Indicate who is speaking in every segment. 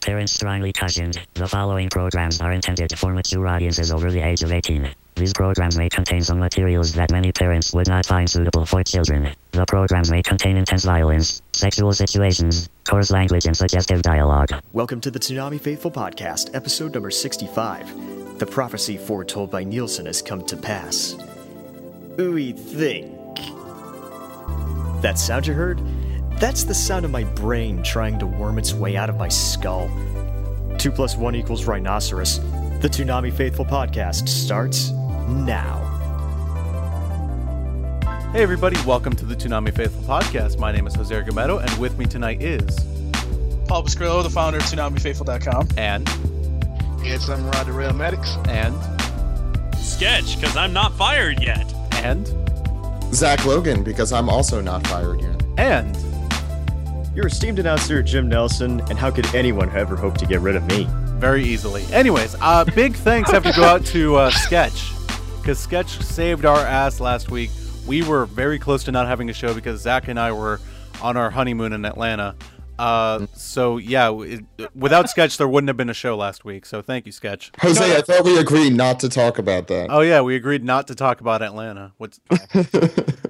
Speaker 1: parents strongly cautioned, the following programs are intended for mature audiences over the age of 18. These programs may contain some materials that many parents would not find suitable for children. The programs may contain intense violence, sexual situations, coarse language, and suggestive dialogue.
Speaker 2: Welcome to the Tsunami Faithful Podcast, episode number 65. The prophecy foretold by Nielsen has come to pass. We think. That sound you heard? That's the sound of my brain trying to worm its way out of my skull. 2 plus 1 equals rhinoceros. The Toonami Faithful podcast starts now.
Speaker 3: Hey, everybody, welcome to the Toonami Faithful Podcast. My name is Jose Gometo, and with me tonight is.
Speaker 4: Paul Pascrillo, the founder of TsunamiFaithful.com.
Speaker 3: And.
Speaker 5: And some Rod Rail Medics.
Speaker 3: And.
Speaker 6: sketch because I'm not fired yet.
Speaker 3: And.
Speaker 7: Zach Logan because I'm also not fired yet.
Speaker 3: And.
Speaker 2: Your esteemed announcer, Jim Nelson, and how could anyone ever hope to get rid of me?
Speaker 3: Very easily. Anyways, uh, big thanks have to go out to uh, Sketch because Sketch saved our ass last week. We were very close to not having a show because Zach and I were on our honeymoon in Atlanta. Uh, so yeah, it, without Sketch, there wouldn't have been a show last week. So thank you, Sketch.
Speaker 7: Jose, I thought we agreed not to talk about that.
Speaker 4: Uh,
Speaker 3: Oh yeah, we agreed not to talk about Atlanta. What's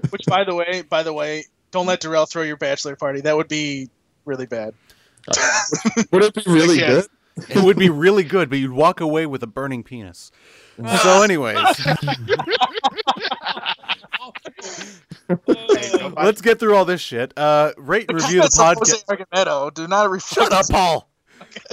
Speaker 4: Which, by the way, by the way, don't let Darrell throw your bachelor party. That would be really bad.
Speaker 7: Would it be really
Speaker 5: Yeah.
Speaker 7: good?
Speaker 3: it would be really good, but you'd walk away with a burning penis. So, anyways, let's get through all this shit. Uh, rate and review the
Speaker 4: That's not
Speaker 3: podcast.
Speaker 4: Jose Argumedo. Do not reflect.
Speaker 3: Shut up, Paul.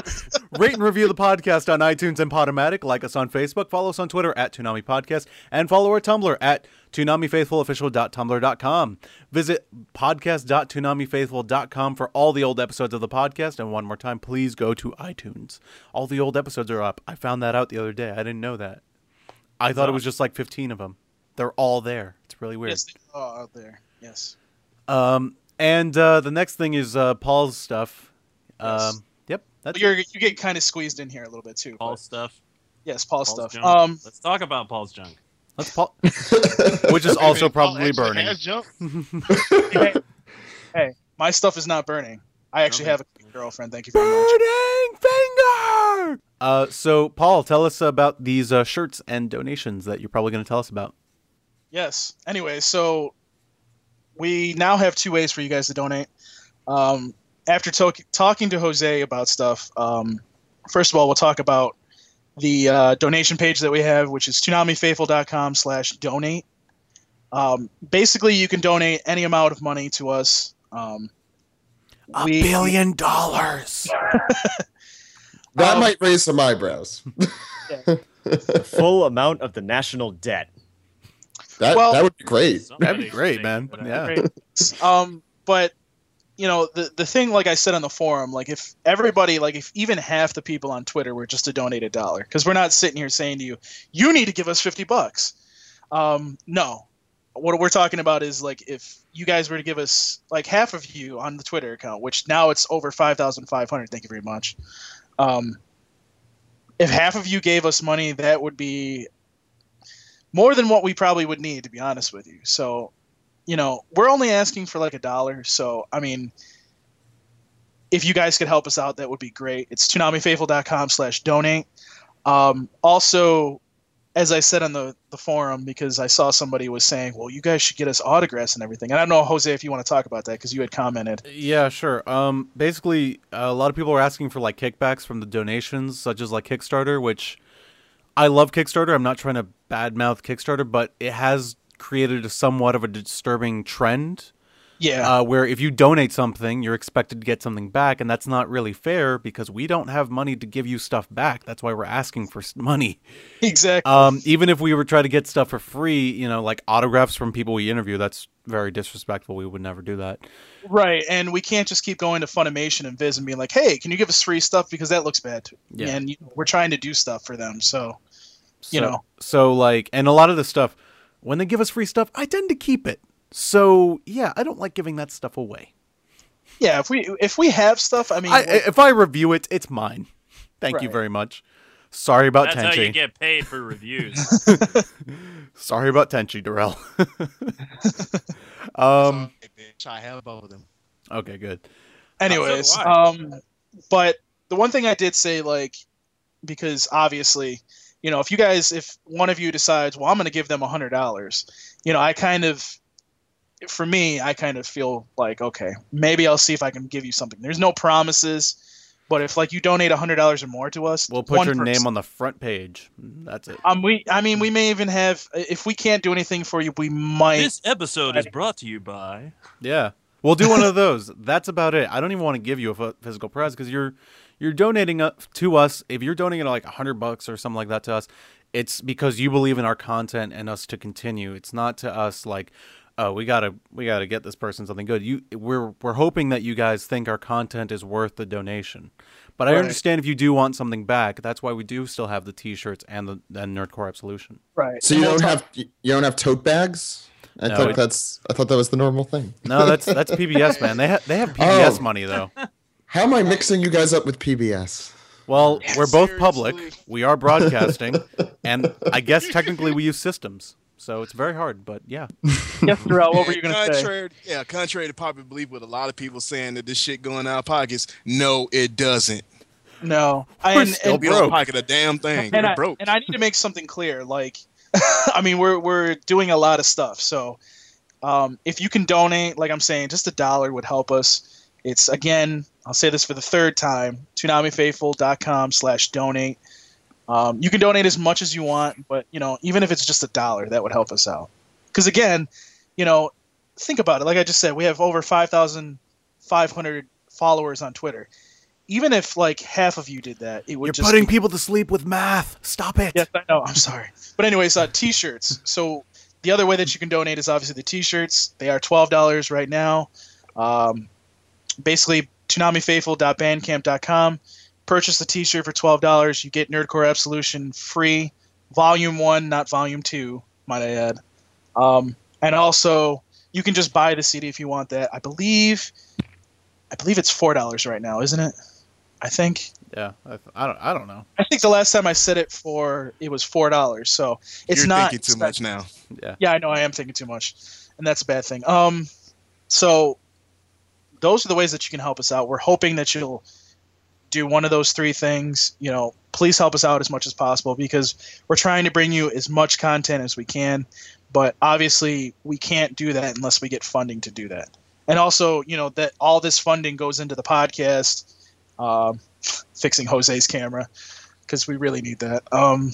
Speaker 3: Rate and review the podcast on iTunes and Podomatic. Like us on Facebook. Follow us on Twitter at Toonami Podcast. And follow our Tumblr at ToonamiFaithfulOfficial.tumblr.com. Visit podcast.toonamifaithful.com for all the old episodes of the podcast. And one more time, please go to iTunes. All the old episodes are up. I found that out the other day. I didn't know that. I thought it was just like 15 of them. They're all there. It's really weird.
Speaker 4: Yes, they are out there. Yes.
Speaker 3: And uh, the next thing is uh, Paul's stuff.
Speaker 4: Yes.
Speaker 3: Um, yep. That's
Speaker 4: But you're you get kind of squeezed in here a little bit too.
Speaker 6: Paul
Speaker 4: but-
Speaker 6: stuff.
Speaker 4: yes, Paul
Speaker 6: Paul's
Speaker 4: stuff.
Speaker 6: junk.
Speaker 4: Um,
Speaker 6: Let's talk about Paul's junk.
Speaker 3: That's Paul, which is also
Speaker 5: Paul
Speaker 3: probably
Speaker 5: actually
Speaker 3: burning.
Speaker 5: has junk.
Speaker 4: hey, hey, my stuff is not burning. I actually have a cute girlfriend. Thank you very much.
Speaker 3: Burning finger. Uh, so Paul, tell us about these uh, shirts and donations that you're probably going to tell us about.
Speaker 4: Yes. Anyway, so we now have two ways for you guys to donate. Um, after to- talking to Jose about stuff, um, first of all, we'll talk about the uh, donation page that we have, which is tunamifaithful.com slash donate. Um, basically, you can donate any amount of money to us. Um, we-
Speaker 3: dollars.
Speaker 7: That
Speaker 4: Um,
Speaker 7: might raise some eyebrows.
Speaker 2: The full amount of the national debt.
Speaker 7: That
Speaker 4: Well-
Speaker 7: that would be great.
Speaker 3: That'd
Speaker 6: Somebody
Speaker 3: be great,
Speaker 6: should
Speaker 3: man.
Speaker 6: take that out.
Speaker 3: Yeah.
Speaker 4: Great. um, but you know the the thing, like I said on the forum, like if everybody, like if even half the people on Twitter were just to donate a dollar, because we're not sitting here saying to you, you need to give us fifty bucks. Um, no, what we're talking about is like if you guys were to give us like half of you on the Twitter account, which now it's over five thousand five hundred. Thank you very much. Um, if half of you gave us money, that would be more than what we probably would need, to be honest with you. So you know, we're only asking for like a dollar. So, I mean, if you guys could help us out, that would be great. It's tunamifaithful.com slash donate. Um, also, as I said on the, the forum, because I saw somebody was saying, well, you guys should get us autographs and everything. And I don't know, Jose, if you want to talk about that, because you had commented.
Speaker 3: Yeah, sure. Um, basically, a lot of people are asking for like kickbacks from the donations, such as like Kickstarter, which I love Kickstarter. I'm not trying to badmouth Kickstarter, but it has created a somewhat of a disturbing trend
Speaker 4: Yeah.
Speaker 3: uh, where if you donate something, you're expected to get something back, and that's not really fair because we don't have money to give you stuff back. That's why we're asking for s- money.
Speaker 4: exactly.
Speaker 3: Um, even if we were trying to get stuff for free, you know, like autographs from people we interview, that's very disrespectful. We would never do that.
Speaker 4: right. And we can't just keep going to Funimation and Viz and being like, hey, can you give us free stuff? Because that looks bad.
Speaker 3: Yeah.
Speaker 4: And you know, we're trying to do stuff for them. So,
Speaker 3: So,
Speaker 4: You know.
Speaker 3: so like, and a lot of the stuff when they give us free stuff, I tend to keep it. So yeah, I don't like giving that stuff away.
Speaker 4: yeah, if we if we have stuff, I mean,
Speaker 3: I,
Speaker 4: we'll-
Speaker 3: if I review it, it's mine. Thank you
Speaker 4: Right.
Speaker 3: very much. Sorry about
Speaker 6: That's how
Speaker 3: Tenchi.
Speaker 6: you get paid for reviews.
Speaker 3: Sorry about Tenchi, Darrell. um.
Speaker 5: Hey, bitch, I have both of them.
Speaker 3: Okay, good.
Speaker 4: Anyways,
Speaker 6: So do I.
Speaker 4: um, but the one thing I did say, like, because obviously, you know, if you guys, if one of you decides, well, I'm going to give them a hundred dollars, you know, I kind of, for me, I kind of feel like, okay, maybe I'll see if I can give you something. There's no promises, but if like you donate a hundred dollars or more to us,
Speaker 3: We'll put
Speaker 4: one
Speaker 3: your
Speaker 4: person-
Speaker 3: name on the front page. That's it.
Speaker 4: Um, we, I mean, we may even have. If we can't do anything for you, we might.
Speaker 6: This episode is brought to you by.
Speaker 3: Yeah. We'll do one of those. That's about it. I don't even want to give you a phy- physical prize because you're you're donating up to us. If you're donating like a hundred bucks or something like that to us, it's because you believe in our content and us to continue. It's not to us like, oh, we gotta we gotta get this person something good. You we're we're hoping that you guys think our content is worth the donation. But I
Speaker 4: Right.
Speaker 3: understand if you do want something back. That's why we do still have the T-shirts and the and Nerdcore Absolution.
Speaker 4: right.
Speaker 7: So you
Speaker 4: And we'll
Speaker 7: don't
Speaker 4: talk-
Speaker 7: have you don't have tote bags? I
Speaker 3: No,
Speaker 7: thought
Speaker 3: it-
Speaker 7: that's I thought that was the normal thing.
Speaker 3: No, that's that's PBS man. They ha- they have PBS
Speaker 7: Oh.
Speaker 3: money though.
Speaker 7: How am I mixing you guys up with PBS?
Speaker 3: Well, we're both public.
Speaker 4: seriously.
Speaker 3: We are broadcasting, and I guess technically we use systems, so it's very hard. But yeah,
Speaker 4: Yes, Darrell, what were you going to say?
Speaker 5: contrary, Yeah, contrary to popular belief, with a lot of people saying that this shit going out of pockets, no, it doesn't.
Speaker 4: No, I,
Speaker 3: We're
Speaker 4: and,
Speaker 3: still
Speaker 4: and-
Speaker 5: We
Speaker 3: Broke.
Speaker 5: don't pocket a damn thing.
Speaker 4: and
Speaker 5: We're
Speaker 4: I,
Speaker 5: broke.
Speaker 4: and I need to make something clear. Like, I mean, we're we're doing a lot of stuff. So, um, if you can donate, like I'm saying, just a dollar would help us. It's again, I'll say this for the third time: ToonamiFaithful.com/slash/donate. Um, you can donate as much as you want, but you know, even if it's just a dollar, that would help us out. Because again, you know, think about it. Like I just said, we have over five thousand five hundred followers on Twitter. Even if like half of you did that, it would
Speaker 3: you're
Speaker 4: just
Speaker 3: putting
Speaker 4: be-
Speaker 3: people to sleep with math. Stop it.
Speaker 4: Yes, I know. I'm sorry. But anyways, uh, t-shirts. So the other way that you can donate is obviously the t-shirts. They are twelve dollars right now. Um, basically, tunamifaithful.bandcamp.com. Purchase the t-shirt for twelve dollars. You get Nerdcore Absolution free, volume one, not volume two, might I add. Um, and also, you can just buy the CD if you want that. I believe, I believe it's four dollars right now, isn't it? I think.
Speaker 3: Yeah, I, I don't. I don't know.
Speaker 4: I think the last time I said it for it was four dollars. So it's
Speaker 5: You're
Speaker 4: not
Speaker 5: thinking too much now.
Speaker 4: Yeah, I know I am thinking too much, and that's a bad thing. Um, so those are the ways that you can help us out. We're hoping that you'll do one of those three things. You know, please help us out as much as possible because we're trying to bring you as much content as we can, but obviously we can't do that unless we get funding to do that. And also, you know, that all this funding goes into the podcast, um, fixing Jose's camera because we really need that. Um,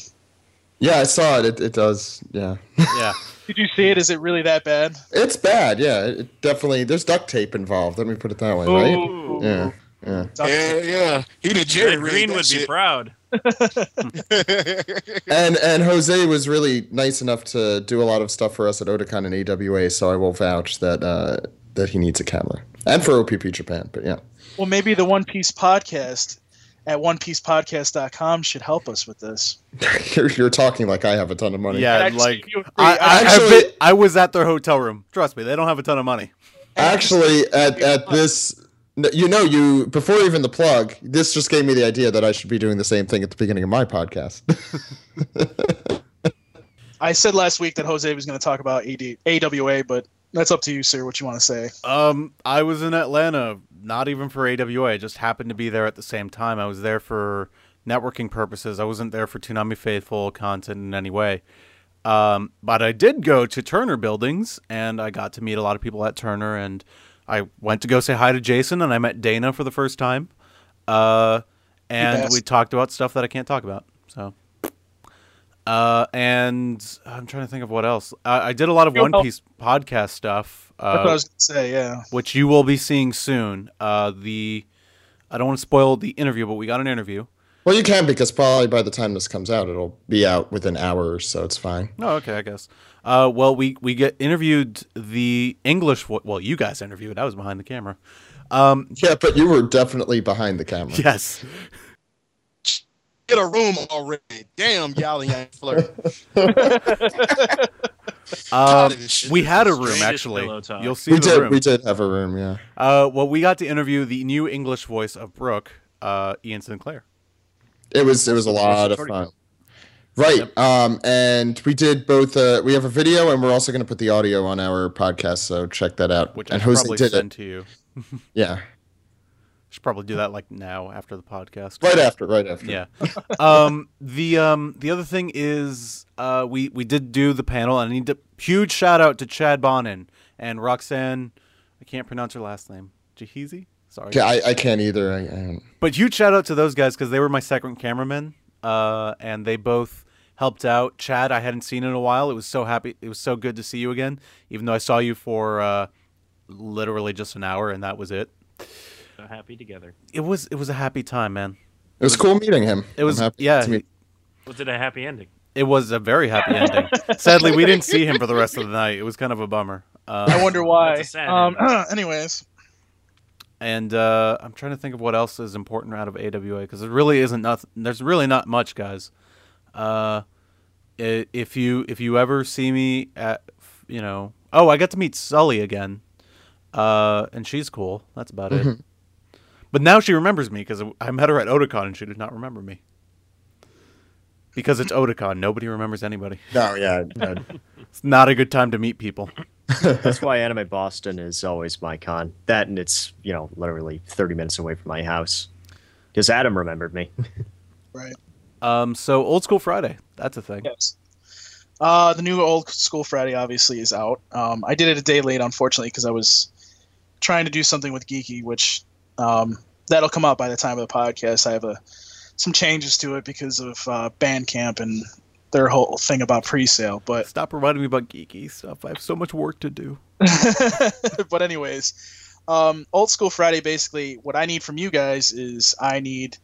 Speaker 7: Yeah, I saw it. It, it does. Yeah,
Speaker 3: Yeah,
Speaker 4: did you see it? Is it really that bad?
Speaker 7: it's bad. Yeah, it, it definitely. There's duct tape involved. Let me put it that way, right?
Speaker 4: Ooh.
Speaker 7: Yeah, yeah.
Speaker 5: Yeah, yeah. He did Jerry
Speaker 6: Red
Speaker 5: rigged
Speaker 6: Green
Speaker 5: that
Speaker 6: would be
Speaker 5: shit.
Speaker 6: proud.
Speaker 7: And and Jose was really nice enough to do a lot of stuff for us at Otakon and AWA, so I will vouch that uh, that he needs a camera and for OPP Japan. But yeah,
Speaker 4: Well, maybe the One Piece podcast at onepiecepodcast.com should help us with this.
Speaker 7: you're, you're talking like I have a ton of money.
Speaker 3: yeah.
Speaker 4: And I
Speaker 3: like
Speaker 4: just- you agree.
Speaker 3: I, I, I've
Speaker 7: Actually-
Speaker 3: been- I was at their hotel room. Trust me, they don't have a ton of money.
Speaker 7: Actually, at at this, n- you know, you before even the plug, this just gave me the idea that I should be doing the same thing at the beginning of my podcast.
Speaker 4: I said last week that Jose was going to talk about AD, AWA, but that's up to you, sir, what you want to say.
Speaker 3: Um, I was in Atlanta, not even for AWA. I just happened to be there at the same time. I was there for networking purposes. I wasn't there for Toonami Faithful content in any way. Um, but I did go to Turner Buildings, and I got to meet a lot of people at Turner. And I went to go say hi to Jason, and I met Dana for the first time. Uh, and
Speaker 4: best.
Speaker 3: we talked about stuff that I can't talk about. So. Uh, and I'm trying to think of what else. I, I did a lot of
Speaker 4: You'll
Speaker 3: One
Speaker 4: help.
Speaker 3: Piece podcast stuff.
Speaker 4: That's
Speaker 3: Uh,
Speaker 4: what I was going to say, yeah.
Speaker 3: which you will be seeing soon. Uh, the I don't want to spoil the interview, but we got an interview.
Speaker 7: well, you can because probably by the time this comes out, it'll be out within hours, so it's fine.
Speaker 3: Oh, okay, I guess. Uh, well, we we get interviewed the English. Vo- well, you guys interviewed. I was behind the camera.
Speaker 7: Yeah, but you were definitely behind the camera.
Speaker 3: Yes,
Speaker 5: Get a room already. Damn, y'all and y'all flirt.
Speaker 3: um,
Speaker 5: this shit.
Speaker 3: we had a room
Speaker 6: Greatest
Speaker 3: actually.
Speaker 6: pillow talk.
Speaker 3: You'll see
Speaker 7: we
Speaker 3: the
Speaker 7: did.
Speaker 3: room.
Speaker 7: We did have a room. Yeah.
Speaker 3: Uh, well, we got to interview the new English voice of Brooke, uh, Ian Sinclair.
Speaker 7: It was it was a lot of fun. Right. Um and we did both uh we have a video and we're also going to put the audio on our podcast so check that out.
Speaker 3: Which
Speaker 7: and
Speaker 3: I should
Speaker 7: Jose
Speaker 3: probably
Speaker 7: did
Speaker 3: send
Speaker 7: it.
Speaker 3: to you.
Speaker 7: Yeah.
Speaker 3: Should probably do that like now after the podcast.
Speaker 7: Right after, right after.
Speaker 3: Yeah. um, the um, the other thing is uh, we we did do the panel, and I need to huge shout out to Chad Bonin and Roxanne. I can't pronounce her last name. Jahizi. Sorry.
Speaker 7: Okay, I, I can't either. I, I don't.
Speaker 3: But huge shout out to those guys because they were my second cameramen, uh, and they both helped out. Chad, I hadn't seen in a while. It was so happy. It was so good to see you again, even though I saw you for uh, literally just an hour, and that was it.
Speaker 6: So happy together.
Speaker 3: It was it was a happy time, man.
Speaker 7: It was cool meeting him.
Speaker 3: It was-
Speaker 7: I'm happy
Speaker 3: yeah,
Speaker 7: to meet-
Speaker 6: Was it a happy ending?
Speaker 3: It was a very happy ending. Sadly, we didn't see him for the rest of the night. It was kind of a bummer. Um,
Speaker 4: I wonder why.
Speaker 6: That's a sad
Speaker 4: Um,
Speaker 6: ending.
Speaker 4: anyways,
Speaker 3: and uh, I'm trying to think of what else is important out of AWA because there really isn't nothing. There's really not much, guys. Uh, i- if you if you ever see me at you know oh I got to meet Sully again, uh, and she's cool. That's about it. But now she remembers me because I met her at Otakon and she did not remember me. Because it's Otakon, nobody remembers anybody.
Speaker 7: No, yeah, no.
Speaker 3: It's not a good time to meet people.
Speaker 8: That's why Anime Boston is always my con. That and it's, you know, literally 30 minutes away from my house. Because Adam remembered me.
Speaker 4: right.
Speaker 3: Um, so old school Friday, that's a thing.
Speaker 4: Yes. Uh, the new old school Friday obviously is out. Um, I did it a day late, unfortunately, because I was trying to do something with Geeky, which um, that'll come out by the time of the podcast. I have a, some changes to it because of uh, Bandcamp and their whole thing about pre-sale. But
Speaker 3: Stop reminding me about geeky stuff. I have so much work to do.
Speaker 4: but anyways, um, old school Friday. Basically, what I need from you guys is I need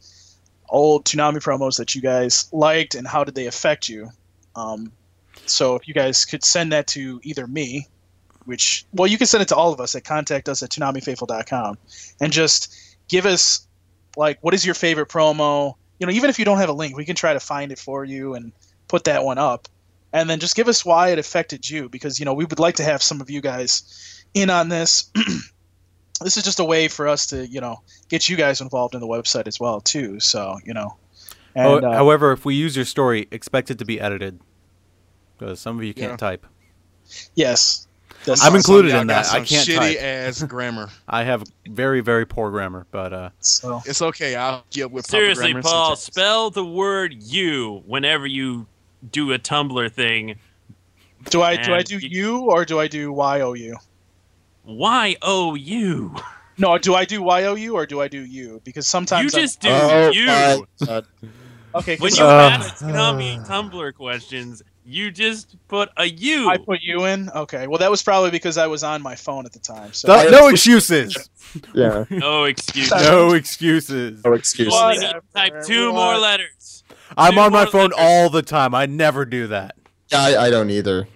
Speaker 4: old Toonami promos that you guys liked and how did they affect you. Um, so if you guys could send that to either me, which well, you can send it to all of us at contact us at ToonamiFaithful.com, and just give us like what is your favorite promo. You know, even if you don't have a link, we can try to find it for you and put that one up. And then just give us why it affected you, because you know we would like to have some of you guys in on this. this is just a way for us to, you know, get you guys involved in the website as well, too. So, you know,
Speaker 3: Oh,
Speaker 4: and, uh,
Speaker 3: however, if we use your story, expect it to be edited because some of you can't
Speaker 5: Yeah.
Speaker 3: type.
Speaker 4: yes, That's-
Speaker 3: I'm included
Speaker 5: Some
Speaker 3: in
Speaker 5: y'all got
Speaker 3: that. I
Speaker 5: some
Speaker 3: can't
Speaker 5: Shitty
Speaker 3: type.
Speaker 5: ass grammar.
Speaker 3: I have very very poor grammar, but uh,
Speaker 4: so
Speaker 5: It's okay. I'll get with proper
Speaker 6: Seriously,
Speaker 5: grammar
Speaker 6: Paul,
Speaker 5: sometimes.
Speaker 6: spell the word you whenever you do a Tumblr thing.
Speaker 4: do I do I
Speaker 6: And
Speaker 4: do
Speaker 6: you-
Speaker 4: you or do I do Y O U?
Speaker 6: Y O U.
Speaker 4: No, do I do Y O U or do I do you? Because
Speaker 6: You
Speaker 4: sometimes I'm-
Speaker 6: just do
Speaker 7: Oh,
Speaker 6: you.
Speaker 7: my God.
Speaker 4: okay,
Speaker 6: When
Speaker 4: 'cause
Speaker 6: you
Speaker 3: Uh,
Speaker 6: ask Konami Tumblr questions, you just put a U.
Speaker 4: I put you in. Okay, well that was probably because I was on my phone at the time. So
Speaker 3: Th- no excuses.
Speaker 7: yeah,
Speaker 6: No Oh, excuse.
Speaker 3: No excuses.
Speaker 7: no excuse.
Speaker 6: You only need to
Speaker 4: Whatever,
Speaker 6: type two more
Speaker 4: what-
Speaker 6: letters.
Speaker 3: I'm
Speaker 6: two
Speaker 3: on my
Speaker 6: more
Speaker 3: phone
Speaker 6: letters.
Speaker 3: all the time. I never do that.
Speaker 7: I, I don't either.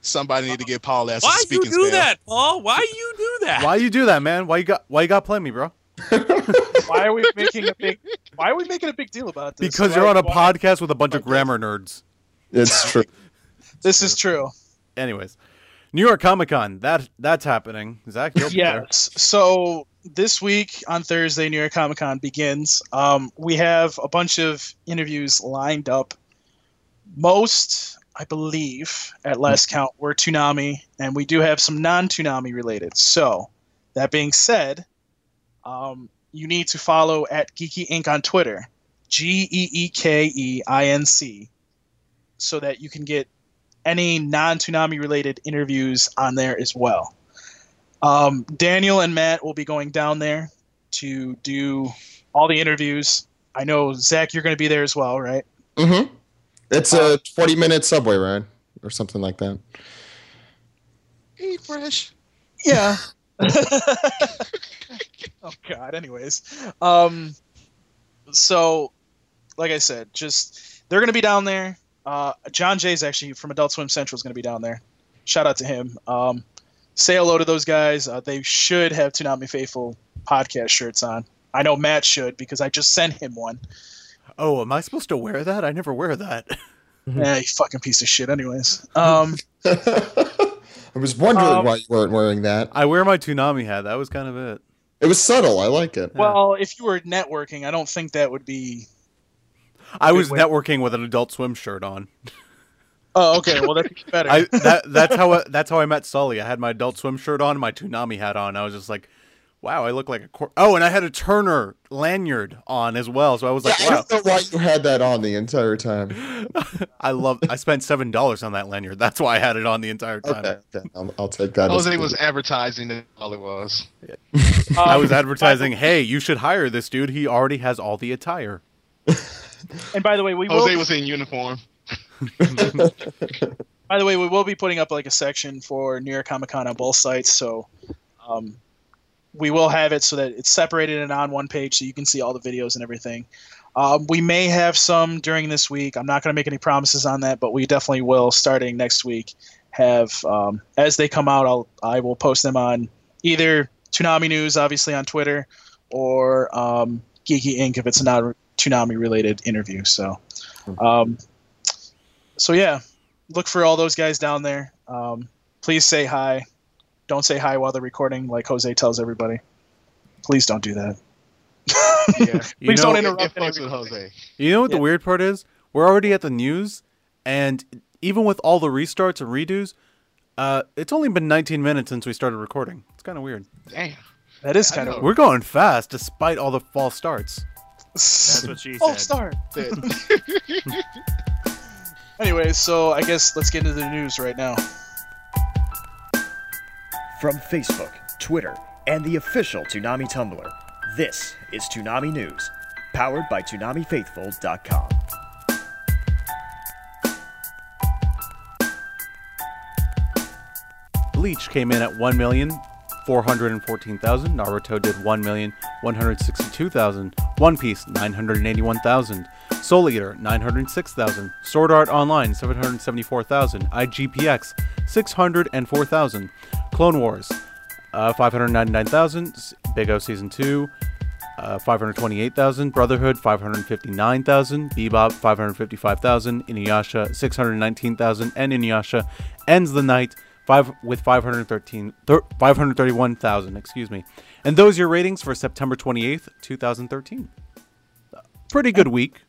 Speaker 5: Somebody need to get Paul ass a
Speaker 6: Why you
Speaker 5: speaking
Speaker 6: do
Speaker 5: spell.
Speaker 6: that, Paul? Why you do that?
Speaker 3: Why you do that, man? Why you got why you got play me, bro?
Speaker 4: why are we making a big? Why are we making a big deal about this?
Speaker 3: Because
Speaker 4: Why-
Speaker 3: you're on a
Speaker 4: why-
Speaker 3: podcast with a bunch of grammar nerds.
Speaker 7: It's true.
Speaker 4: This is true.
Speaker 3: Anyways, New York Comic Con that that's happening. Zach, you'll be there.
Speaker 4: Yes. So this week on Thursday, New York Comic Con begins. Um, we have a bunch of interviews lined up. Most, I believe, at last count, were Toonami, and we do have some non Toonami related. So that being said, um, you need to follow at Geeky Inc. on Twitter, G E E K E I N C, so that you can get any non Toonami related interviews on there as well. Um, Daniel and Matt will be going down there to do all the interviews. I know Zach, you're going to be there as well, right?
Speaker 7: Mm-hmm. It's a 20 minute subway ride or something like that.
Speaker 5: Eat fresh.
Speaker 4: Yeah. oh God. Anyways, um, so like I said, just they're going to be down there. Uh, John Jay's actually from Adult Swim Central is going to be down there. Shout out to him. Um, say hello to those guys. Uh, they should have Toonami Faithful podcast shirts on. I know Matt should because I just sent him one.
Speaker 3: Oh, am I supposed to wear that? I never wear that. Mm-hmm.
Speaker 4: Yeah, Eh, you fucking piece of shit. Anyways, um,
Speaker 7: I was wondering
Speaker 4: Um,
Speaker 7: why you weren't wearing that.
Speaker 3: I wear my Toonami hat. That was kind of it.
Speaker 7: It was subtle. I like it.
Speaker 4: well, if you were networking, I don't think that would be.
Speaker 3: I was networking with an Adult Swim shirt on.
Speaker 4: Oh, okay. Well, that's even better.
Speaker 3: I that, that's how I, that's how I met Sully. I had my Adult Swim shirt on, my Toonami hat on. I was just like, wow, I look like a cor- oh, and I had a Turner lanyard on as well, so I was like,
Speaker 7: I
Speaker 3: wow,
Speaker 7: don't know why you had that on the entire time.
Speaker 3: I love. I spent seven dollars on that lanyard. That's why I had it on the entire time.
Speaker 7: Okay, then I'll, I'll take that. as
Speaker 9: Jose
Speaker 7: good.
Speaker 9: was advertising it. All it was.
Speaker 3: I was advertising, hey, you should hire this dude. He already has all the attire.
Speaker 4: And by the way, we
Speaker 9: Jose
Speaker 4: will.
Speaker 9: was in uniform.
Speaker 4: by the way, we will be putting up like a section for New York Comic Con on both sites, so um, we will have it so that it's separated and on one page, so you can see all the videos and everything. Um, we may have some during this week. I'm not going to make any promises on that, but we definitely will starting next week. Have um, as they come out, I'll I will post them on either Toonami News, obviously on Twitter, or um, Geeky Inc. if it's not a Toonami related interview. So, um, so yeah, look for all those guys down there. Um, please say hi. Don't say hi while they're recording, like Jose tells everybody. Please don't do that.
Speaker 9: Yeah.
Speaker 3: You
Speaker 4: Please
Speaker 3: know,
Speaker 9: It-
Speaker 4: don't interrupt.
Speaker 9: It fucks with Jose.
Speaker 3: You know what
Speaker 4: Yeah.
Speaker 3: the weird part is? We're already at the news, and even with all the restarts and redos, uh, it's only been 19 minutes since we started recording. It's kind of weird.
Speaker 9: Damn.
Speaker 4: That is
Speaker 9: I
Speaker 4: kind
Speaker 9: know.
Speaker 4: of
Speaker 3: We're going fast despite all the false starts.
Speaker 6: That's what she
Speaker 4: oh
Speaker 6: said.
Speaker 4: star.
Speaker 9: That-
Speaker 4: Anyway, so I guess let's get into the news right now.
Speaker 2: From Facebook, Twitter, and the official Toonami Tumblr, this is Toonami News, powered by ToonamiFaithful.com.
Speaker 3: Bleach came in at 1,414,000. Naruto did 1,162,000. One Piece 981,000. Soul Eater 906,000. Sword Art Online 774,000. IGPX 604,000. Clone Wars uh, 599,000. S- Big O Season 2 uh, 528,000, Brotherhood 559,000, Bebop 555,000, Inuyasha 619,000, and Inuyasha ends the night five with 513 thir- 531,000, excuse me. And those are your ratings for September 28th, 2013. Uh, Pretty good week.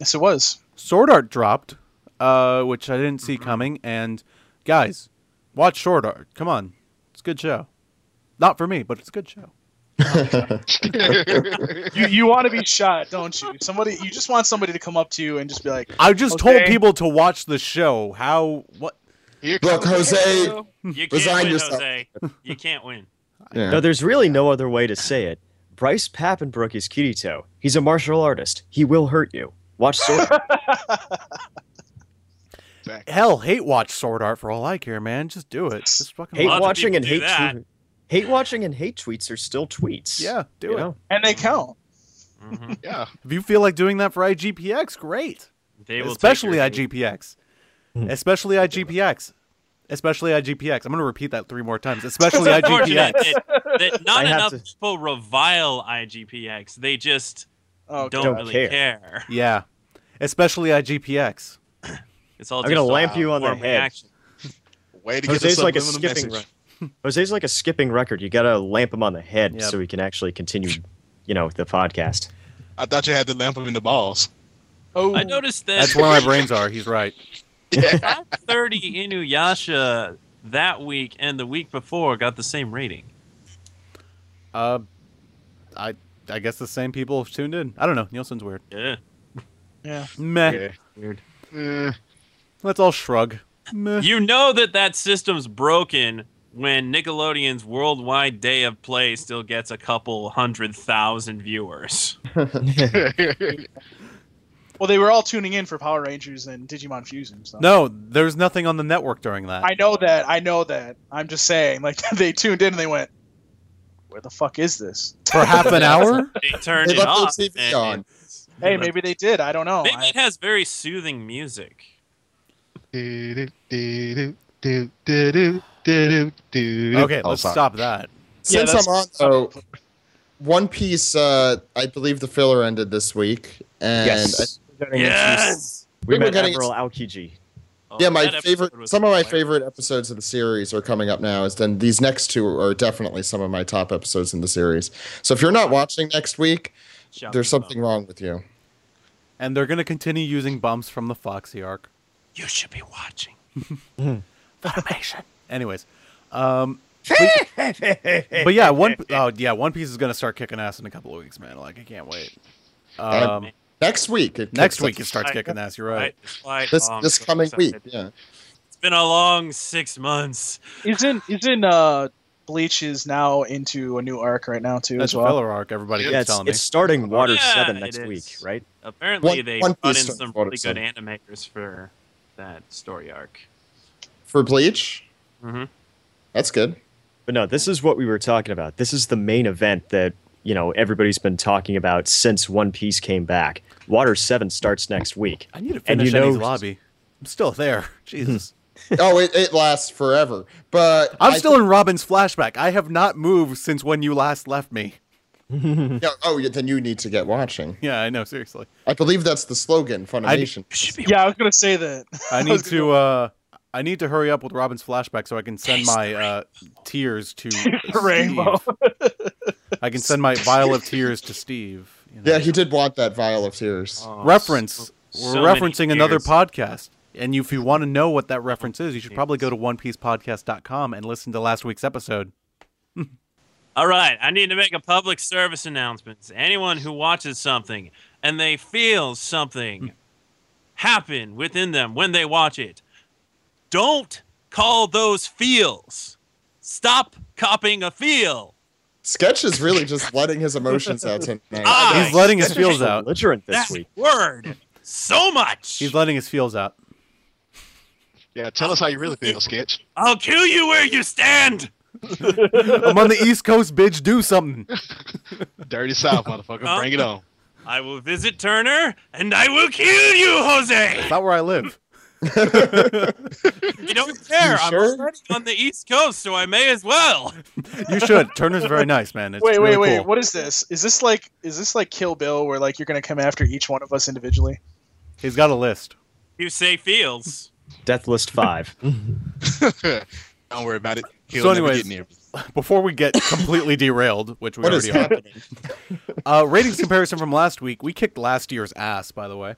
Speaker 4: Yes, it was.
Speaker 3: Sword Art dropped, uh, which I didn't see coming. And guys, watch Sword Art. Come on, it's a good show. Not for me, but it's a good show.
Speaker 4: You you want to be shot, don't you? Somebody you just want somebody to come up to you and just be like,
Speaker 3: I just told
Speaker 4: Okay.
Speaker 3: people to watch the show. How? What?
Speaker 9: Here
Speaker 7: Look,
Speaker 9: comes
Speaker 7: Jose.
Speaker 6: You can't
Speaker 7: Resign
Speaker 6: win,
Speaker 7: yourself.
Speaker 6: Jose. You can't win.
Speaker 7: Yeah.
Speaker 8: No, there's really no other way to say it. Bryce Pappenbrook is Kirito. He's a martial artist. He will hurt you. Watch Sword. Art.
Speaker 9: back.
Speaker 3: Hell, hate watch Sword Art for all I care, man. Just do it. Just fucking
Speaker 6: Lots
Speaker 8: hate
Speaker 6: of
Speaker 3: watch.
Speaker 8: watching
Speaker 6: people
Speaker 8: and
Speaker 6: do
Speaker 8: hate
Speaker 6: that.
Speaker 8: tweet- hate watching and hate tweets are still tweets.
Speaker 3: Yeah, do
Speaker 8: you
Speaker 3: it.
Speaker 8: know?
Speaker 4: and they count.
Speaker 6: Mhm.
Speaker 9: Yeah.
Speaker 3: If you feel like doing that for IGPX, great.
Speaker 6: They will take
Speaker 3: Especially
Speaker 6: your
Speaker 3: IGPX. Especially IGPX. Especially IGPX. I'm going to repeat that three more times. Especially
Speaker 6: It's unfortunate
Speaker 3: IGPX.
Speaker 6: That, that not
Speaker 8: I have
Speaker 6: enough
Speaker 8: to-
Speaker 6: people revile IGPX. They just
Speaker 4: Oh,
Speaker 6: don't,
Speaker 8: Don't
Speaker 6: really
Speaker 8: care.
Speaker 6: care.
Speaker 3: Yeah. Especially IGPX.
Speaker 6: It's all
Speaker 8: I'm gonna
Speaker 6: just, uh,
Speaker 8: lamp you on the
Speaker 6: warm
Speaker 8: head.
Speaker 6: reaction.
Speaker 5: Way to
Speaker 8: Jose's
Speaker 5: get
Speaker 8: like a
Speaker 5: subliminal
Speaker 8: skipping
Speaker 5: message.
Speaker 8: Jose's like a skipping record. You gotta lamp him on the head
Speaker 3: Yep.
Speaker 8: so he can actually continue, you know, the podcast.
Speaker 5: I thought you had to lamp him in the balls.
Speaker 4: Oh,
Speaker 6: I noticed that
Speaker 3: That's where my brains are. He's right.
Speaker 6: top 30 Inuyasha that week and the week before got the same rating.
Speaker 3: Uh, I I guess the same people have tuned in. I don't know. Nielsen's weird.
Speaker 6: Yeah.
Speaker 4: yeah.
Speaker 3: Meh.
Speaker 9: Yeah.
Speaker 6: Weird.
Speaker 9: Eh,
Speaker 3: Let's all shrug. Meh.
Speaker 6: You know that that system's broken when Nickelodeon's worldwide day of play still gets a couple hundred thousand viewers.
Speaker 4: Well, they were all tuning in for Power Rangers and Digimon Fusion. So.
Speaker 3: no, there's nothing on the network during that.
Speaker 4: I know that. I know that. I'm just saying, like they tuned in and they went, "Where the fuck is this?"
Speaker 3: For half an hour?
Speaker 6: They turned
Speaker 7: They
Speaker 6: it
Speaker 7: left their
Speaker 6: off.
Speaker 7: TV
Speaker 6: and-
Speaker 7: on.
Speaker 4: Hey, maybe they did. I don't know.
Speaker 6: Maybe
Speaker 4: I-
Speaker 6: it has very soothing music.
Speaker 9: do-do, do-do, do-do, do-do, do-do, do-do.
Speaker 3: Okay,
Speaker 7: Oh,
Speaker 3: let's
Speaker 7: sorry.
Speaker 3: stop that.
Speaker 7: Since
Speaker 4: that's-
Speaker 7: I'm on though, One Piece, uh, I believe the filler ended this week, and
Speaker 8: yes.
Speaker 6: Yes.
Speaker 7: I
Speaker 8: We
Speaker 7: think we're
Speaker 8: met
Speaker 7: getting
Speaker 8: Admiral Aokiji.
Speaker 6: Oh,
Speaker 7: yeah, my
Speaker 6: that episode
Speaker 7: favorite,
Speaker 6: was
Speaker 7: some of my
Speaker 6: hilarious.
Speaker 7: favorite episodes of the series are coming up now. Is then these next two are definitely some of my top episodes in the series. So if you're not watching next week,
Speaker 6: Shout
Speaker 7: there's
Speaker 6: them out.
Speaker 7: something wrong with you.
Speaker 3: And they're going to continue using bumps from the Foxy arc.
Speaker 6: you should be watching.
Speaker 3: Anyways, um, But yeah, one oh yeah, One Piece is gonna start kicking ass in a couple of weeks, man. Like I can't wait. Um,
Speaker 7: Next week. it
Speaker 3: next
Speaker 7: kicks
Speaker 3: week
Speaker 7: off.
Speaker 3: it starts kicking ass. You're right.
Speaker 6: Like,
Speaker 7: This
Speaker 6: oh, I'm
Speaker 7: this
Speaker 6: so
Speaker 7: coming week.
Speaker 6: excited.
Speaker 7: Yeah.
Speaker 6: It's been a long six months.
Speaker 4: Isn't isn't uh Bleach is now into a new arc right now too
Speaker 3: That's
Speaker 4: as
Speaker 3: a
Speaker 4: well.
Speaker 3: filler arc. Everybody
Speaker 8: Yeah,
Speaker 3: keeps
Speaker 8: it's,
Speaker 3: telling
Speaker 8: it's starting Water
Speaker 6: Yeah,
Speaker 8: 7
Speaker 6: it
Speaker 8: next
Speaker 6: is.
Speaker 8: week, right?
Speaker 6: Apparently,
Speaker 7: One-
Speaker 6: they
Speaker 7: One
Speaker 6: brought in
Speaker 7: Piece
Speaker 6: some
Speaker 7: started
Speaker 6: really
Speaker 7: some.
Speaker 6: good animators for that story arc.
Speaker 7: For Bleach,
Speaker 6: Mhm.
Speaker 7: that's good.
Speaker 8: But no, this is what we were talking about. This is the main event that, you know, everybody's been talking about since One Piece came back. Water 7 starts next week.
Speaker 3: I need to
Speaker 8: And
Speaker 3: finish
Speaker 8: you
Speaker 3: Eddie's
Speaker 8: know-
Speaker 3: lobby. Hmm. I'm still there. Jesus.
Speaker 7: oh, it, it lasts forever. But
Speaker 3: I'm
Speaker 7: I
Speaker 3: still in Robin's flashback. I have not moved since when you last left me.
Speaker 7: think- yeah, oh, yeah, then you need to get watching.
Speaker 3: Yeah, I know. Seriously,
Speaker 7: I believe that's the slogan. Funimation.
Speaker 4: Yeah, I was gonna say that.
Speaker 3: I
Speaker 4: was
Speaker 3: need
Speaker 4: gonna
Speaker 3: to. Uh, I need to hurry up with Robin's flashback so I can send my uh, tears to Steve.
Speaker 4: Rainbow.
Speaker 3: I can send my vial of tears to Steve. you know.
Speaker 7: yeah, he did want that vial of tears.
Speaker 6: Oh,
Speaker 3: reference.
Speaker 6: so- so
Speaker 3: We're
Speaker 6: many
Speaker 3: referencing another
Speaker 6: years.
Speaker 3: podcast. And if you want to know what that reference is, you should probably go to onepiecepodcast.com and listen to last week's episode.
Speaker 6: All right, I need to make a public service announcement. Anyone who watches something and they feel something happen within them when they watch it, don't call those feels. Stop copying a feel.
Speaker 7: Sketch is really just letting his emotions out tonight.
Speaker 6: Ah!
Speaker 3: He's
Speaker 6: Nice.
Speaker 3: letting his feels out.
Speaker 8: Belligerent this
Speaker 6: That
Speaker 8: week.
Speaker 6: word so much.
Speaker 3: He's letting his feels out.
Speaker 9: Yeah, tell us how you really feel, Sketch.
Speaker 6: I'll kill you where you stand.
Speaker 3: I'm on the East Coast, bitch. Do something.
Speaker 9: Dirty South,
Speaker 4: Uh,
Speaker 9: motherfucker. Bring it on.
Speaker 6: I will visit Turner and I will kill you, Jose.
Speaker 3: Not where I live.
Speaker 6: I don't care. I'm
Speaker 7: sure?
Speaker 6: already on the East Coast, so I may as well.
Speaker 3: You should. Turner's very nice, man. It's
Speaker 4: wait,
Speaker 3: really
Speaker 4: wait, wait.
Speaker 3: cool.
Speaker 4: What is this? Is this like is this like Kill Bill where like you're gonna come after each one of us individually?
Speaker 3: He's got a list.
Speaker 6: You say feels.
Speaker 8: Death List 5.
Speaker 5: Don't worry about it. He'll
Speaker 3: So
Speaker 5: never
Speaker 3: anyways-
Speaker 5: get near. me.
Speaker 3: Before we get completely derailed, which we
Speaker 7: What is
Speaker 3: already are.
Speaker 7: happening?
Speaker 3: Uh, ratings comparison from last week. We kicked last year's ass, by the way.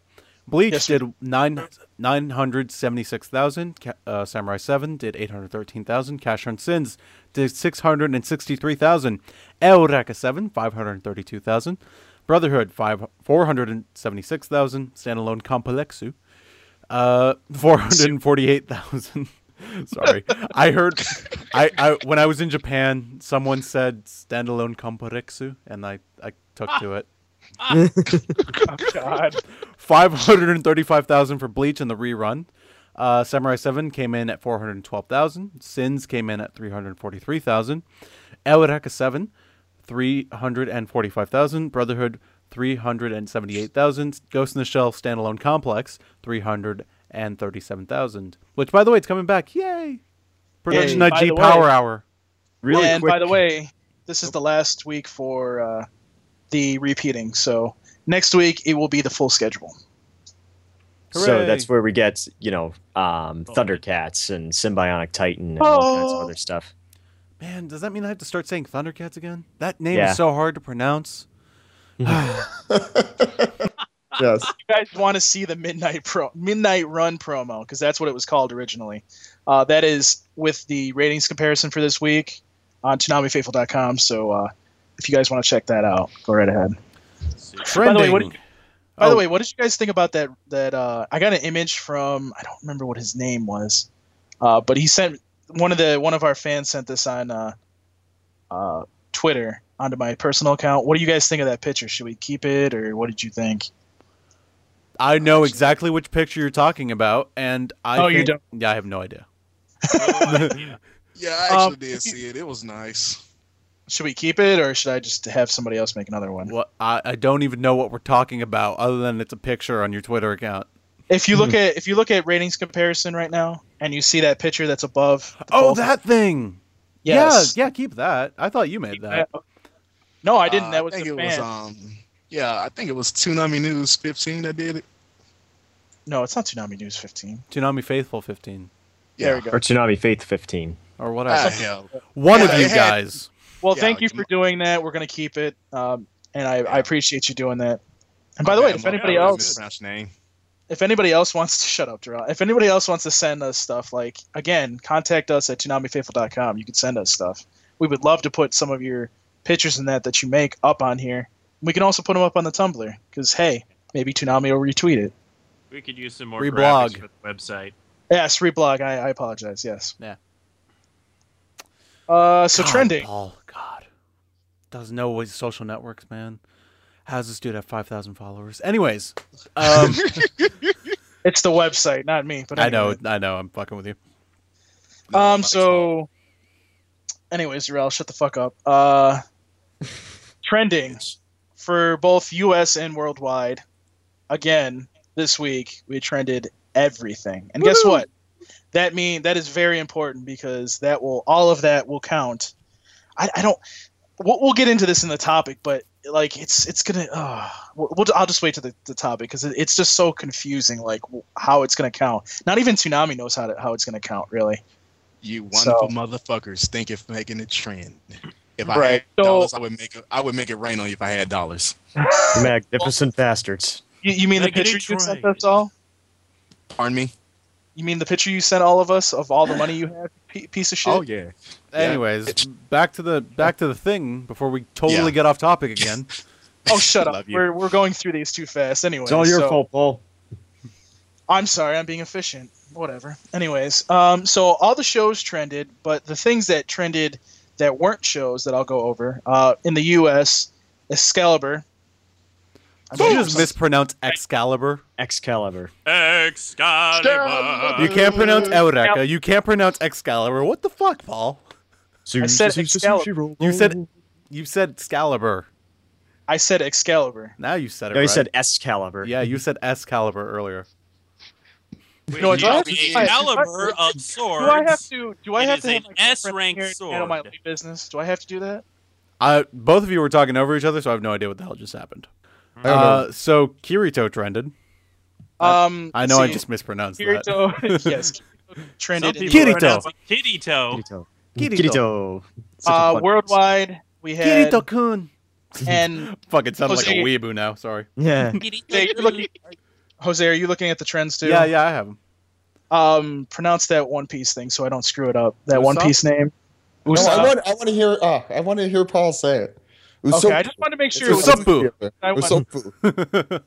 Speaker 3: Bleach
Speaker 4: Yes, we
Speaker 3: did nine nine hundred seventy six thousand. Ca- uh, Samurai Seven did eight hundred thirteen thousand. Cash on Sins did six hundred and sixty three thousand. Eureka Seven five hundred thirty two thousand. Brotherhood five four hundred seventy six thousand. Standalone Complexu uh, four hundred forty-eight thousand. Sorry, I heard. I, I when I was in Japan, someone said standalone Kampariksu, and I I took to it. Five hundred thirty-five thousand for Bleach and the rerun. Uh, Samurai Seven came in at four hundred twelve thousand. Sins came in at three hundred forty-three thousand. Eureka Seven, three hundred and forty-five thousand. Brotherhood, three hundred and seventy-eight thousand. Ghost in the Shell standalone complex, three hundred and thirty-seven thousand. Which, by the way, it's coming back. Yay! Production
Speaker 4: Yay. By the
Speaker 3: IG
Speaker 4: way-
Speaker 3: Power Hour.
Speaker 8: Really
Speaker 4: and
Speaker 8: quick.
Speaker 4: by the way, this is the last week for uh, the repeating. So next week it will be the full schedule.
Speaker 3: Hooray. Oh.
Speaker 8: so that's where we get, you know, um, Thundercats and Symbionic Titan and all kinds of
Speaker 4: Oh.
Speaker 8: other stuff.
Speaker 3: Man, does that mean I have to start saying Thundercats again? That name
Speaker 8: Yeah.
Speaker 3: is so hard to pronounce.
Speaker 7: yes.
Speaker 4: You guys want to see the midnight pro midnight run promo because that's what it was called originally. Uh, that is with the ratings comparison for this week on TanamiFaithful.com. So uh, if you guys want to check that out, go right ahead.
Speaker 3: Trending.
Speaker 4: way, what- By
Speaker 3: Oh.
Speaker 4: the way, what did you guys think about that? That uh, I got an image from I don't remember what his name was, uh, but he sent one of the one of our fans sent this on uh, uh, Twitter onto my personal account. What do you guys think of that picture? Should we keep it or what did you think?
Speaker 3: I know exactly which picture you're talking about, and I
Speaker 4: Oh, you
Speaker 3: think-
Speaker 4: don't.
Speaker 3: Yeah, I have no idea.
Speaker 5: Yeah, I actually
Speaker 4: Um,
Speaker 5: did see it. It was nice.
Speaker 4: Should we keep it or should I just have somebody else make another one?
Speaker 3: What I, I don't even know what we're talking about, other than it's a picture on your Twitter account.
Speaker 4: If you look
Speaker 3: Hmm.
Speaker 4: at if you look at ratings comparison right now and you see that picture that's above. the
Speaker 3: Oh,
Speaker 4: both-
Speaker 3: that thing.
Speaker 4: Yes.
Speaker 3: Yeah, yeah. Keep that. I thought you made that.
Speaker 4: No, I didn't.
Speaker 5: Uh,
Speaker 4: That was
Speaker 5: I
Speaker 4: the
Speaker 5: think
Speaker 4: fan.
Speaker 5: it was. Um, yeah, I think it was Toonami News 15 that did it.
Speaker 4: no, it's not Tsunami News 15.
Speaker 3: Tsunami Faithful 15
Speaker 5: Yeah.
Speaker 4: There we go.
Speaker 8: Or Tsunami Faith 15.
Speaker 3: or
Speaker 5: Ah,
Speaker 3: whatever.
Speaker 5: hell.
Speaker 3: One
Speaker 5: Yeah,
Speaker 3: of you
Speaker 5: it had-
Speaker 3: guys.
Speaker 4: Well,
Speaker 5: Yeah,
Speaker 4: thank you
Speaker 5: you
Speaker 4: for
Speaker 5: mu-
Speaker 4: doing that. We're gonna keep it, um, and I, I appreciate you doing that. And by
Speaker 5: My
Speaker 4: the way,
Speaker 5: bad,
Speaker 4: if
Speaker 5: my
Speaker 4: anybody
Speaker 5: bad, I
Speaker 4: else,
Speaker 5: mispronounced your name.
Speaker 4: if anybody else wants to shut up, Darrell, if anybody else wants to send us stuff, like again, contact us at tunamifaithful.com. You can send us stuff. We would love to put some of your pictures and that that you make up on here. We can also put them up on the Tumblr because hey, maybe Toonami will retweet it.
Speaker 6: We could use some more
Speaker 3: Reblog.
Speaker 6: graphics for the website.
Speaker 4: Yes, reblog. I, I apologize. Yes.
Speaker 3: Yeah.
Speaker 4: Uh, so
Speaker 3: God,
Speaker 4: trending.
Speaker 3: Oh, Paul, God, doesn't know what social networks, man. How's this dude have five thousand followers? Anyways, um,
Speaker 4: It's the website, not me. But
Speaker 3: I know,
Speaker 4: anyway.
Speaker 3: I know, I'm fucking with you.
Speaker 4: Um. So, anyways, Darrell, shut the fuck up. Uh, trending for both U.S. and worldwide. Again, this week we trended everything, and guess what? That mean that is very important because that will all of that will count. I, I don't. We'll, we'll get into this in the topic, but like it's it's gonna. Uh, we'll, we'll- I'll just wait to the, the topic because it, it's just so confusing. Like w- how it's gonna count. Not even tsunami knows how to, how it's gonna count really.
Speaker 5: You
Speaker 4: So-
Speaker 5: wonderful motherfuckers think of making a trend. If I had
Speaker 4: Right. So-
Speaker 5: dollars, I would make a, I would make it rain on you if I had dollars.
Speaker 3: Oh.
Speaker 8: Magnificent bastards.
Speaker 4: You, you mean
Speaker 6: Make
Speaker 4: the
Speaker 6: it
Speaker 4: picture you
Speaker 6: Detroit.
Speaker 4: sent us all?
Speaker 5: Pardon me.
Speaker 4: You mean the picture you sent all of us of all the money you have? P- piece of shit.
Speaker 5: Oh yeah. Yeah.
Speaker 3: Anyways,
Speaker 5: It's-
Speaker 3: back to the back to the thing before we totally
Speaker 5: Yeah.
Speaker 3: get off topic again.
Speaker 4: Oh, shut up.
Speaker 5: Love you.
Speaker 4: We're, we're going through these too fast. Anyway,
Speaker 8: It's all your
Speaker 4: so-
Speaker 8: fault, Paul.
Speaker 4: I'm sorry, I'm being efficient. Whatever. Anyways, um, so all the shows trended, but the things that trended that weren't shows that I'll go over uh, in the U.S. Excalibur. I
Speaker 3: Did
Speaker 4: mean,
Speaker 3: you just mispronounce Excalibur?
Speaker 8: Excalibur.
Speaker 6: Excalibur.
Speaker 3: You can't pronounce Eureka. You can't pronounce Excalibur. What the fuck, Paul?
Speaker 4: I said Excalibur.
Speaker 3: You said you said Excalibur.
Speaker 4: I said Excalibur.
Speaker 3: Now you said it.
Speaker 8: No, he
Speaker 3: right.
Speaker 8: said Excalibur.
Speaker 3: Yeah, you said Excalibur earlier.
Speaker 6: Which
Speaker 4: No,
Speaker 6: is
Speaker 4: it's-
Speaker 6: the
Speaker 4: I-
Speaker 6: caliber of swords.
Speaker 4: Do I have to? Do I
Speaker 6: It
Speaker 4: have
Speaker 6: is
Speaker 4: to have
Speaker 6: an
Speaker 4: my
Speaker 6: S-ranked
Speaker 4: girlfriend here and handle my
Speaker 6: sword.
Speaker 4: late business? Do I have to do that?
Speaker 3: Uh, both of you were talking over each other, so I have no idea what the hell just happened.
Speaker 7: I don't know.
Speaker 3: Uh, so Kirito trended.
Speaker 4: Um,
Speaker 3: I know I
Speaker 4: see,
Speaker 3: just mispronounced that.
Speaker 4: Kirito. yes, Kirito
Speaker 6: Some
Speaker 4: trended. in-
Speaker 6: people
Speaker 3: Kirito.
Speaker 6: pronounce it Kitty toe.
Speaker 8: Kirito.
Speaker 3: Kirito.
Speaker 8: Kirito. Such a
Speaker 4: Uh,
Speaker 8: fun-
Speaker 4: worldwide, we had
Speaker 3: Kirito kun.
Speaker 4: and
Speaker 3: Fuck, it sounds like a
Speaker 4: Jose-
Speaker 3: weeaboo now. Sorry.
Speaker 8: Yeah.
Speaker 4: Jose, you're looking- Jose, are you looking at the trends too?
Speaker 3: Yeah, yeah, I have him.
Speaker 4: Um, pronounce that One Piece thing so I don't screw it up. That One
Speaker 3: Usopp?
Speaker 4: Piece name.
Speaker 7: No, I
Speaker 4: Usopp.
Speaker 7: want. I want to hear. Uh, I want to hear Paul say it.
Speaker 4: Okay, I just wanted to make sure. It was,
Speaker 3: Usopp. Usopp-bu.
Speaker 4: I want-
Speaker 7: Usopp-bu.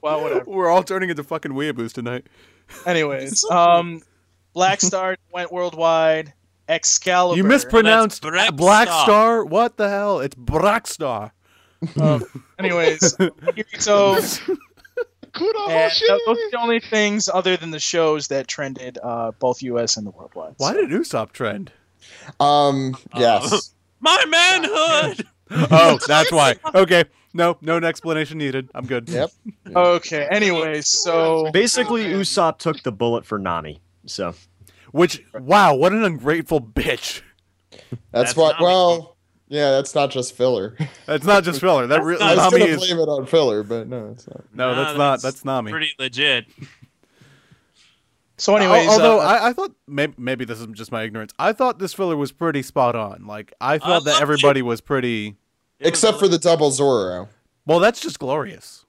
Speaker 4: well, whatever.
Speaker 3: We're all turning into fucking weeaboos tonight.
Speaker 4: Anyways, um, Black Star went worldwide. Excalibur.
Speaker 3: You mispronounced
Speaker 6: That's Brack
Speaker 3: Black
Speaker 6: Star.
Speaker 3: Star. What the hell? It's Black Star.
Speaker 4: Um, anyways, Kirito.
Speaker 9: Kudo
Speaker 4: And
Speaker 9: Hoshi!
Speaker 4: th- those are the only things other than the shows that trended uh, both U.S. and the worldwide.
Speaker 3: Why
Speaker 4: So-
Speaker 3: did Usopp trend?
Speaker 7: Um. Yes.
Speaker 6: My manhood.
Speaker 3: Oh, that's why. Okay. No, no explanation needed. I'm good.
Speaker 7: Yep.
Speaker 4: Okay. Anyway, so
Speaker 8: Basically, Usopp took the bullet for Nami. So
Speaker 3: Which, wow, what an ungrateful bitch.
Speaker 7: That's,
Speaker 6: That's
Speaker 7: why.
Speaker 6: not me.
Speaker 7: Well. Yeah, that's not just filler.
Speaker 3: That's not just filler. That really,
Speaker 7: I was
Speaker 3: Nami
Speaker 7: gonna
Speaker 3: is.
Speaker 7: blame it on filler, but no, it's not.
Speaker 3: No, that's
Speaker 6: Nah,
Speaker 3: not.
Speaker 6: that's
Speaker 3: That's Nami.
Speaker 6: Pretty legit.
Speaker 4: so anyways,
Speaker 3: Al- although
Speaker 4: uh,
Speaker 3: I, I thought maybe, maybe this is just my ignorance. I thought this filler was pretty spot on. Like I thought that
Speaker 6: loved
Speaker 3: everybody was pretty.
Speaker 6: It was
Speaker 7: Except for the double Zorro.
Speaker 3: Well, that's just glorious.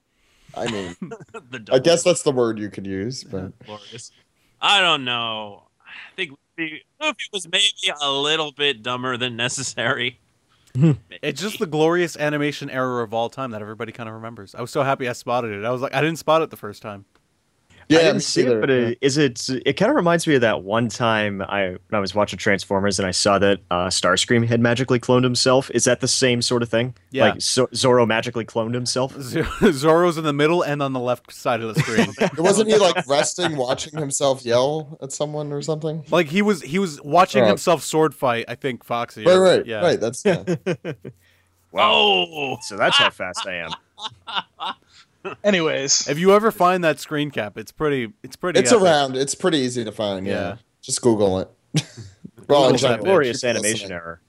Speaker 7: I mean,
Speaker 6: the
Speaker 7: I
Speaker 6: double
Speaker 7: guess that's the word you could use, but
Speaker 6: glorious. I don't know. I think Luffy, Luffy was maybe a little bit dumber than necessary.
Speaker 3: It's just the glorious animation era of all time that everybody kind of remembers. I was so happy I spotted it. I was like, I didn't spot it the first time.
Speaker 7: yeah,
Speaker 8: I didn't
Speaker 7: me
Speaker 8: see
Speaker 7: neither,
Speaker 8: it, but
Speaker 7: yeah.
Speaker 8: it, is it? It kind of reminds me of that one time I when I was watching Transformers and I saw that uh, Starscream had magically cloned himself. Is that the same sort of thing?
Speaker 3: Yeah.
Speaker 8: Like so- Zorro magically cloned himself.
Speaker 3: Z- Zoro's in the middle and on the left side of the screen.
Speaker 7: It wasn't he like resting, watching himself yell at someone or something?
Speaker 3: like he was, he was watching
Speaker 7: Right.
Speaker 3: himself sword fight. I think Foxy.
Speaker 7: Right,
Speaker 3: or-
Speaker 7: right,
Speaker 3: yeah.
Speaker 7: right. That's yeah.
Speaker 6: Oh,
Speaker 8: So that's how fast I am.
Speaker 4: anyways,
Speaker 3: If you ever find that screen cap, it's pretty. It's pretty.
Speaker 7: it's
Speaker 3: epic.
Speaker 7: around. It's pretty easy to find. Yeah,
Speaker 3: Yeah.
Speaker 7: just Google it. well, in
Speaker 3: Google that
Speaker 7: general,
Speaker 8: Glorious
Speaker 7: people listening.
Speaker 8: animation error.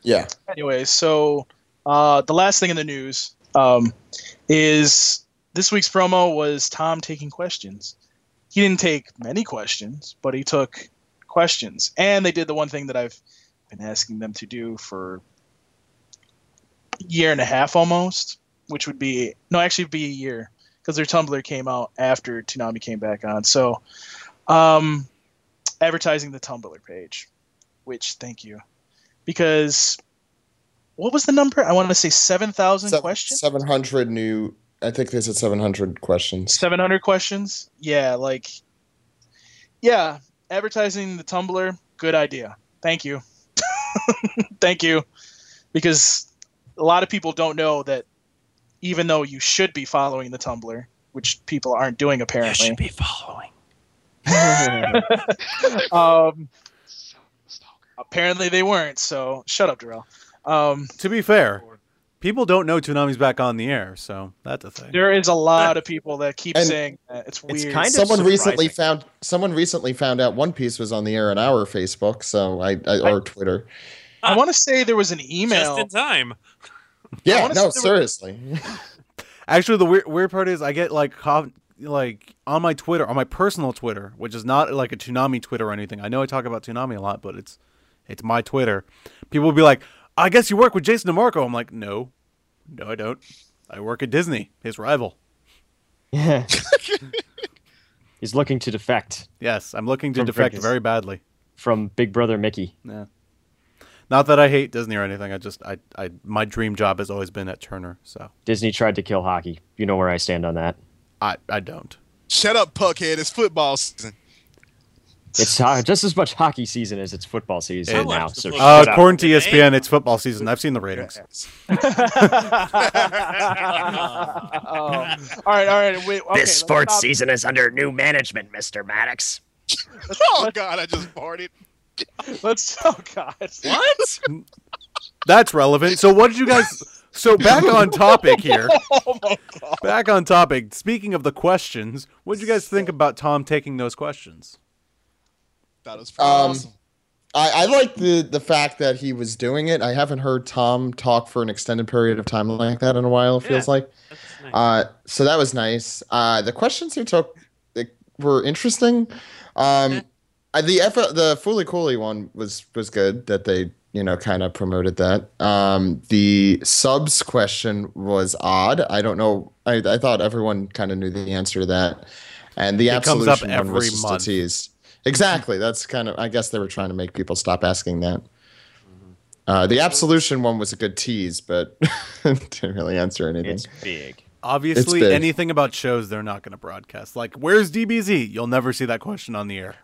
Speaker 7: Yeah,
Speaker 4: anyway, so uh, the last thing in the news um, is this week's promo was Tom taking questions. He didn't take many questions, but he took questions, and they did the one thing that I've been asking them to do for a year and a half almost, which would be no, actually, it'd be a year because because their Tumblr came out after Toonami came back on. So, um, advertising the Tumblr page, which thank you, because what was the number? I want to say seven thousand questions,
Speaker 7: Seven hundred new. I think they said seven hundred questions.
Speaker 4: seven hundred questions. Yeah, like, yeah, advertising the Tumblr, good idea. Thank you, thank you, because a lot of people don't know that even though you should be following the Tumblr, which people aren't doing
Speaker 6: You
Speaker 4: apparently,
Speaker 6: should be following.
Speaker 4: um, apparently they weren't. So shut up, Darrell. Um,
Speaker 3: To be fair, people don't know Toonami's back on the air, so that's a thing.
Speaker 4: there is a lot of people that keep
Speaker 7: And
Speaker 4: saying that. It's weird.
Speaker 8: it's kind of
Speaker 7: someone recently
Speaker 8: surprising.
Speaker 7: found someone recently found out One Piece was on the air on our Facebook, so I, I or Twitter.
Speaker 4: I want to say there was an
Speaker 6: Just
Speaker 4: email.
Speaker 6: in time.
Speaker 7: Yeah,
Speaker 4: wanna
Speaker 7: no,
Speaker 4: say-
Speaker 7: seriously.
Speaker 3: Actually, the weird, weird part is I get like com- like on my Twitter, on my personal Twitter, which is not like a Toonami Twitter or anything. I know I talk about Toonami a lot, but it's it's my Twitter. People will be like, "I guess you work with Jason DeMarco." I'm like, "No, no, I don't. I work at Disney, his rival."
Speaker 8: Yeah. He's looking to defect
Speaker 3: Yes, I'm looking to
Speaker 8: From
Speaker 3: defect
Speaker 8: Vegas.
Speaker 3: very badly.
Speaker 8: from Big Brother Mickey.
Speaker 3: Not that I hate Disney or anything. I just I, I my dream job has always been at Turner, so
Speaker 8: Disney tried to kill hockey. You know where I stand on that.
Speaker 3: I I don't.
Speaker 5: Shut up, Puckhead. It's football season.
Speaker 8: It's ho- just as much hockey season as it's football season
Speaker 3: It-
Speaker 8: now. So
Speaker 6: Well,
Speaker 7: Oh,
Speaker 3: Uh,
Speaker 8: shut up.
Speaker 3: according to ESPN, it's football season. I've seen the ratings.
Speaker 4: Um, all right, all right. Wait, okay, let's stop.
Speaker 10: season is under new management, Mr. Maddox.
Speaker 5: Oh God, I just farted.
Speaker 4: Let's. Oh God.
Speaker 6: What?
Speaker 3: That's relevant. So what did you guys? So back on topic here.
Speaker 4: Oh,
Speaker 3: Back on topic. Speaking of the questions, what did you guys think about Tom taking those questions?
Speaker 5: Thought it was pretty
Speaker 7: Um,
Speaker 5: awesome.
Speaker 7: I, I like the the fact that he was doing it. I haven't heard Tom talk for an extended period of time like that in a while. It feels
Speaker 6: Yeah.
Speaker 7: like.
Speaker 6: That's nice.
Speaker 7: Uh, so that was nice. Uh, the questions he took eh, were interesting. Um, uh, the F- the Fooly Cooly one was was good that they you know kind of promoted that. Um, the subs question was odd. I don't know. I, I thought everyone kind of knew the answer to that, and the
Speaker 3: It comes
Speaker 7: absolution
Speaker 3: up
Speaker 7: one was
Speaker 3: every
Speaker 7: just a
Speaker 3: month.
Speaker 7: tease. Exactly. That's kind of. I guess they were trying to make people stop asking that. Uh, the absolution one was a good tease, but didn't really answer anything.
Speaker 8: It's big.
Speaker 3: Obviously,
Speaker 7: big.
Speaker 3: anything about shows they're not going to broadcast. Like, where's DBZ? You'll never see that question on the air.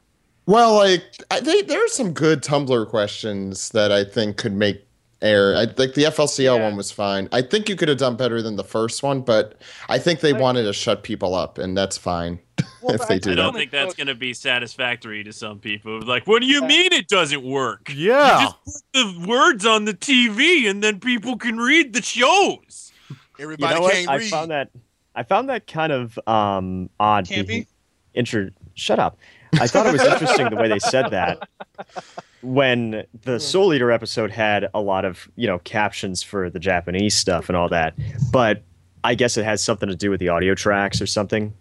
Speaker 7: Well, like I, they, there are some good Tumblr questions that I think could make air. I, like the FLCL one was fine. I think you could have done better than the first one, but I think they wanted to shut people up, and that's fine if they
Speaker 6: I
Speaker 7: do
Speaker 6: don't
Speaker 7: that.
Speaker 6: think that's going to be satisfactory to some people. Like, what do you mean it doesn't work?
Speaker 3: Yeah.
Speaker 6: The words on the TV, and then people can read the shows.
Speaker 5: Everybody
Speaker 8: you know
Speaker 5: can't
Speaker 8: what?
Speaker 5: read.
Speaker 8: I found that I found that kind of um, odd.
Speaker 4: Can't
Speaker 8: behe-
Speaker 4: be?
Speaker 8: Inter- Shut up. I thought it was interesting the way they said that. When the Soul Eater episode had a lot of you know captions for the Japanese stuff and all that, but I guess it has something to do with the audio tracks or something.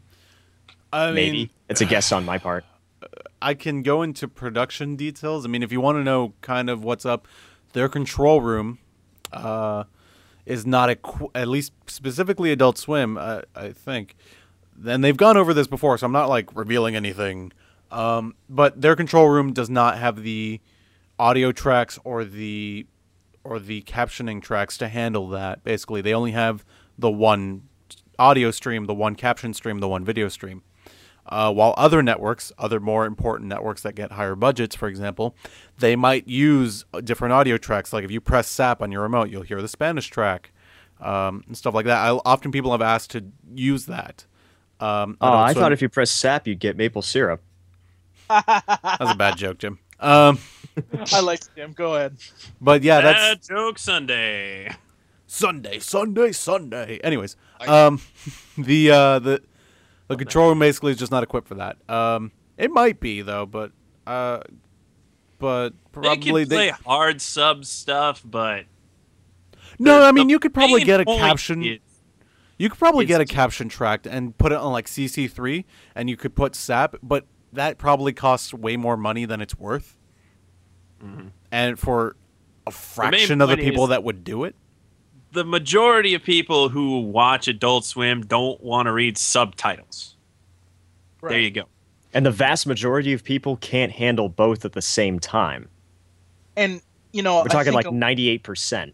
Speaker 3: I mean,
Speaker 8: Maybe it's a guess on my part.
Speaker 3: I can go into production details. I mean, if you want to know kind of what's up, their control room uh, is not a qu- at least specifically Adult Swim, uh, I think. And they've gone over this before, so I'm not like revealing anything. Um, but their control room does not have the audio tracks or the or the captioning tracks to handle that. Basically, they only have the one audio stream, the one caption stream, the one video stream uh, while other networks, other more important networks that get higher budgets, for example, they might use uh, different audio tracks. Like if you press SAP on your remote, you'll hear the Spanish track um, and stuff like that. I, often people have asked to use that. Um,
Speaker 8: Oh,
Speaker 3: Adult
Speaker 8: I
Speaker 3: Swim-
Speaker 8: thought if you press sap, you'd get maple syrup.
Speaker 3: that was a bad joke, Jim. Um,
Speaker 4: I like Jim. Go ahead.
Speaker 3: but yeah, that's
Speaker 6: Bad joke Sunday.
Speaker 3: Sunday, Sunday, Sunday. Anyways, um, the uh, the the control room basically is just not equipped for that. Um, it might be though, but uh, but probably
Speaker 6: they can play hard sub stuff, but
Speaker 3: No,
Speaker 6: the-
Speaker 3: I mean
Speaker 6: the
Speaker 3: you could probably
Speaker 6: main
Speaker 3: get a
Speaker 6: point
Speaker 3: caption.
Speaker 6: is-
Speaker 3: you could probably
Speaker 6: is
Speaker 3: get a
Speaker 6: to-
Speaker 3: caption track and put it on like CC3, and you could put SAP, but that probably costs way more money than it's worth, and for a
Speaker 6: main
Speaker 3: fraction of the
Speaker 6: Mm-hmm. point
Speaker 3: people
Speaker 6: is-
Speaker 3: that would do it.
Speaker 6: the majority of people who watch Adult Swim don't want to read subtitles. There you go.
Speaker 8: And the vast majority of people can't handle both at the same time.
Speaker 4: And you know,
Speaker 8: We're talking
Speaker 4: I
Speaker 8: like
Speaker 4: think a-
Speaker 8: 98%.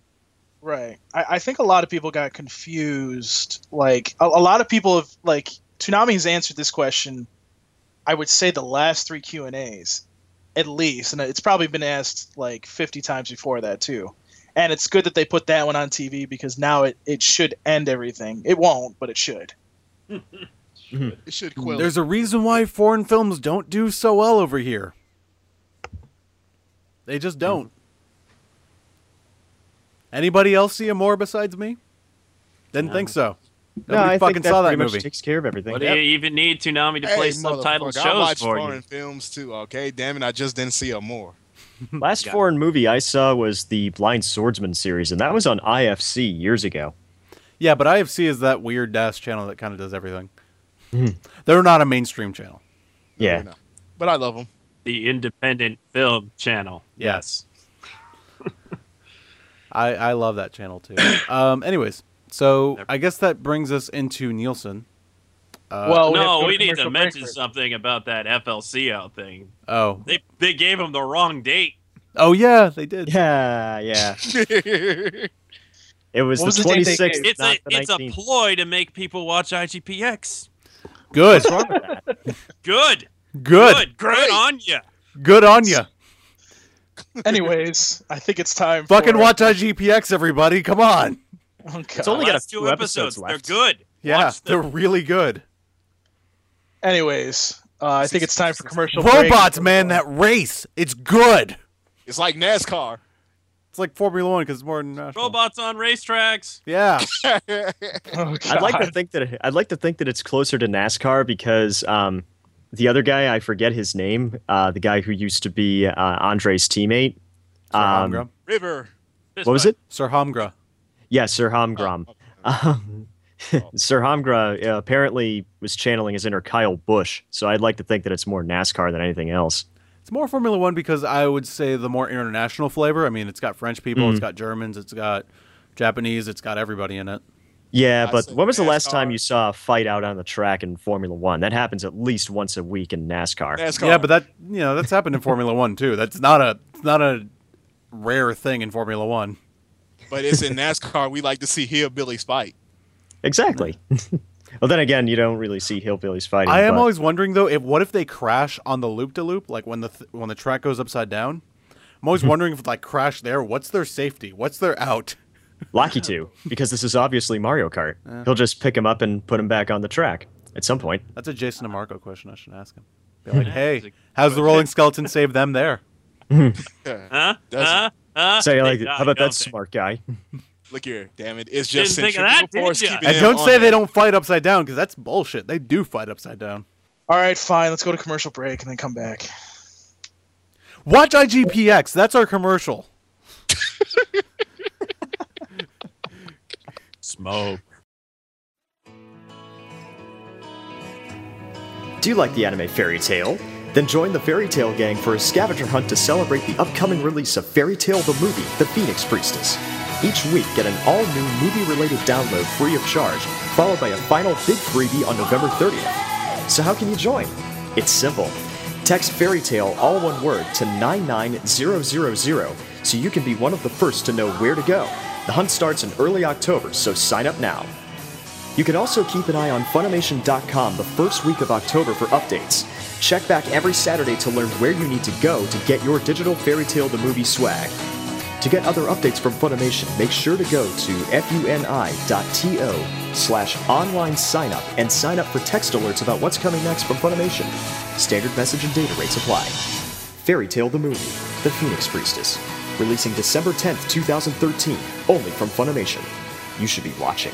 Speaker 4: Right. I, I think a lot of people got confused. Like a, a lot of people have like Toonami has answered this question. I would say the last three Q and A's, at least, and it's probably been asked like 50 times before that too. And it's good that they put that one on TV because now it, it should end everything. It won't, but it should.
Speaker 5: It should quell.
Speaker 3: There's a reason why foreign films don't do so well over here. They
Speaker 6: Hmm.
Speaker 3: just don't. Anybody else see a more besides me? Didn't think so. Nobody
Speaker 8: no, I
Speaker 3: fucking
Speaker 8: think that
Speaker 3: saw that
Speaker 8: pretty much
Speaker 3: movie.
Speaker 8: takes care of everything.
Speaker 6: What do you even need Toonami to play subtitled
Speaker 5: motherfucker, I
Speaker 6: shows
Speaker 5: watch
Speaker 6: for
Speaker 5: foreign
Speaker 6: you?
Speaker 5: films too. Okay, damn it, I just didn't see a more.
Speaker 8: Last foreign movie I saw was the Blind Swordsman series, and that was on IFC years ago.
Speaker 3: Oh, Yeah, but IFC is that weird dash channel that kind of does everything.
Speaker 4: Hmm.
Speaker 3: They're not a mainstream channel.
Speaker 8: Yeah.
Speaker 5: But I love them.
Speaker 6: The independent film channel.
Speaker 3: Yes. I I love that channel too. Um. Anyways, so I guess that brings us into Nielsen. Uh,
Speaker 4: well, Oh, have
Speaker 6: no,
Speaker 4: go
Speaker 6: we need
Speaker 4: commercial
Speaker 6: to
Speaker 4: break
Speaker 6: mention
Speaker 4: first.
Speaker 6: something about that FLCO thing.
Speaker 3: Oh.
Speaker 6: They they gave him the wrong date.
Speaker 3: Oh yeah, they did.
Speaker 8: Yeah, yeah. It was
Speaker 4: What was
Speaker 8: the
Speaker 4: the date they
Speaker 8: 26th,
Speaker 4: gave?
Speaker 6: It's
Speaker 8: not
Speaker 6: a
Speaker 8: the
Speaker 6: it's
Speaker 8: 19th.
Speaker 6: a ploy to make people watch IGPX.
Speaker 3: Good.
Speaker 8: What's wrong with that?
Speaker 6: Good,
Speaker 3: Good.
Speaker 6: good, good on you.
Speaker 3: Good on you.
Speaker 4: Anyways, I think it's time.
Speaker 3: Fucking
Speaker 4: for,
Speaker 3: watch IGPX, everybody. Come on.
Speaker 4: Oh, God.
Speaker 8: It's only got a
Speaker 6: Last
Speaker 8: few
Speaker 6: two
Speaker 8: episodes
Speaker 6: episodes,
Speaker 8: left.
Speaker 6: they're good.
Speaker 3: Yeah,
Speaker 6: Watch
Speaker 3: they're
Speaker 6: them.
Speaker 3: really good.
Speaker 4: Anyways, uh, I think it's time for commercial. break.
Speaker 3: Robots, man, that race. It's good.
Speaker 5: It's like NASCAR.
Speaker 3: It's like Formula One because it's more international.
Speaker 6: robots on racetracks.
Speaker 3: Yeah.
Speaker 4: Oh,
Speaker 8: I'd like
Speaker 4: God.
Speaker 8: to think that I'd like to think that it's closer to NASCAR because um, the other guy I forget his name, uh, the guy who used to be uh, Andre's teammate.
Speaker 3: Sir
Speaker 8: um,
Speaker 3: Homgra.
Speaker 5: River.
Speaker 6: Fist
Speaker 8: what was
Speaker 6: fight.
Speaker 8: it?
Speaker 3: Sir Homgra.
Speaker 8: Yeah, Sir Homgrom. Um, Sir Homgra uh, apparently was channeling his inner Kyle Busch, so I'd like to think that it's more NASCAR than anything else.
Speaker 3: It's more Formula One because I would say the more international flavor. I mean, it's got French people, it's got Germans, it's got Japanese, it's got everybody in it.
Speaker 8: Yeah,
Speaker 5: I
Speaker 8: but
Speaker 5: said
Speaker 8: when was the last
Speaker 5: NASCAR.
Speaker 8: time you saw a fight out on the track in Formula One? That happens at least once a week in NASCAR.
Speaker 5: NASCAR.
Speaker 3: Yeah, but that you know that's happened in Formula One too. That's not a it's not a rare thing in Formula One.
Speaker 5: but it's in NASCAR. We like to see hillbillies fight.
Speaker 8: Exactly. well, then again, you don't really see hillbillies fighting.
Speaker 3: I am
Speaker 8: but-
Speaker 3: always wondering though if what if they crash on the loop to loop, like when the th- when the track goes upside down. I'm always wondering if like crash there. What's their safety? What's their out?
Speaker 8: Lucky to, because this is obviously Mario Kart. He'll just pick him up and put him back on the track at some point.
Speaker 3: That's a Jason DeMarco question. I should ask him. Be like, hey, how's the Rolling Skeleton save them there?
Speaker 6: Huh?
Speaker 5: That's-
Speaker 6: huh? Huh?
Speaker 8: So you're
Speaker 6: They
Speaker 8: like,
Speaker 6: die,
Speaker 8: how about
Speaker 6: don't
Speaker 8: that
Speaker 6: they?
Speaker 8: smart guy?
Speaker 5: Look here, damn it. It's just
Speaker 6: Didn't think of
Speaker 5: centrifugal
Speaker 6: that, did
Speaker 5: force
Speaker 6: ya?
Speaker 5: keeping
Speaker 3: And
Speaker 5: them
Speaker 3: don't
Speaker 5: on
Speaker 3: say they
Speaker 5: there.
Speaker 3: don't fight upside down because that's bullshit. They do fight upside down.
Speaker 4: All right, fine. Let's go to commercial break and then come back.
Speaker 3: Watch IGPX. That's our commercial.
Speaker 6: Smoke.
Speaker 8: Do you like the anime Fairy Tale? Then join the Fairy Tale gang for a scavenger hunt to celebrate the upcoming release of Fairy Tale the movie, The Phoenix Priestess. Each week, get an all new movie related download free of charge, followed by a final big freebie on November 30th. So, how can you join? It's simple. Text Fairy Tale, all one word, to 99000 so you can be one of the first to know where to go. The hunt starts in early October, so sign up now. You can also keep an eye on Funimation.com the first week of October for updates. Check back every Saturday to learn where you need to go to get your digital Fairy Tale the Movie swag. To get other updates from Funimation, make sure to go to funi.to slash online sign up and sign up for text alerts about what's coming next from Funimation. Standard message and data rates apply. Fairy Tale the Movie, The Phoenix Priestess, releasing December 10th, 2013, only from Funimation. You should be watching.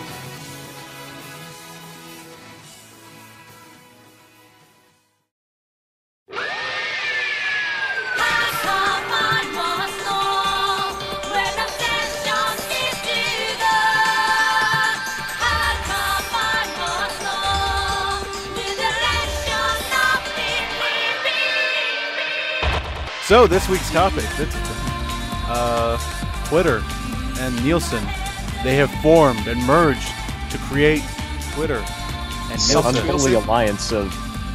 Speaker 3: So this week's topic, this is, uh, Twitter and Nielsen. They have formed and merged to create Twitter.
Speaker 8: An
Speaker 3: And
Speaker 8: unholy alliance of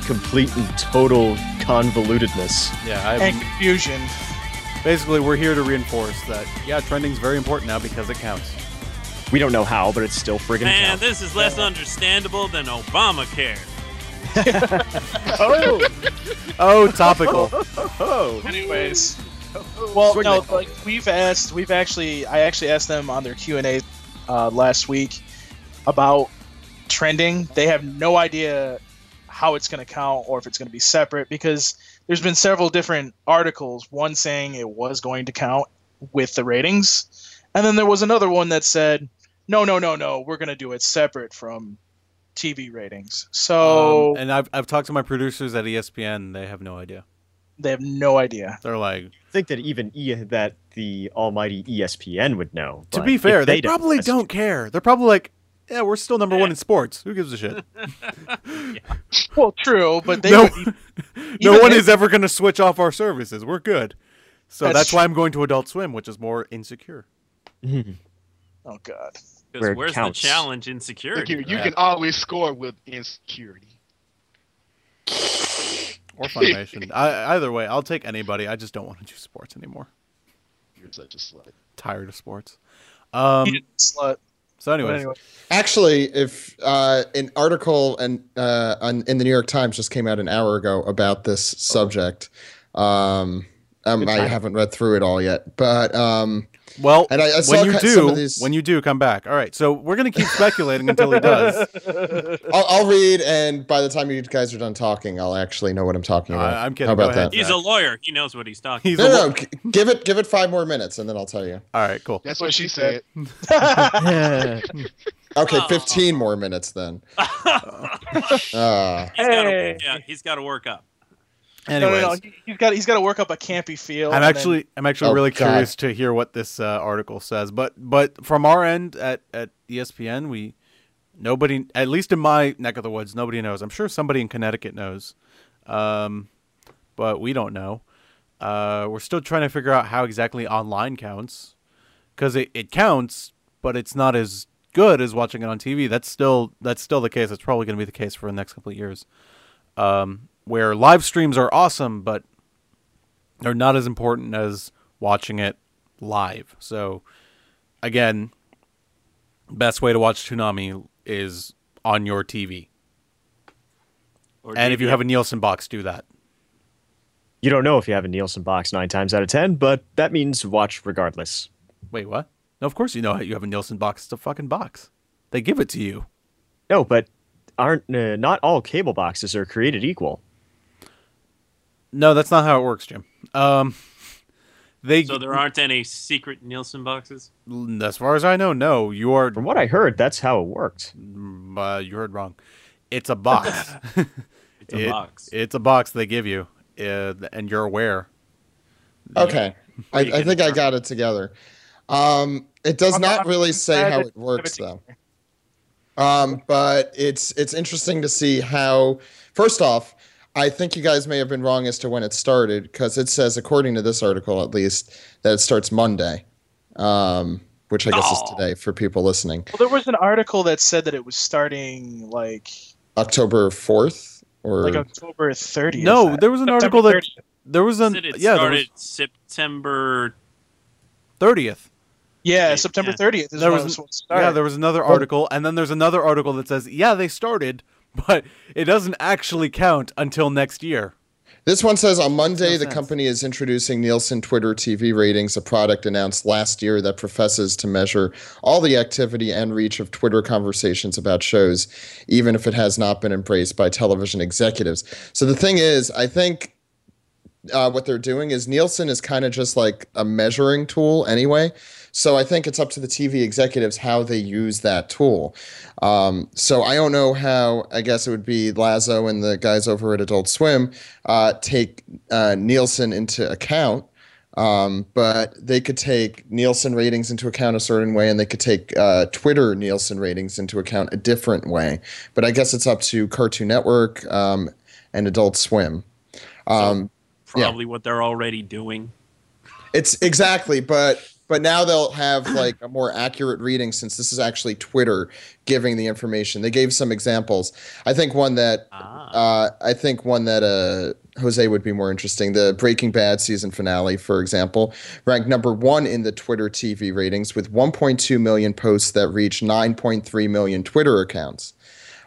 Speaker 8: complete and total convolutedness.
Speaker 3: Yeah, I
Speaker 4: and confusion.
Speaker 3: Basically, we're here to reinforce that, yeah, um, trending's very important now because it counts.
Speaker 8: We don't know how, but it's still friggin'
Speaker 6: Man, this is less understandable than Obamacare.
Speaker 8: oh,
Speaker 3: Oh, topical.
Speaker 8: oh.
Speaker 4: Anyways, well, no, like we've asked, we've actually, I actually asked them on their Q and A uh, last week about trending. They have no idea how it's going to count or if it's going to be separate because there's been several different articles. One saying it was going to count with the ratings, and then there was another one that said, no, no, no, no, we're going to do it separate from TV ratings. So
Speaker 3: Um, and I've, I've talked to my producers at E ESPN. They have no idea.
Speaker 4: they have no idea.
Speaker 3: They're like,
Speaker 8: think that even e- that the almighty E ESPN would know.
Speaker 3: to
Speaker 8: but
Speaker 3: be
Speaker 8: if
Speaker 3: fair, they,
Speaker 8: they
Speaker 3: probably
Speaker 8: that's-
Speaker 3: don't care. They're probably like, yeah, we're still number one in sports. Who gives a shit?
Speaker 4: Well, true, but they
Speaker 3: No.
Speaker 4: would
Speaker 3: no
Speaker 4: Even
Speaker 3: one
Speaker 4: if-
Speaker 3: is ever going to switch off our services. We're good. So that's,
Speaker 4: That's
Speaker 3: why I'm going to Adult Swim, which is more insecure.
Speaker 4: Oh God.
Speaker 6: Because
Speaker 8: Where it
Speaker 6: where's
Speaker 8: counts.
Speaker 6: the challenge in
Speaker 9: Look
Speaker 6: security?
Speaker 9: here, you can always score with insecurity.
Speaker 3: Or Funimation. I, either way, I'll take anybody. I just don't want to do sports anymore.
Speaker 9: You're such a slut.
Speaker 3: Tired of sports. Um,
Speaker 4: Slut.
Speaker 3: so,
Speaker 4: But
Speaker 3: anyways,
Speaker 4: anyway,
Speaker 7: Actually, if uh, an article and uh, on, in the New York Times just came out an hour ago about this subject, um, um, I haven't read through it all yet, but um,
Speaker 3: well,
Speaker 7: And I- I saw
Speaker 3: when you
Speaker 7: ki-
Speaker 3: do,
Speaker 7: some of these-
Speaker 3: when you do, come back. All right. So we're going to keep speculating until he does.
Speaker 7: I'll, I'll read, and by the time you guys are done talking, I'll actually know what I'm talking
Speaker 3: No,
Speaker 7: about.
Speaker 3: I- I'm kidding.
Speaker 7: How
Speaker 3: Go
Speaker 7: about
Speaker 3: ahead.
Speaker 7: that?
Speaker 6: He's a lawyer. He knows what he's talking
Speaker 3: He's
Speaker 7: No,
Speaker 3: a-
Speaker 7: no, no, g- give it, give it five more minutes, and then I'll tell you.
Speaker 3: All right. Cool.
Speaker 9: That's what she said.
Speaker 7: Okay,
Speaker 6: Oh.
Speaker 7: 15 more minutes then.
Speaker 6: about.
Speaker 7: Uh,
Speaker 6: He's gotta-
Speaker 4: Hey.
Speaker 6: yeah, he's got to work up.
Speaker 3: Anyways,
Speaker 4: No, no, no. He, he's got he's got to work up a campy feel.
Speaker 3: I'm
Speaker 4: and then-
Speaker 3: actually I'm actually
Speaker 7: Oh,
Speaker 3: really
Speaker 7: God.
Speaker 3: curious to hear what this uh, article says. But but from our end at at E ESPN, we nobody at least in my neck of the woods, nobody knows. I'm sure somebody in Connecticut knows, um, but we don't know. Uh, we're still trying to figure out how exactly online counts because it, it counts, but it's not as good as watching it on TV. That's still that's still the case. It's probably going to be the case for the next couple of years, um, where live streams are awesome, but they're not as important as watching it live. So again, best way to watch Toonami is on your TV.
Speaker 6: Or
Speaker 3: And if you
Speaker 6: DVR.
Speaker 3: have a Nielsen box, do that.
Speaker 8: You don't know if you have a Nielsen box nine times out of ten, but that means watch regardless.
Speaker 3: Wait, what? No, of course you know you have a Nielsen box. It's a fucking box. They give it to you.
Speaker 8: No, but aren't uh, not all cable boxes are created equal.
Speaker 3: No, that's not how it works, Jim. Um, they,
Speaker 6: So there aren't any secret Nielsen boxes.
Speaker 3: as far as I know, no. You are
Speaker 8: From what I heard, that's how it worked.
Speaker 3: uh, you heard wrong. It's a box.
Speaker 6: It's a
Speaker 3: It-
Speaker 6: box.
Speaker 3: It's a box they give you, uh, and you're aware.
Speaker 7: okay, I,
Speaker 6: you
Speaker 7: I
Speaker 6: can
Speaker 7: think I
Speaker 6: turn-
Speaker 7: got it together. Um, it does not really say how it works though. Um, but it's it's interesting to see how. First off, I think you guys may have been wrong as to when it started because it says, according to this article at least, that it starts Monday, um, which I guess is
Speaker 6: Oh.
Speaker 7: today for people listening,
Speaker 4: Well, there was an article that said that it was starting like
Speaker 7: October fourth or
Speaker 4: like October 30th.
Speaker 3: No, there was an
Speaker 4: September
Speaker 3: article that
Speaker 4: 30th.
Speaker 3: there was
Speaker 8: Um,
Speaker 6: Said
Speaker 3: an
Speaker 6: it
Speaker 3: yeah there was
Speaker 6: started September.
Speaker 3: thirtieth.
Speaker 4: yeah,
Speaker 6: Yeah.
Speaker 4: September 30th is
Speaker 3: There
Speaker 4: when
Speaker 3: was-
Speaker 4: it was supposed to
Speaker 3: Yeah,
Speaker 4: start.
Speaker 3: there was another article, and then there's another article that says, yeah, they started, but it doesn't actually count until next year.
Speaker 7: This one says on Monday,
Speaker 3: no
Speaker 7: the
Speaker 3: sense.
Speaker 7: company is introducing Nielsen Twitter TV ratings, a product announced last year that professes to measure all the activity and reach of Twitter conversations about shows, even if it has not been embraced by television executives. So the thing is, I think uh, what they're doing is Nielsen is kind of just like a measuring tool anyway. So I think it's up to the TV executives how they use that tool. Um, so I don't know how. I guess it would be Lazo and the guys over at Adult Swim uh, take uh, Nielsen into account, um, but they could take Nielsen ratings into account a certain way, and they could take uh, Twitter Nielsen ratings into account a different way. But I guess it's up to Cartoon Network um, and Adult Swim. Um,
Speaker 6: Probably what they're already doing.
Speaker 7: it's exactly, but But now they'll have like a more accurate reading since this is actually Twitter giving the information. They gave some examples. I think one that uh, I think one that uh, Jose would be more interesting. The Breaking Bad season finale, for example, ranked number one in the Twitter TV ratings with 1.2 million posts that reach 9.3 million Twitter accounts.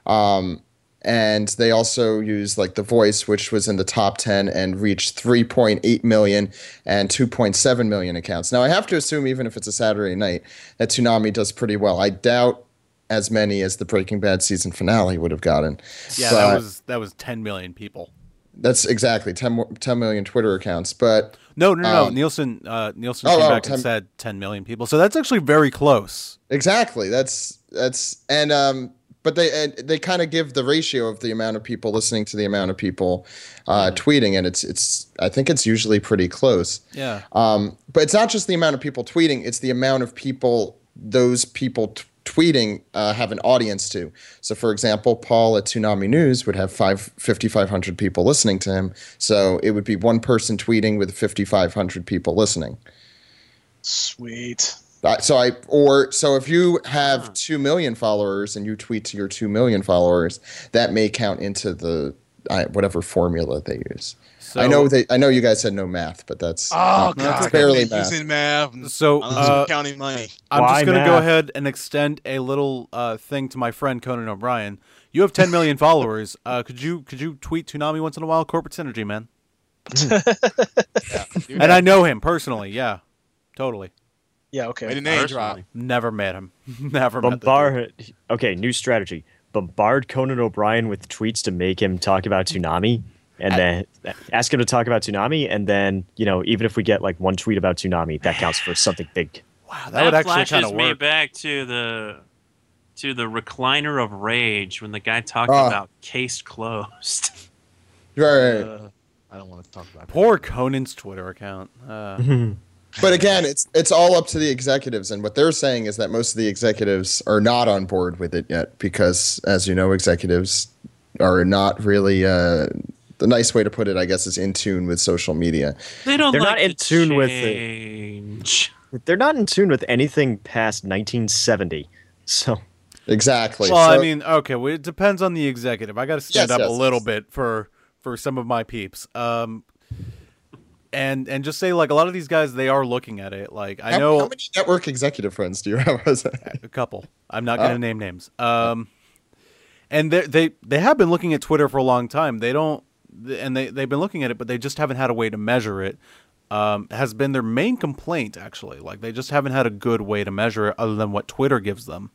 Speaker 7: Um, and they also used like The Voice, which was in the top 10 and reached 3.8 million and 2.7 million accounts. Now, I have to assume, even if it's a Saturday night, that Tsunami does pretty well. I doubt as many as the Breaking Bad season finale would have gotten.
Speaker 3: Yeah,
Speaker 7: But-
Speaker 3: that was that was 10 million people.
Speaker 7: that's exactly 10, mo- 10 million Twitter accounts. But
Speaker 3: No, no, no.
Speaker 7: um,
Speaker 3: Nielsen uh, Nielsen
Speaker 7: oh,
Speaker 3: came
Speaker 7: oh,
Speaker 3: back and
Speaker 7: 10
Speaker 3: said 10 million people. So that's actually very close.
Speaker 7: exactly. That's that's and um, but they and they kind of give the ratio of the amount of people listening to the amount of people uh, tweeting, and it's it's I think it's usually pretty close.
Speaker 3: Yeah.
Speaker 7: Um, but it's not just the amount of people tweeting; it's the amount of people those people t- tweeting uh, have an audience to. So, for example, Paul at Tsunami News would have five- 5,500 people listening to him. So it would be one person tweeting with 5,500 people listening.
Speaker 4: Sweet.
Speaker 7: Uh, So I or so if you have two million followers and you tweet to your two million followers, that may count into the uh, whatever formula they use. I know they. I know you guys said no math, but that's
Speaker 5: Oh,
Speaker 7: that's
Speaker 5: God.
Speaker 7: barely
Speaker 5: He's
Speaker 7: math.
Speaker 5: in math.
Speaker 3: So,
Speaker 5: I'm
Speaker 3: uh,
Speaker 5: counting money.
Speaker 3: I'm
Speaker 8: Why
Speaker 3: just going to go
Speaker 8: math?
Speaker 3: ahead and extend a little uh, thing to my friend Conan O'Brien. You have 10 million followers. Uh, could you could you tweet Toonami once in a while? Corporate synergy, man.
Speaker 5: Dude,
Speaker 3: And I know him personally. Yeah, totally.
Speaker 4: Yeah.
Speaker 5: way to
Speaker 4: Okay.
Speaker 5: name drop.
Speaker 3: Never met him. Never met the dude.
Speaker 8: Bombard. Okay, new strategy. Bombard Conan O'Brien with tweets to make him talk about tsunami, and then ask him to talk about tsunami, and then you know even if we get like one tweet about tsunami, that counts for something big.
Speaker 3: Wow, that, would actually kind
Speaker 6: flashes
Speaker 3: of
Speaker 6: me
Speaker 3: work.
Speaker 6: back to the to the recliner of rage when the guy talked
Speaker 7: Ah.
Speaker 6: about case closed.
Speaker 7: Right.
Speaker 9: I don't want to talk about
Speaker 3: Poor Conan's Twitter account. Uh,
Speaker 7: But again, it's it's all up to the executives, and what they're saying is that most of the executives are not on board with it yet, because as you know, executives are not really uh, the nice way to put it. I guess is in tune with social media.
Speaker 6: They don't.
Speaker 8: They're
Speaker 6: like
Speaker 8: not in
Speaker 6: to
Speaker 8: tune with it.
Speaker 6: change.
Speaker 8: They're not in tune with anything past 1970. So
Speaker 7: Exactly.
Speaker 3: well, I
Speaker 7: So-
Speaker 3: mean, okay, well, it depends on the executive. I got to stand
Speaker 7: Yes,
Speaker 3: up
Speaker 7: yes,
Speaker 3: a little
Speaker 7: yes.
Speaker 3: bit for for some of my peeps. Um, and and just say like a lot of these guys, they are looking at it. Like I
Speaker 7: How-
Speaker 3: know
Speaker 7: how many network executive friends do you have?
Speaker 3: a couple. I'm not going to name names. Um, and they they they have been looking at Twitter for a long time. They don't, and they they've been looking at it, but they just haven't had a way to measure it. Um, has been their main complaint actually. Like they just haven't had a good way to measure it other than what Twitter gives them,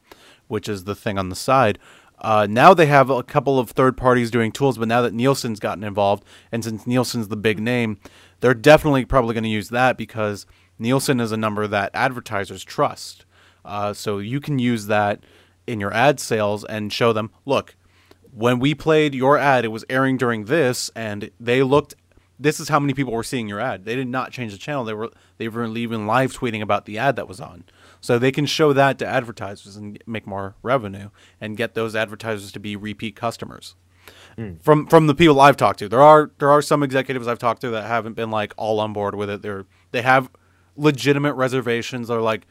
Speaker 3: which is the thing on the side. Uh, now they have a couple of third parties doing tools, but now that Nielsen's gotten involved, and since Nielsen's the big name, they're definitely probably going to use that because Nielsen is a number that advertisers trust. Uh, so you can use that in your ad sales and show them, look, when we played your ad, it was airing during this, and they looked. This is how many people were seeing your ad. They did not change the channel. They were they were even live tweeting about the ad that was on. So they can show that to advertisers and make more revenue and get those advertisers to be repeat customers. From from the people I've talked to, there are there are some executives I've talked to that haven't been like all on board with it. They're they have legitimate reservations. They're like,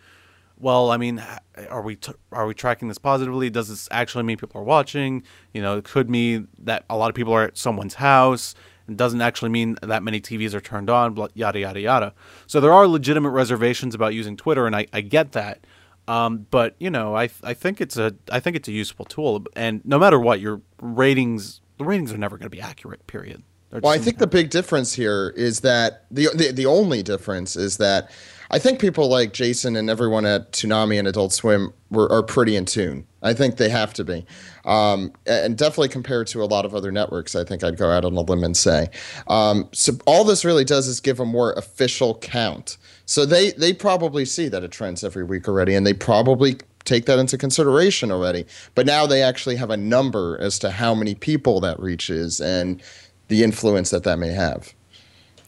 Speaker 3: well, I mean, h- are we t- are we tracking this positively? Does this actually mean people are watching? You know, it could mean that a lot of people are at someone's house. It doesn't actually mean that many TVs are turned on. Blah, yada yada yada. So there are legitimate reservations about using Twitter, and I, I get that. Um, but you know, I I think it's a I think it's a useful tool, and no matter what, your ratings the ratings are never going to be accurate. Period. They're
Speaker 7: Well, I
Speaker 3: just-
Speaker 7: think the big difference here is that the, the the only difference is that I think people like Jason and everyone at Toonami and Adult Swim were, are pretty in tune. I think they have to be, um, and definitely compared to a lot of other networks, I think I'd go out on a limb and say. Um, so all this really does is give a more official count. So they they probably see that it trends every week already, and they probably take that into consideration already. But now they actually have a number as to how many people that reaches and the influence that that may have.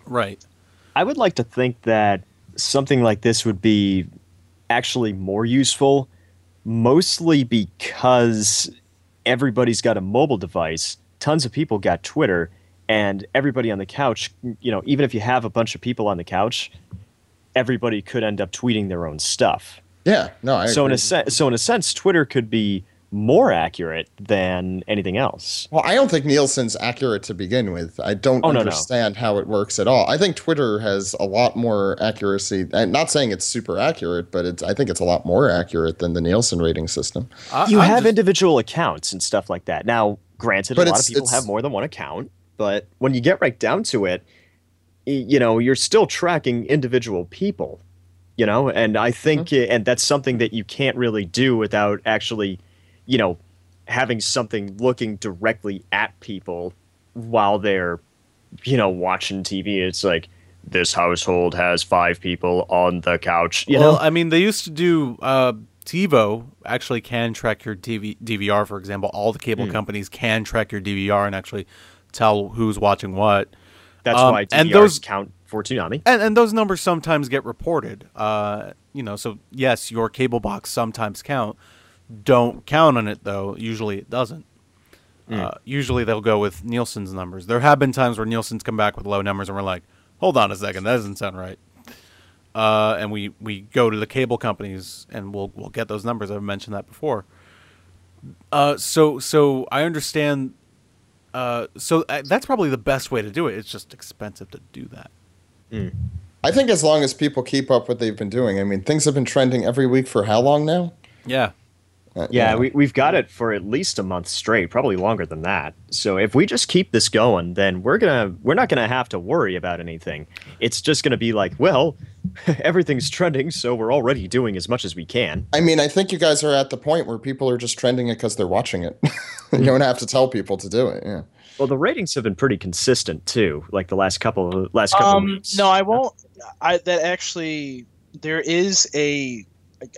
Speaker 3: right.
Speaker 8: I would like to think that something like this would be actually more useful, mostly because everybody's got a mobile device. Tons of people got Twitter, and everybody on the couch, you know, even if you have a bunch of people on the couch, everybody could end up tweeting their own stuff.
Speaker 7: Yeah, no, I
Speaker 8: so in
Speaker 7: agree.
Speaker 8: a se- so in a sense, Twitter could be more accurate than anything else.
Speaker 7: Well, I don't think Nielsen's accurate to begin with. I don't
Speaker 8: Oh, no, no.
Speaker 7: understand how it works at all. I think Twitter has a lot more accuracy. I'm not saying it's super accurate, but it's I think it's a lot more accurate than the Nielsen rating system.
Speaker 8: you have individual accounts and stuff like that. Now, granted,
Speaker 7: But
Speaker 8: a lot
Speaker 7: it's-
Speaker 8: of people
Speaker 7: it's-
Speaker 8: have more than one account, but when you get right down to it, y- you know, you're still tracking individual people, you know, and I think,
Speaker 3: Mm-hmm.
Speaker 8: and that's something that you can't really do without actually, you know, having something looking directly at people while they're, you know, watching TV. It's like, this household has five people on the couch, you
Speaker 3: well,
Speaker 8: know?
Speaker 3: I mean, they used to do uh, TiVo actually can track your TV, DVR, for example. All the cable
Speaker 8: Hmm.
Speaker 3: companies can track your DVR and actually tell who's watching what.
Speaker 8: That's
Speaker 3: Um,
Speaker 8: why DVRs
Speaker 3: and those
Speaker 8: count for Tsunami.
Speaker 3: and, and those numbers sometimes get reported. Uh, you know, so yes, your cable box sometimes count. Don't count on it though. Usually it doesn't. Uh, usually they'll go with Nielsen's numbers. There have been times where Nielsen's come back with low numbers, and we're like, "Hold on a second, that doesn't sound right." Uh, and we, we go to the cable companies, and we'll we'll get those numbers. I've mentioned that before. Uh, so so I understand. Uh, so uh, that's probably the best way to do it. It's just expensive to do that.
Speaker 7: I think as long as people keep up what they've been doing. I mean, things have been trending every week for how long now?
Speaker 3: Yeah.
Speaker 7: Uh,
Speaker 8: Yeah, we, we've got it for at least a month straight, probably longer than that. So if we just keep this going, then we're gonna we're not gonna have to worry about anything. It's just gonna be like, well, everything's trending, so we're already doing as much as we can.
Speaker 7: I mean, I think you guys are at the point where people are just trending it because they're watching it. you don't have to tell people to do it. Yeah.
Speaker 8: Well, the ratings have been pretty consistent too, like the last couple last couple. of
Speaker 4: Um,
Speaker 8: weeks.
Speaker 4: no, I won't. I that actually there is a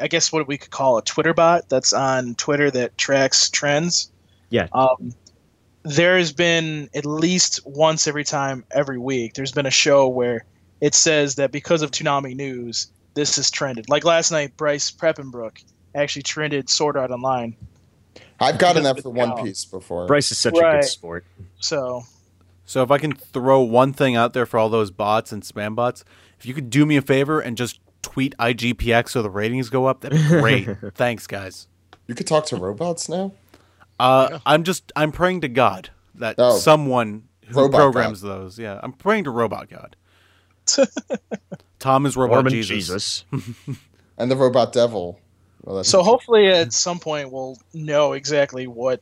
Speaker 4: I guess what we could call a Twitter bot that's on Twitter that tracks trends.
Speaker 8: Yeah.
Speaker 4: Um, there has been at least once every time every week. There's been a show where it says that because of Toonami News, this is trended. Like last night, Bryce Preppenbrook actually trended Sword Art Online.
Speaker 7: I've gotten that
Speaker 4: Because
Speaker 7: for
Speaker 4: it's
Speaker 7: One
Speaker 4: out.
Speaker 7: Piece before.
Speaker 8: Bryce is such a
Speaker 4: Right.
Speaker 8: good sport.
Speaker 4: So
Speaker 3: So if I can throw one thing out there for all those bots and spam bots, if you could do me a favor and just tweet IGPX so the ratings go up, that'd be great. Thanks, guys.
Speaker 7: You could talk to robots now.
Speaker 3: Uh, I'm just I'm praying to God that
Speaker 7: Oh.
Speaker 3: someone who
Speaker 7: Robot
Speaker 3: programs those. Yeah, I'm praying to Robot God. Tom is Robot
Speaker 8: Mormon
Speaker 3: Jesus.
Speaker 8: Jesus.
Speaker 7: And the robot devil. Well, that's
Speaker 4: So hopefully at some point we'll know exactly what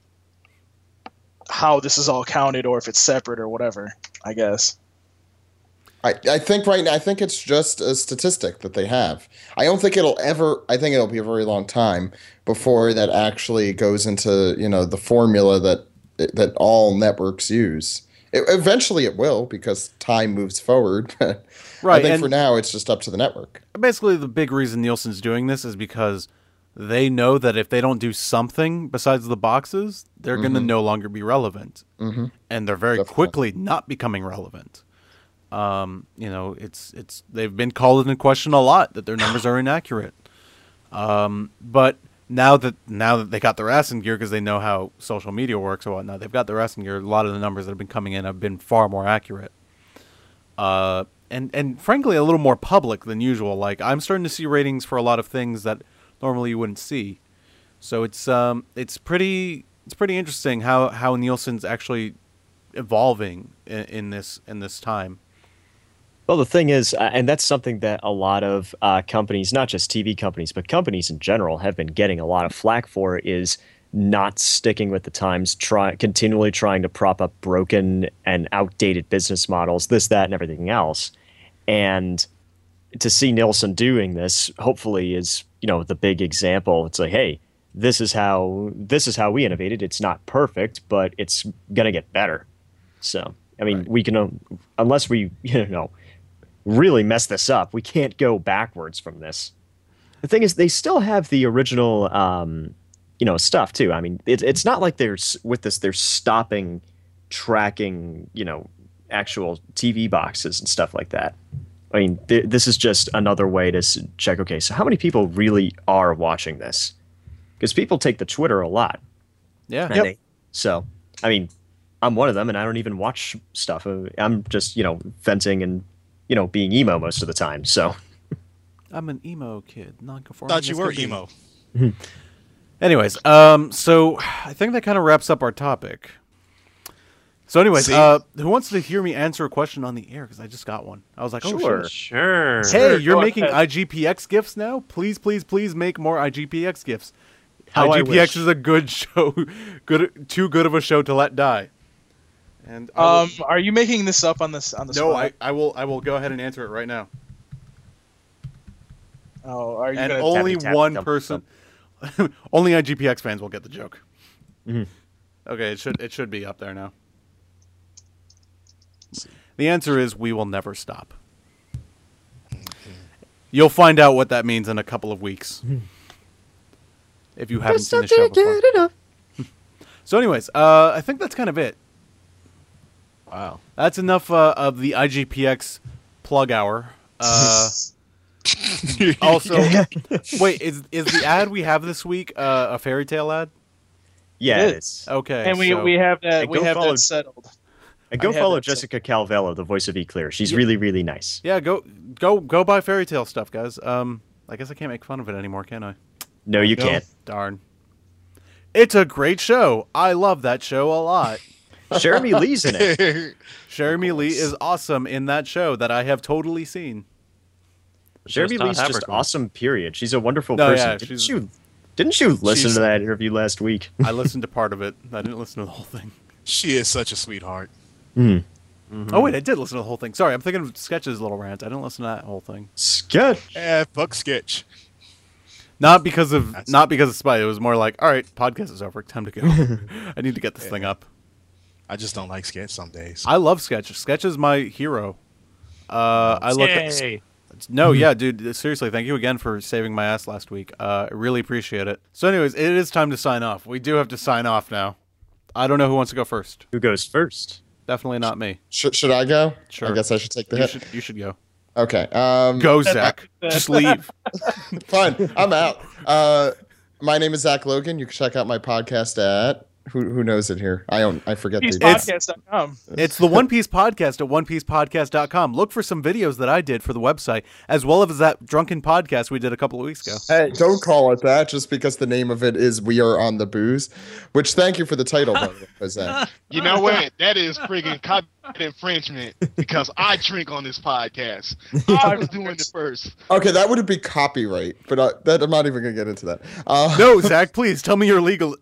Speaker 4: how this is all counted or if it's separate or whatever, I guess.
Speaker 7: I, I think right now I think it's just a statistic that they have. I don't think it'll ever I think it'll be a very long time before that actually goes into, you know, the formula that that all networks use. It, eventually it will because time moves forward, but I
Speaker 3: Right,
Speaker 7: think
Speaker 3: and-
Speaker 7: for now it's just up to the network.
Speaker 3: basically the big reason Nielsen's doing this is because they know that if they don't do something besides the boxes, they're going to no longer be relevant, mm-hmm. and they're very
Speaker 7: Definitely.
Speaker 3: quickly not becoming relevant. Um, you know, it's it's they've been called into question a lot that their numbers are inaccurate. Um, but now that now that they got their ass in gear because they know how social media works or whatnot, they've got their ass in gear. A lot of the numbers that have been coming in have been far more accurate uh, and and frankly a little more public than usual. Like I'm starting to see ratings for a lot of things that normally you wouldn't see. So it's um it's pretty it's pretty interesting how how Nielsen's actually evolving in, in this in this time.
Speaker 8: Well, the thing is, uh, and that's something that a lot of uh, companies, not just TV companies, but companies in general, have been getting a lot of flack for is not sticking with the times, try, continually trying to prop up broken and outdated business models, this, that, and everything else. And to see Nielsen doing this, hopefully, is you know the big example. It's like, hey, this is how this is how we innovated. It's not perfect, but it's gonna get better. So, I mean, we can um, unless we you know really mess this up, we can't go backwards from this. The thing is, they still have the original, um, you know, stuff too. I mean, it, it's not like they're s- with this; they're stopping tracking, you know, actual TV boxes and stuff like that. I mean, th- this is just another way to s- check. Okay, so how many people really are watching this? Because people take the Twitter a lot.
Speaker 3: Yeah.
Speaker 8: And they- so, I mean, I'm one of them, and I don't even watch stuff. Uh, I'm just, you know, venting and, you know, being emo most of the time. So,
Speaker 3: I'm an emo kid, non-conforming.
Speaker 5: Thought you
Speaker 3: as
Speaker 5: were
Speaker 3: could be.
Speaker 5: emo.
Speaker 3: Anyways, um, so I think that kind of wraps up our topic. So, anyways,
Speaker 5: See?
Speaker 3: uh, who wants to hear me answer a question on the air? Because I just got one. I was like, oh,
Speaker 8: Sure.
Speaker 3: shit.
Speaker 6: Sure.
Speaker 3: Hey,
Speaker 9: Sure,
Speaker 3: you're
Speaker 9: go
Speaker 3: making
Speaker 9: ahead.
Speaker 3: IGPX gifts now? Please, please, please make more IGPX gifts.
Speaker 8: How I
Speaker 3: IGPX
Speaker 8: wish.
Speaker 3: is a good show, good, too good of a show to let die. And I
Speaker 4: Um, are you making this up on this on
Speaker 3: will-
Speaker 4: the
Speaker 3: no, I,
Speaker 4: spot?
Speaker 3: I will, I will go ahead and answer it right now.
Speaker 4: Oh, are you
Speaker 3: And
Speaker 4: gonna?
Speaker 3: only
Speaker 8: tap,
Speaker 3: one
Speaker 8: dump,
Speaker 3: person, only IGPX fans will get the joke.
Speaker 8: Mhm.
Speaker 3: Okay, it should, it should be up there now. The answer is we will never stop. You'll find out what that means in a couple of weeks. If you haven't seen the show before. So, anyways, uh, I think that's kind of it.
Speaker 8: Wow.
Speaker 3: That's enough uh, of the IGPX plug hour. Uh, also, wait, is is the ad we have this week uh, a fairy tale ad?
Speaker 8: Yeah,
Speaker 4: It
Speaker 8: it
Speaker 4: is.
Speaker 8: is.
Speaker 3: Okay,
Speaker 4: and we,
Speaker 3: so-
Speaker 4: we have that
Speaker 8: Hey,
Speaker 4: we
Speaker 8: go
Speaker 4: have
Speaker 8: follow-
Speaker 4: that settled.
Speaker 8: And go
Speaker 4: I have
Speaker 8: follow
Speaker 4: that too.
Speaker 8: Jessica Calvello, the voice of E Clear. She's
Speaker 3: Yeah.
Speaker 8: really, really nice.
Speaker 3: yeah go go go buy fairy tale stuff, guys. Um, I guess I can't make fun of it anymore, can I? Oh,
Speaker 8: No, you can't.
Speaker 3: Darn. It's a great show. I love that show a lot.
Speaker 8: Jeremy Lee's in it.
Speaker 3: Jeremy Lee is awesome in that show that I have totally seen.
Speaker 8: Jeremy
Speaker 6: Todd
Speaker 8: Lee's just
Speaker 6: Habercorn.
Speaker 8: awesome. Period. She's a wonderful
Speaker 3: No,
Speaker 8: person.
Speaker 3: yeah,
Speaker 8: didn't
Speaker 3: she's-
Speaker 8: you? Didn't you listen
Speaker 5: she's-
Speaker 8: to that interview last week?
Speaker 3: I listened to part of it. I didn't listen to the whole thing.
Speaker 5: She is such a sweetheart.
Speaker 8: Mm-hmm.
Speaker 3: Oh wait, I did listen to the whole thing. Sorry, I'm thinking of Sketch's little rant. I didn't listen to that whole thing.
Speaker 8: Sketch.
Speaker 5: Yeah, Eh, fuck sketch.
Speaker 3: Not because of
Speaker 5: That's-
Speaker 3: not because of Spite. It was more like, all right, podcast is over. Time to go. I need to get this thing up.
Speaker 5: I just don't like sketch some days.
Speaker 3: I love Sketch. Sketch is my hero. Uh, I look.
Speaker 6: Yay.
Speaker 3: No, yeah, dude. Seriously, thank you again for saving my ass last week. Uh, I really appreciate it. So, anyways, it is time to sign off. We do have to sign off now. I don't know who wants to go first.
Speaker 8: Who goes first?
Speaker 3: Definitely not me.
Speaker 7: Should, should I go?
Speaker 3: Sure.
Speaker 7: I guess I should take the
Speaker 3: You
Speaker 7: hit.
Speaker 3: should, you should go.
Speaker 7: Okay. Um,
Speaker 3: Go, Zach. Just leave.
Speaker 7: Fine. I'm out. Uh, my name is Zach Logan. You can check out my podcast at who who knows it here. I own. I forget the
Speaker 4: Podcast.com.
Speaker 3: It's the One Piece Podcast at onepiecepodcast.com. Look for some videos that I did for the website, as well as that drunken podcast we did a couple of weeks ago.
Speaker 7: Hey, don't call it that just because the name of it is We Are on the Booze, which thank you for the title, by the way, Jose.
Speaker 9: You know what? That is friggin' copyright infringement because I drink on this podcast. I was doing it first.
Speaker 7: Okay, that would be copyright, but uh, that I'm not even gonna get into that. Uh,
Speaker 3: No, Zach, please tell me your legal.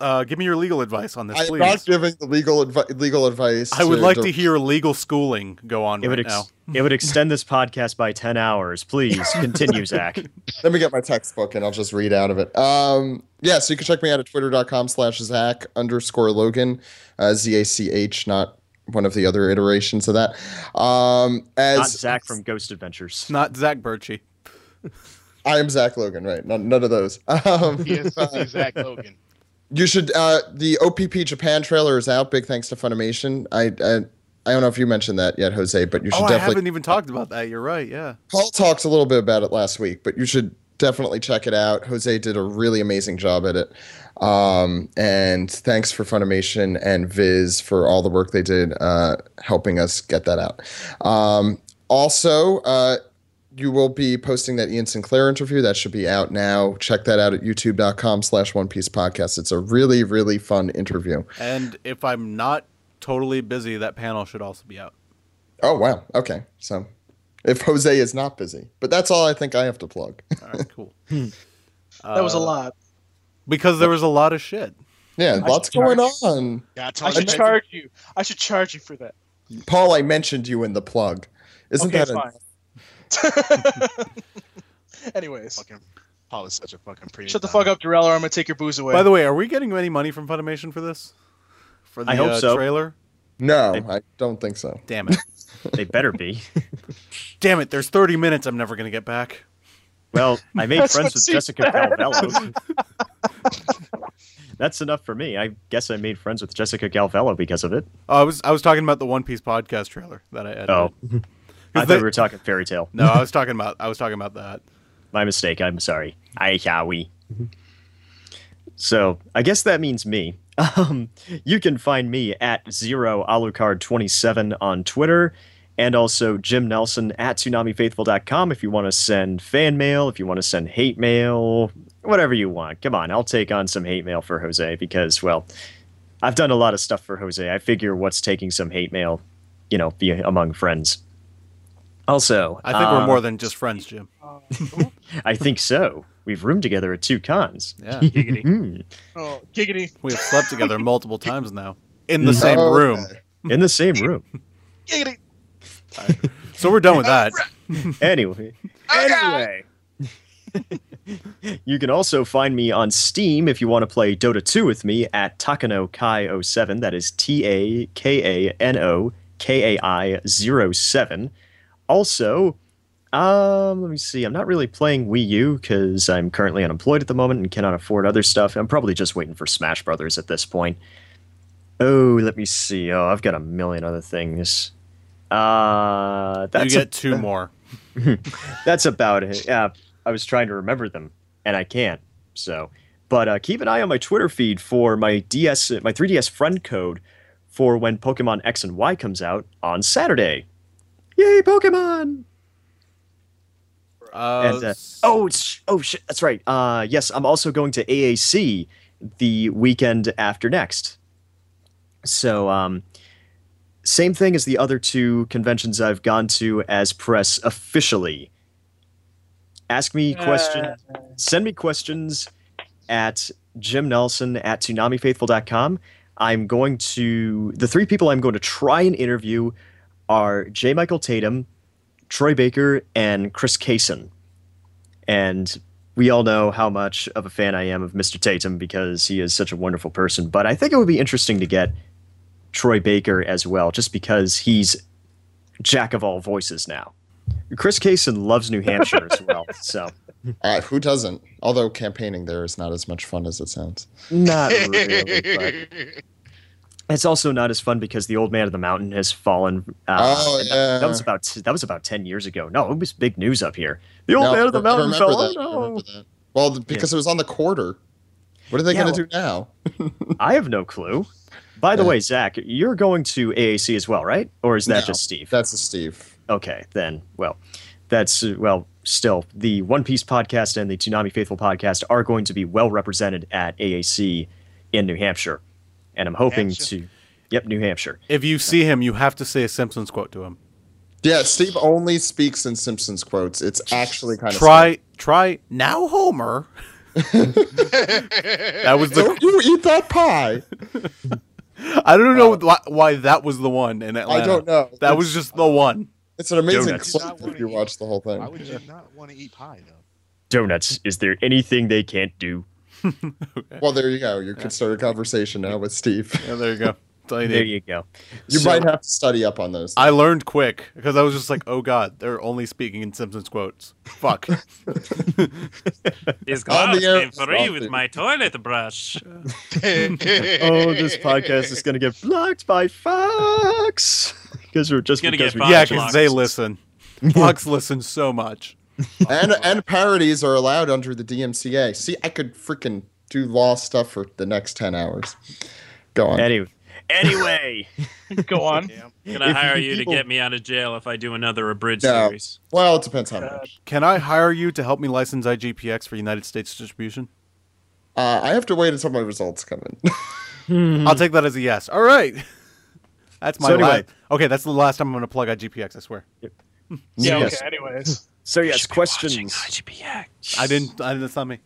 Speaker 3: Uh, give me your legal advice on this,
Speaker 7: I'm
Speaker 3: please.
Speaker 7: not giving the legal advi- legal advice.
Speaker 3: I would like to
Speaker 7: dir-
Speaker 3: hear legal schooling go on
Speaker 8: It
Speaker 3: right
Speaker 8: would ex-
Speaker 3: now.
Speaker 8: it would extend this podcast by ten hours. Please continue, Zach.
Speaker 7: Let me get my textbook and I'll just read out of it. Um, yeah, so you can check me out at twitter.com slash Zach underscore Logan, uh, Z A C H, not one of the other iterations of that. Um, as
Speaker 8: Not Zach from Ghost Adventures.
Speaker 3: Not Zach Birchie. Oh,
Speaker 7: I am Zach Logan, right? None, none of those. Um,
Speaker 9: He is he is Zach Logan.
Speaker 7: You should. Uh, the OPP Japan trailer is out. Big thanks to Funimation. I, I I don't know if you mentioned that yet, Jose, but you should
Speaker 3: Oh, I
Speaker 7: definitely.
Speaker 3: haven't even talked about that. You're right. Yeah.
Speaker 7: Paul talked a little bit about it last week, but you should definitely check it out. Jose did a really amazing job at it. Um, and thanks for Funimation and Viz for all the work they did uh, helping us get that out. Um, also, uh, you will be posting that Ian Sinclair interview. That should be out now. Check that out at youtube.com slash One Piece Podcast. It's a really, really fun interview.
Speaker 3: And if I'm not totally busy, that panel should also be out.
Speaker 7: Oh, wow. Okay. So if Jose is not busy, but that's all I think I have to plug.
Speaker 3: All right, cool.
Speaker 4: That was a lot.
Speaker 3: Because there was a lot of shit.
Speaker 7: yeah, lots going on.
Speaker 5: Got
Speaker 4: I should
Speaker 5: Tony-
Speaker 4: charge you. I should charge you for that.
Speaker 7: Paul, I mentioned you in the plug. Isn't
Speaker 4: Okay,
Speaker 7: that a,
Speaker 4: fine. Anyways,
Speaker 5: fucking Paul is such a fucking pretty.
Speaker 4: shut the fuck up, Darrell, or I'm gonna take your booze away.
Speaker 3: By the way, are we getting any money from Funimation for this? For the
Speaker 8: I hope
Speaker 3: uh,
Speaker 8: so.
Speaker 3: trailer?
Speaker 7: no? I don't think so.
Speaker 3: Damn it.
Speaker 8: They better be.
Speaker 3: Damn it. There's 30 minutes I'm never going to get back.
Speaker 8: Well, I made
Speaker 4: That's
Speaker 8: friends
Speaker 4: what
Speaker 8: with
Speaker 4: she
Speaker 8: Jessica Calvello. That's enough for me. I guess I made friends with Jessica Calvello because of it.
Speaker 3: Oh, I was I was talking about the One Piece podcast trailer that I edited.
Speaker 8: Oh, I
Speaker 3: they-
Speaker 8: thought we were talking fairy tale.
Speaker 3: No, I was talking about I was talking about that.
Speaker 8: My mistake. I'm sorry. I yawi. So I guess that means me. Um, you can find me at zero alucard 27 on Twitter and also Jim Nelson at tsunamifaithful.com if you want to send fan mail, if you want to send hate mail, whatever you want. Come on, I'll take on some hate mail for Jose because, well, I've done a lot of stuff for Jose. I figure what's taking some hate mail, you know, be among friends. Also,
Speaker 3: I think we're
Speaker 8: um,
Speaker 3: more than just friends, Jim.
Speaker 8: I think so. We've roomed together at two cons.
Speaker 3: Yeah.
Speaker 8: Mm.
Speaker 4: Oh, giggity,
Speaker 3: We have slept together multiple times now in the
Speaker 8: Mhm.
Speaker 3: same
Speaker 7: Oh,
Speaker 3: room.
Speaker 8: In the same room.
Speaker 4: giggity.
Speaker 3: So we're done with that.
Speaker 8: anyway. Anyway. you can also find me on Steam if you want to play Dota 2 with me at Takano Kai 07. That is T A K A N O K A I 07. Also, um, let me see. I'm not really playing Wii U because I'm currently unemployed at the moment and cannot afford other stuff. I'm probably just waiting for Smash Brothers at this point. Oh, let me see. Oh, I've got a million other things. Uh, that's
Speaker 3: You get
Speaker 8: a-
Speaker 3: two more.
Speaker 8: that's about it. Yeah, I was trying to remember them, and I can't. So, but uh, keep an eye on my Twitter feed for my DS, my 3DS friend code for when Pokemon X and Y comes out on Saturday. Yay, Pokemon!
Speaker 3: Uh,
Speaker 8: And, uh, oh, it's, oh shit, that's right. Uh, yes, I'm also going to AAC the weekend after next. So, um, same thing as the other two conventions I've gone to as press officially. Ask me questions, send me questions at Jim Nelson at tsunamifaithful.com. I'm going to, the three people I'm going to try and interview are J. Michael Tatum, Troy Baker, and Chris Kaysen. And we all know how much of a fan I am of Mr. Tatum because he is such a wonderful person. But I think it would be interesting to get Troy Baker as well, just because he's jack of all voices now. Chris Kaysen loves New Hampshire as well, so
Speaker 7: Uh, who doesn't? Although campaigning there is not as much fun as it sounds.
Speaker 8: not really. But it's also not as fun because the old man of the mountain has fallen. Uh,
Speaker 7: oh
Speaker 8: and that-
Speaker 7: yeah,
Speaker 8: That was about that was about ten years ago. No, it was big news up here. The old
Speaker 7: No,
Speaker 8: man of the
Speaker 7: I
Speaker 8: mountain
Speaker 7: remember
Speaker 8: fell.
Speaker 7: that, I
Speaker 8: Oh,
Speaker 7: remember that. Well, th- because it was on the quarter. What are they
Speaker 8: Yeah,
Speaker 7: going
Speaker 8: well-
Speaker 7: to do now?
Speaker 8: no, I have no clue. By the
Speaker 7: Yeah.
Speaker 8: way, Zach, you're going to AAC as well, right? Or is that
Speaker 7: No.
Speaker 8: just Steve?
Speaker 7: That's a Steve.
Speaker 8: okay, then, well, that's, uh, well, still, the One Piece podcast and the Tsunami Faithful podcast are going to be well represented at AAC in New Hampshire. And I'm hoping
Speaker 5: Hampshire.
Speaker 8: to, yep, New Hampshire.
Speaker 3: If you see him, you have to say a Simpsons quote to him.
Speaker 7: Yeah, Steve only speaks in Simpsons quotes. It's actually kind of
Speaker 3: Try, try now, Homer. that was the.
Speaker 7: Don't you eat that pie?
Speaker 3: I don't know why, why that was the one in Atlanta.
Speaker 7: I don't know.
Speaker 3: That
Speaker 7: It's-
Speaker 3: was just the one.
Speaker 7: It's an amazing
Speaker 8: Donuts.
Speaker 7: clip if you watch the whole thing.
Speaker 5: Why would you not want to eat pie though?
Speaker 8: Donuts, is there anything they can't do?
Speaker 7: Well, there you go. You could start a conversation now with Steve.
Speaker 3: Yeah, there you go. That's all you
Speaker 8: There
Speaker 3: need.
Speaker 8: you go.
Speaker 7: You
Speaker 8: So-
Speaker 7: might have to study up on those.
Speaker 3: I learned quick because I was just like, "Oh God, they're only speaking in Simpsons quotes." Fuck.
Speaker 6: These
Speaker 7: On the
Speaker 6: gloves
Speaker 7: air-
Speaker 6: came free with
Speaker 7: Something.
Speaker 6: my toilet brush.
Speaker 8: oh, this podcast is going to get blocked by Fox. Because we're just
Speaker 6: Gonna
Speaker 8: because
Speaker 6: get
Speaker 8: we
Speaker 3: yeah,
Speaker 6: Fox
Speaker 3: because
Speaker 6: blocks.
Speaker 3: they listen. Fox listens so much.
Speaker 7: and and parodies are allowed under the DMCA. See, I could freaking do law stuff for the next ten hours. Go on.
Speaker 8: Anyway, anyway,
Speaker 4: Go on.
Speaker 6: I'm gonna
Speaker 8: If
Speaker 6: hire
Speaker 8: you
Speaker 6: you
Speaker 8: people-
Speaker 6: to get me out of jail if I do another abridged
Speaker 7: No.
Speaker 6: series.
Speaker 7: Well, it depends how much.
Speaker 3: Can I hire you to help me license IGPX for United States distribution?
Speaker 7: Uh, I have to wait until my results come in.
Speaker 3: I'll take that as a yes. All right. That's my
Speaker 8: Mm-hmm. So anyway-
Speaker 3: last. Okay, that's the last time I'm going to plug IGPX. I swear.
Speaker 4: Yeah. Okay.
Speaker 8: Yes.
Speaker 4: Anyways,
Speaker 8: so yes,
Speaker 6: Should be watching
Speaker 8: questions.
Speaker 6: IGPX.
Speaker 3: I didn't. I, that's not me.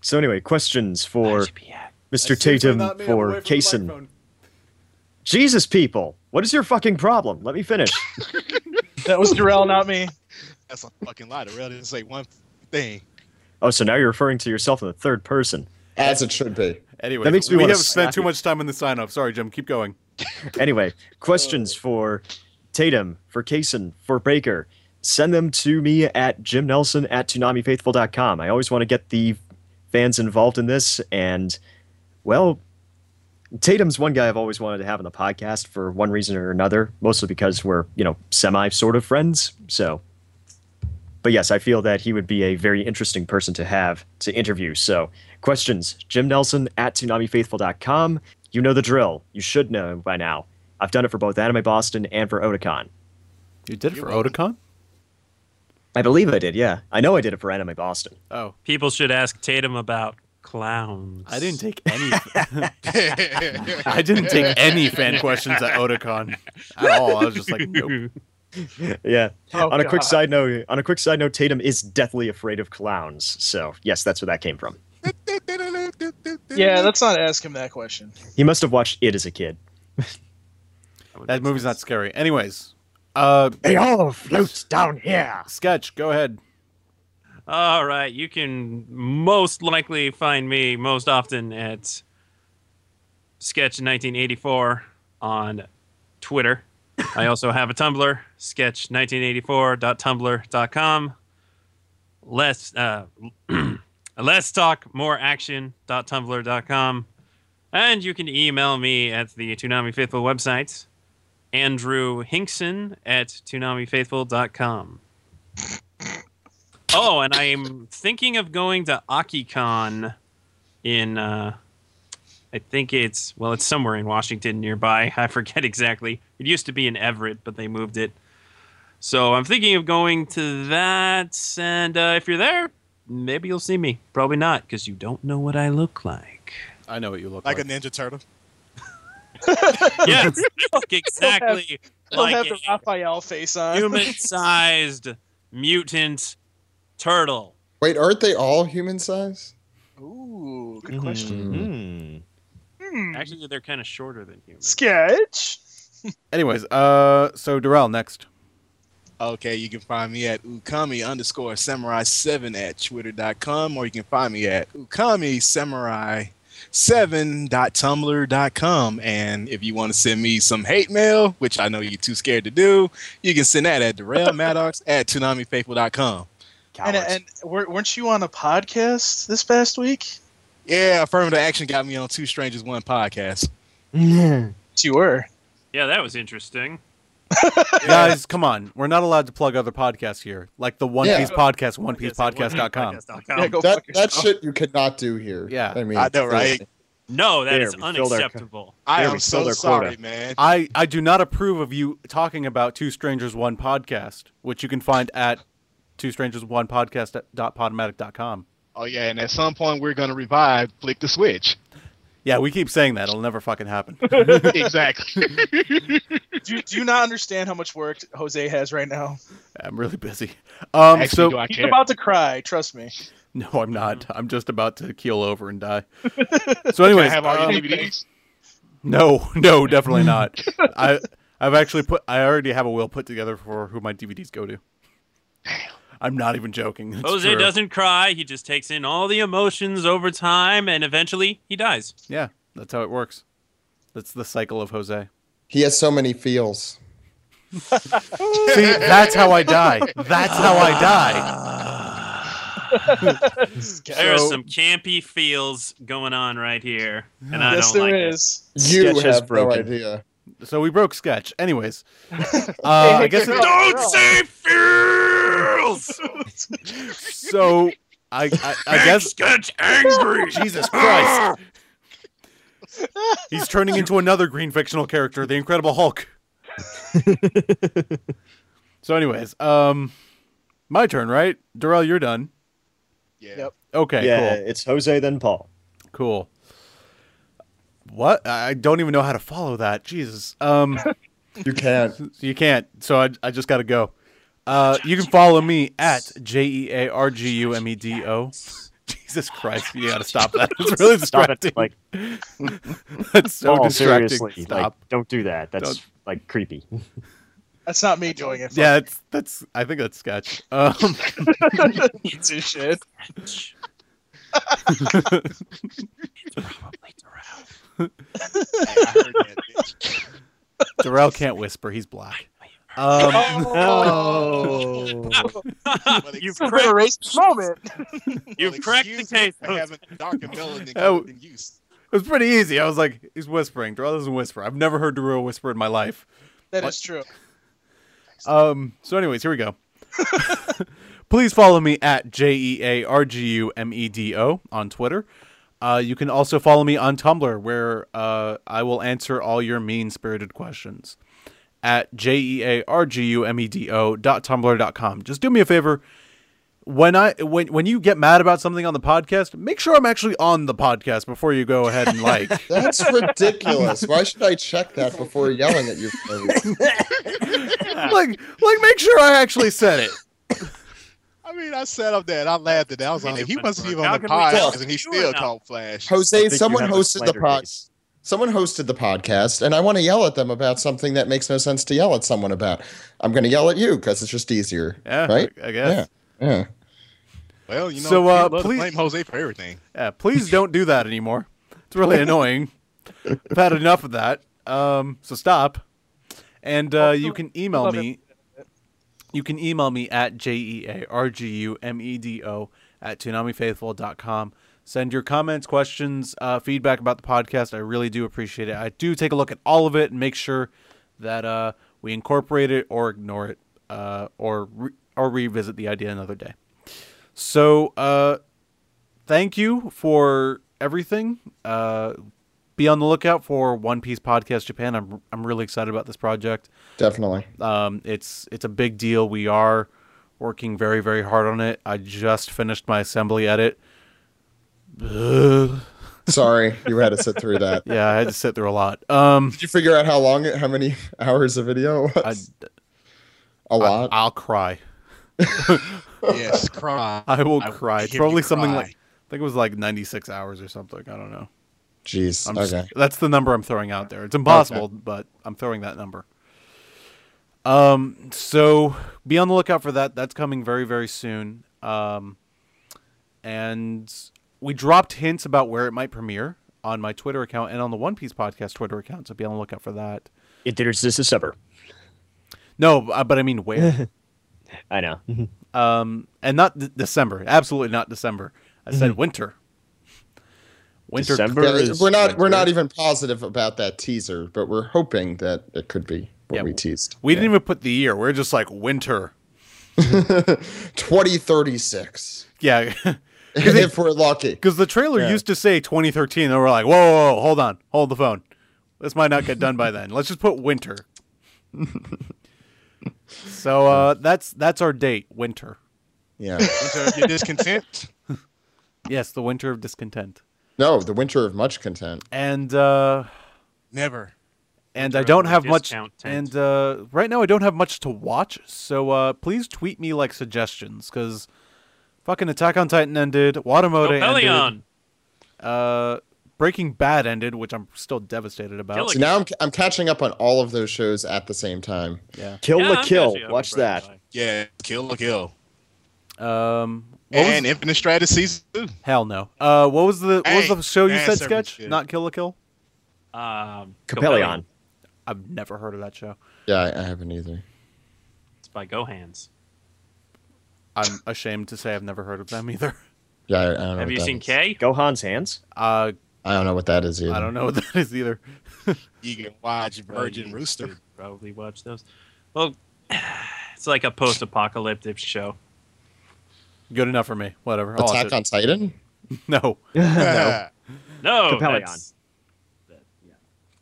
Speaker 8: So anyway, questions for
Speaker 6: IGPX.
Speaker 8: Mr. Tatum for Kaysen. Jesus, people, what is your fucking problem? Let me finish.
Speaker 4: that was Darrell, not me.
Speaker 5: That's a fucking lie. The rail didn't say one thing.
Speaker 8: Oh, so now you're referring to yourself in the third person.
Speaker 7: As it should be.
Speaker 3: Anyway,
Speaker 8: That makes me
Speaker 3: we
Speaker 8: wanna
Speaker 3: have spent
Speaker 8: slap
Speaker 3: too
Speaker 8: you.
Speaker 3: much time on the sign off. Sorry, Jim. Keep going.
Speaker 8: Anyway, questions for Tatum, for Kaysen, for Baker. Send them to me at jimnelson at tunamifaithful.com. I always want to get the fans involved in this. And, well, Tatum's one guy I've always wanted to have on the podcast for one reason or another, mostly because we're, you know, semi sort of friends. So, but yes, I feel that he would be a very interesting person to have to interview. So, questions Jim Nelson at tsunamifaithful.com. You know the drill. You should know by now. I've done it for both Anime Boston and for Otakon.
Speaker 3: You did it for Otakon?
Speaker 8: I believe I did. Yeah, I know I did it for Anime Boston.
Speaker 3: Oh,
Speaker 6: people should ask Tatum about clowns.
Speaker 3: I didn't take any. I didn't take any fan questions at Otakon at all. I was just like, nope.
Speaker 8: yeah.
Speaker 9: Oh,
Speaker 8: on a quick
Speaker 9: God.
Speaker 8: side note, on a quick side note, Tatum is deathly afraid of clowns. So yes, that's where that came from.
Speaker 4: Yeah, let's not ask him that question.
Speaker 8: He must have watched it as a kid.
Speaker 3: That movie's not scary. Anyways, uh,
Speaker 10: They all float down here.
Speaker 3: sketch. Go ahead.
Speaker 6: All right, you can most likely find me most often at Sketch 1984 on Twitter. I also have a Tumblr, sketch1984.tumblr.com. Less uh, less talk, more action.tumblr.com. And you can email me at the Toonami Faithful website, Andrew Hinkson at ToonamiFaithful.com. Oh, and I'm thinking of going to AkiCon in, uh, I think it's, well, it's somewhere in Washington nearby. I forget exactly. It used to be in Everett, but they moved it. So I'm thinking of going to that. And uh, if you're there, maybe you'll see me. Probably not, because you don't know what I look like.
Speaker 3: I know what you look like.
Speaker 5: Like a Ninja Turtle.
Speaker 6: yes, I look exactly
Speaker 4: He'll have
Speaker 6: like
Speaker 4: the
Speaker 6: a
Speaker 4: Raphael face on.
Speaker 6: human sized mutant turtle.
Speaker 7: Wait, aren't they all human size?
Speaker 4: Ooh, good question.
Speaker 8: Mm-hmm.
Speaker 4: Hmm.
Speaker 6: Actually, they're kind of shorter than human.
Speaker 4: Sketch.
Speaker 3: Anyways, uh, so Darrell next.
Speaker 5: Okay, you can find me at ukami underscore samurai seven at twitter.com or you can find me at ukami samurai seven.tumblr.com and if you want to send me some hate mail which i know you're too scared to do you can send that at Darrell maddox at
Speaker 4: And,
Speaker 5: tunamifaithful.com
Speaker 8: Cowards.
Speaker 4: and wer- weren't you on a podcast this past week?
Speaker 5: yeah affirmative action got me on two strangers one podcast
Speaker 4: Yes, you were.
Speaker 6: Yeah, that was interesting.
Speaker 3: Guys, come on. We're not allowed to plug other podcasts here, like the One
Speaker 7: Yeah.
Speaker 3: Piece podcast, OnePiecePodcast.com.
Speaker 4: Yeah, go
Speaker 7: that
Speaker 4: fuck
Speaker 7: that
Speaker 4: yourself.
Speaker 7: shit you could not do here.
Speaker 3: Yeah.
Speaker 7: I mean,
Speaker 5: I know, right?
Speaker 6: No, that
Speaker 8: There,
Speaker 6: is
Speaker 8: we filled our-
Speaker 6: unacceptable.
Speaker 5: i
Speaker 8: There,
Speaker 5: am
Speaker 8: we
Speaker 5: so
Speaker 8: filled our
Speaker 5: sorry
Speaker 8: quota.
Speaker 5: man
Speaker 3: I I do not approve of you talking about Two Strangers One Podcast, which you can find at Two Strangers One Podcast dot podomatic dot com.
Speaker 9: Oh yeah, and at some point we're gonna revive. Flick the switch.
Speaker 3: Yeah, we keep saying that. It'll never fucking happen.
Speaker 9: exactly.
Speaker 4: Do, do you not understand how much work Jose has right now?
Speaker 3: I'm really busy. Um,
Speaker 9: Actually,
Speaker 3: so
Speaker 9: do I
Speaker 4: He's
Speaker 9: care?
Speaker 4: about to cry. Trust me.
Speaker 3: no, I'm not. I'm just about to keel over and die. So, anyways,
Speaker 9: I have all
Speaker 3: um,
Speaker 9: your DVDs.
Speaker 3: No, no, definitely not. I I've actually put I already have a will put together for who my DVDs go to. I'm not even joking. It's
Speaker 6: Jose
Speaker 3: true.
Speaker 6: doesn't cry. He just takes in all the emotions over time, and eventually he dies.
Speaker 3: Yeah, that's how it works. That's the cycle of Jose.
Speaker 7: He has so many feels.
Speaker 3: See, that's how I die. That's how I die.
Speaker 6: There are some campy feels going on right here, and I
Speaker 4: yes,
Speaker 6: don't
Speaker 4: there
Speaker 6: like it.
Speaker 4: is.
Speaker 7: You
Speaker 8: Sketch has
Speaker 7: have
Speaker 8: broken.
Speaker 7: no idea.
Speaker 3: So we broke sketch. Anyways, uh, I guess it,
Speaker 6: Don't say feels.
Speaker 3: so. I, I, I guess
Speaker 6: Sketch angry.
Speaker 3: Jesus Christ. He's turning into another green fictional character, the Incredible Hulk. so, anyways, um, my turn, right? Darrell, you're done.
Speaker 9: Yeah.
Speaker 4: Yep.
Speaker 3: Okay,
Speaker 8: yeah,
Speaker 3: cool,
Speaker 8: it's Jose then Paul.
Speaker 3: cool. What? I I don't even know how to follow that. Jesus. Um,
Speaker 7: You can't.
Speaker 3: you can't. So I, I just got to go. Uh, you can follow me at J E A R G U M E D O. Jesus Christ, you got to stop that. It's really
Speaker 8: Stop
Speaker 3: distracting.
Speaker 8: it! Like,
Speaker 3: That's so
Speaker 8: Paul,
Speaker 3: distracting.
Speaker 8: Oh, seriously,
Speaker 3: Stop.
Speaker 8: like, don't do that. That's
Speaker 3: Don't.
Speaker 8: like creepy.
Speaker 4: That's not me doing it.
Speaker 3: yeah, that's that's. I think that's sketch. Um,
Speaker 4: Piece of shit.
Speaker 5: I heard that, bitch.
Speaker 3: Darrell can't whisper. He's black. Um,
Speaker 8: Oh,
Speaker 6: You've
Speaker 4: It's been a
Speaker 6: cracked,
Speaker 4: racist moment.
Speaker 6: you've cracked the
Speaker 5: excuse me
Speaker 6: case.
Speaker 5: for having darker melanin
Speaker 3: Oh.
Speaker 5: in use.
Speaker 3: it was pretty easy. I was like, he's whispering. Darrell doesn't whisper. I've never heard Darrell whisper in my life.
Speaker 4: That
Speaker 3: What?
Speaker 4: is true.
Speaker 3: Um, so, anyways, here we go. Please follow me at J E A R G U M E D O on Twitter. Uh, you can also follow me on Tumblr, where uh, I will answer all your mean spirited questions at j e a r g u m e d o dot tumblr dot com. Just do me a favor when I when when you get mad about something on the podcast, make sure I'm actually on the podcast before you go ahead and like.
Speaker 7: That's ridiculous. Why should I check that before yelling at you?
Speaker 3: like like make sure I actually said it.
Speaker 5: I mean, I set up that. I laughed at that. I was like, he must be
Speaker 6: How
Speaker 5: on the
Speaker 6: can we tell
Speaker 5: podcast, and
Speaker 6: if
Speaker 5: he
Speaker 6: you were
Speaker 5: still
Speaker 6: not?
Speaker 5: called Flash.
Speaker 7: Jose,
Speaker 8: think you
Speaker 7: someone
Speaker 8: have a
Speaker 7: hosted the
Speaker 8: slander
Speaker 7: pod.
Speaker 8: case.
Speaker 7: Someone hosted the podcast, and I want to yell at them about something that makes no sense to yell at someone about. I'm going to yell at you because it's just easier,
Speaker 3: Yeah,
Speaker 7: right?
Speaker 3: I guess.
Speaker 7: Yeah, yeah.
Speaker 5: Well, you know,
Speaker 3: So, uh,
Speaker 5: people love to
Speaker 3: please-
Speaker 5: blame Jose for everything.
Speaker 3: Yeah, please don't do that anymore. It's really annoying. I've had enough of that. Um, so stop. And uh, you can email
Speaker 4: love it.
Speaker 3: me. You can email me at j e a r g u m e d o at tunamifaithful.com. Send your comments, questions, uh, feedback about the podcast. I really do appreciate it. I do take a look at all of it and make sure that uh, we incorporate it or ignore it uh, or re- or revisit the idea another day. So uh, thank you for everything. Uh, be on the lookout for One Piece Podcast Japan. I'm I'm really excited about this project.
Speaker 7: definitely.
Speaker 3: Um, it's it's a big deal. We are working very very hard on it. I just finished my assembly edit. Ugh.
Speaker 7: Sorry, you had to sit through that.
Speaker 3: Yeah, I had to sit through a lot. Um,
Speaker 7: Did you figure out how long, it- how many hours of video it
Speaker 3: I,
Speaker 7: was? A lot.
Speaker 3: I'll cry.
Speaker 5: Yes, cry.
Speaker 3: I will
Speaker 5: I will
Speaker 3: cry. It's
Speaker 5: hear you
Speaker 3: probably something
Speaker 5: cry.
Speaker 3: like I think it was like 96 hours or something. I don't know.
Speaker 7: Jeez.
Speaker 3: I'm
Speaker 7: okay.
Speaker 3: just- that's the number I'm throwing out there. It's impossible, but I'm throwing that number. Um, so be on the lookout for that. That's coming very, very soon. Um, and we dropped hints about where it might premiere on my Twitter account and on the One Piece podcast Twitter account. So be on the lookout for that.
Speaker 8: It theaters this December.
Speaker 3: No, uh, but I mean where?
Speaker 8: I know.
Speaker 3: um, and not d- December. Absolutely not December. I said winter. Winter.
Speaker 8: December
Speaker 7: Yeah,
Speaker 8: is
Speaker 7: we're not. We're not even positive about that teaser, but we're hoping that it could be what
Speaker 3: Yeah,
Speaker 7: we teased.
Speaker 3: We didn't even put the year. We're just like winter.
Speaker 7: Twenty thirty six.
Speaker 3: Yeah.
Speaker 7: If we're lucky.
Speaker 3: Because the trailer
Speaker 7: Yeah.
Speaker 3: used to say 2013, and we're like, whoa, whoa, whoa, hold on, hold the phone. This might not get done by then. Let's just put winter. so uh, that's that's our date, winter.
Speaker 7: Yeah.
Speaker 5: Winter of your discontent.
Speaker 3: Yes, the winter of discontent.
Speaker 7: No, the winter of much content.
Speaker 3: And uh,
Speaker 5: Never.
Speaker 3: and
Speaker 6: Winter
Speaker 3: I
Speaker 6: of
Speaker 3: don't
Speaker 6: the
Speaker 3: have much.
Speaker 6: discount tent.
Speaker 3: And uh, right now, I don't have much to watch. So uh, please tweet me like suggestions, because fucking Attack on Titan ended,
Speaker 6: Go
Speaker 3: Watamote ended,
Speaker 6: Pelion.
Speaker 3: uh, Breaking Bad ended, which I'm still devastated about.
Speaker 6: Kill
Speaker 7: So now I'm, I'm catching up on all of those shows at the same time.
Speaker 8: Kill
Speaker 6: Yeah,
Speaker 8: the
Speaker 6: I'm
Speaker 8: kill.
Speaker 6: actually over
Speaker 8: Watch
Speaker 6: Breaking
Speaker 8: that.
Speaker 6: Bad.
Speaker 5: Yeah, kill a kill.
Speaker 3: Um, what was-
Speaker 5: And Infinite Stratus season two.
Speaker 3: Hell no. Uh, what was the what was
Speaker 5: Hey,
Speaker 3: the show you
Speaker 5: man,
Speaker 3: said?
Speaker 5: serving
Speaker 3: Sketch,
Speaker 5: shit.
Speaker 3: not Kill a Kill.
Speaker 6: Um,
Speaker 8: Capellion.
Speaker 3: I've never heard of that show.
Speaker 7: Yeah, I, I haven't either.
Speaker 6: It's by Gohans.
Speaker 3: I'm ashamed to say I've never heard of them either.
Speaker 7: Yeah, I, I don't know.
Speaker 6: Have
Speaker 7: what
Speaker 6: you
Speaker 7: Oh, that
Speaker 6: seen
Speaker 7: is.
Speaker 6: K?
Speaker 8: Gohan's hands.
Speaker 3: Uh,
Speaker 7: I don't know what that is either.
Speaker 3: I don't know what that is either.
Speaker 5: You can watch
Speaker 6: Well,
Speaker 5: Virgin
Speaker 6: you
Speaker 5: Rooster.
Speaker 6: should Probably watch those. Well, it's like a post-apocalyptic show.
Speaker 3: Good enough for me. Whatever. I'll watch
Speaker 7: Attack
Speaker 3: it.
Speaker 7: on Titan.
Speaker 3: No.
Speaker 6: No,
Speaker 8: Capellion.
Speaker 6: that's-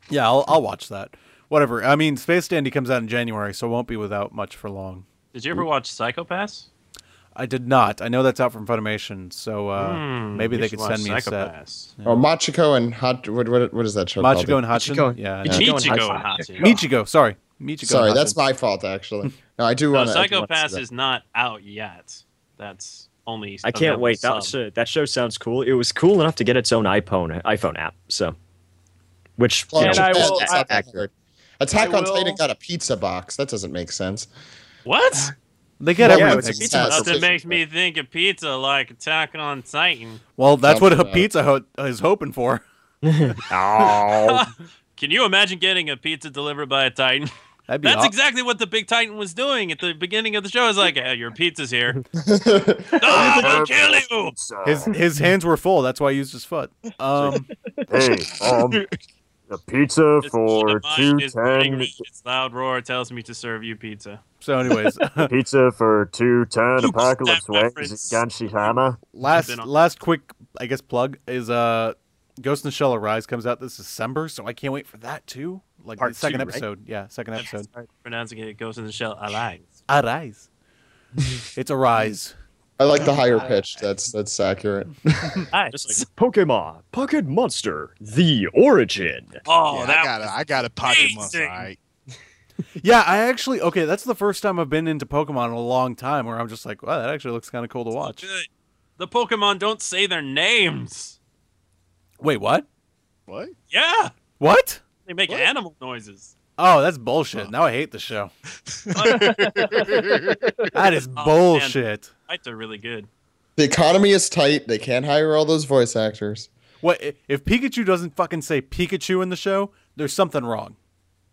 Speaker 3: Yeah, I'll, I'll watch that. Whatever. I mean, Space Dandy comes out in January, so it won't be without much for long.
Speaker 6: Did you ever watch Psychopaths?
Speaker 3: I did not. I know that's out from Funimation, so uh,
Speaker 6: Hmm,
Speaker 3: maybe
Speaker 6: you
Speaker 3: they
Speaker 6: should
Speaker 3: could
Speaker 6: watch
Speaker 3: send me a set.
Speaker 6: Psychopaths.
Speaker 7: Oh, Machiko and Hot. What, what, what is that show? called?
Speaker 3: Machiko and Hachin.
Speaker 8: Michiko and-
Speaker 3: Yeah. I know.
Speaker 8: Michi-
Speaker 6: Michigo
Speaker 8: Michigo and
Speaker 6: and Hachi.
Speaker 3: Michigo. Sorry. Michigo. and
Speaker 7: Sorry, that's
Speaker 3: Hachin.
Speaker 7: my fault actually. No, I do
Speaker 6: No,
Speaker 7: want to.
Speaker 6: Psychopaths is not out yet. That's only.
Speaker 8: I can't
Speaker 6: available
Speaker 8: wait.
Speaker 6: sub.
Speaker 8: That uh, that show sounds cool. It was cool enough to get its own iPhone iPhone app. So, which you
Speaker 4: And
Speaker 8: know,
Speaker 4: I will-
Speaker 8: that's
Speaker 4: I-
Speaker 8: not accurate.
Speaker 7: Attack
Speaker 4: I
Speaker 7: on Titan
Speaker 4: will-
Speaker 7: got a pizza box. That doesn't make sense.
Speaker 6: What?
Speaker 3: They get
Speaker 8: Yeah,
Speaker 3: everything.
Speaker 8: it's a pizza
Speaker 7: That's
Speaker 6: Nothing
Speaker 7: suspicious,
Speaker 6: makes
Speaker 7: but-
Speaker 6: me think of pizza like Attack on Titan.
Speaker 3: Well, that's what a
Speaker 7: Something about it.
Speaker 3: pizza hut is hoping for.
Speaker 8: Oh,
Speaker 6: Can you imagine getting a pizza delivered by a Titan?
Speaker 3: That'd be
Speaker 6: That's
Speaker 3: aw-
Speaker 6: exactly what the Big Titan was doing at the beginning of the show. It's like, hey, your pizza's here.
Speaker 7: Burp,
Speaker 6: Ah, they'll kill you.
Speaker 3: His his hands were full. That's why he used his foot. Um,
Speaker 10: Hey, um,
Speaker 11: The pizza for two
Speaker 6: Mine is bidding
Speaker 11: ten.
Speaker 6: me. Its loud roar tells me to serve you pizza.
Speaker 3: So, anyways,
Speaker 11: pizza for two ten. Apocalypse Waves in Ganshihama.
Speaker 3: last
Speaker 6: Been on-
Speaker 3: last quick I guess plug is uh Ghost in the Shell Rise comes out this December, so I can't wait for that too. Like
Speaker 6: Part
Speaker 3: the second
Speaker 6: two, right?
Speaker 3: episode. Yeah, second episode.
Speaker 6: Pronouncing it goes in the shell. Alive.
Speaker 3: Arise. it's arise.
Speaker 7: I like the higher pitch. That's that's accurate.
Speaker 6: Nice.
Speaker 8: Pokemon Pocket Monster: The Origin.
Speaker 6: Oh,
Speaker 5: I got a, I got a pocket monster. All right.
Speaker 3: Yeah, I actually okay, that's the first time I've been into Pokemon in a long time where I'm just like, wow, that actually looks kinda cool to watch.
Speaker 6: Good. The Pokemon don't say their names.
Speaker 3: Wait, what?
Speaker 5: What?
Speaker 6: Yeah,
Speaker 3: What?
Speaker 6: they make animal noises.
Speaker 3: Oh, that's bullshit. Now I hate the show. That is
Speaker 6: Oh, man.
Speaker 3: bullshit.
Speaker 6: Fights are really good.
Speaker 7: The economy is tight. They can't hire all those voice actors.
Speaker 3: What i- if Pikachu doesn't fucking say Pikachu in the show? There's something wrong.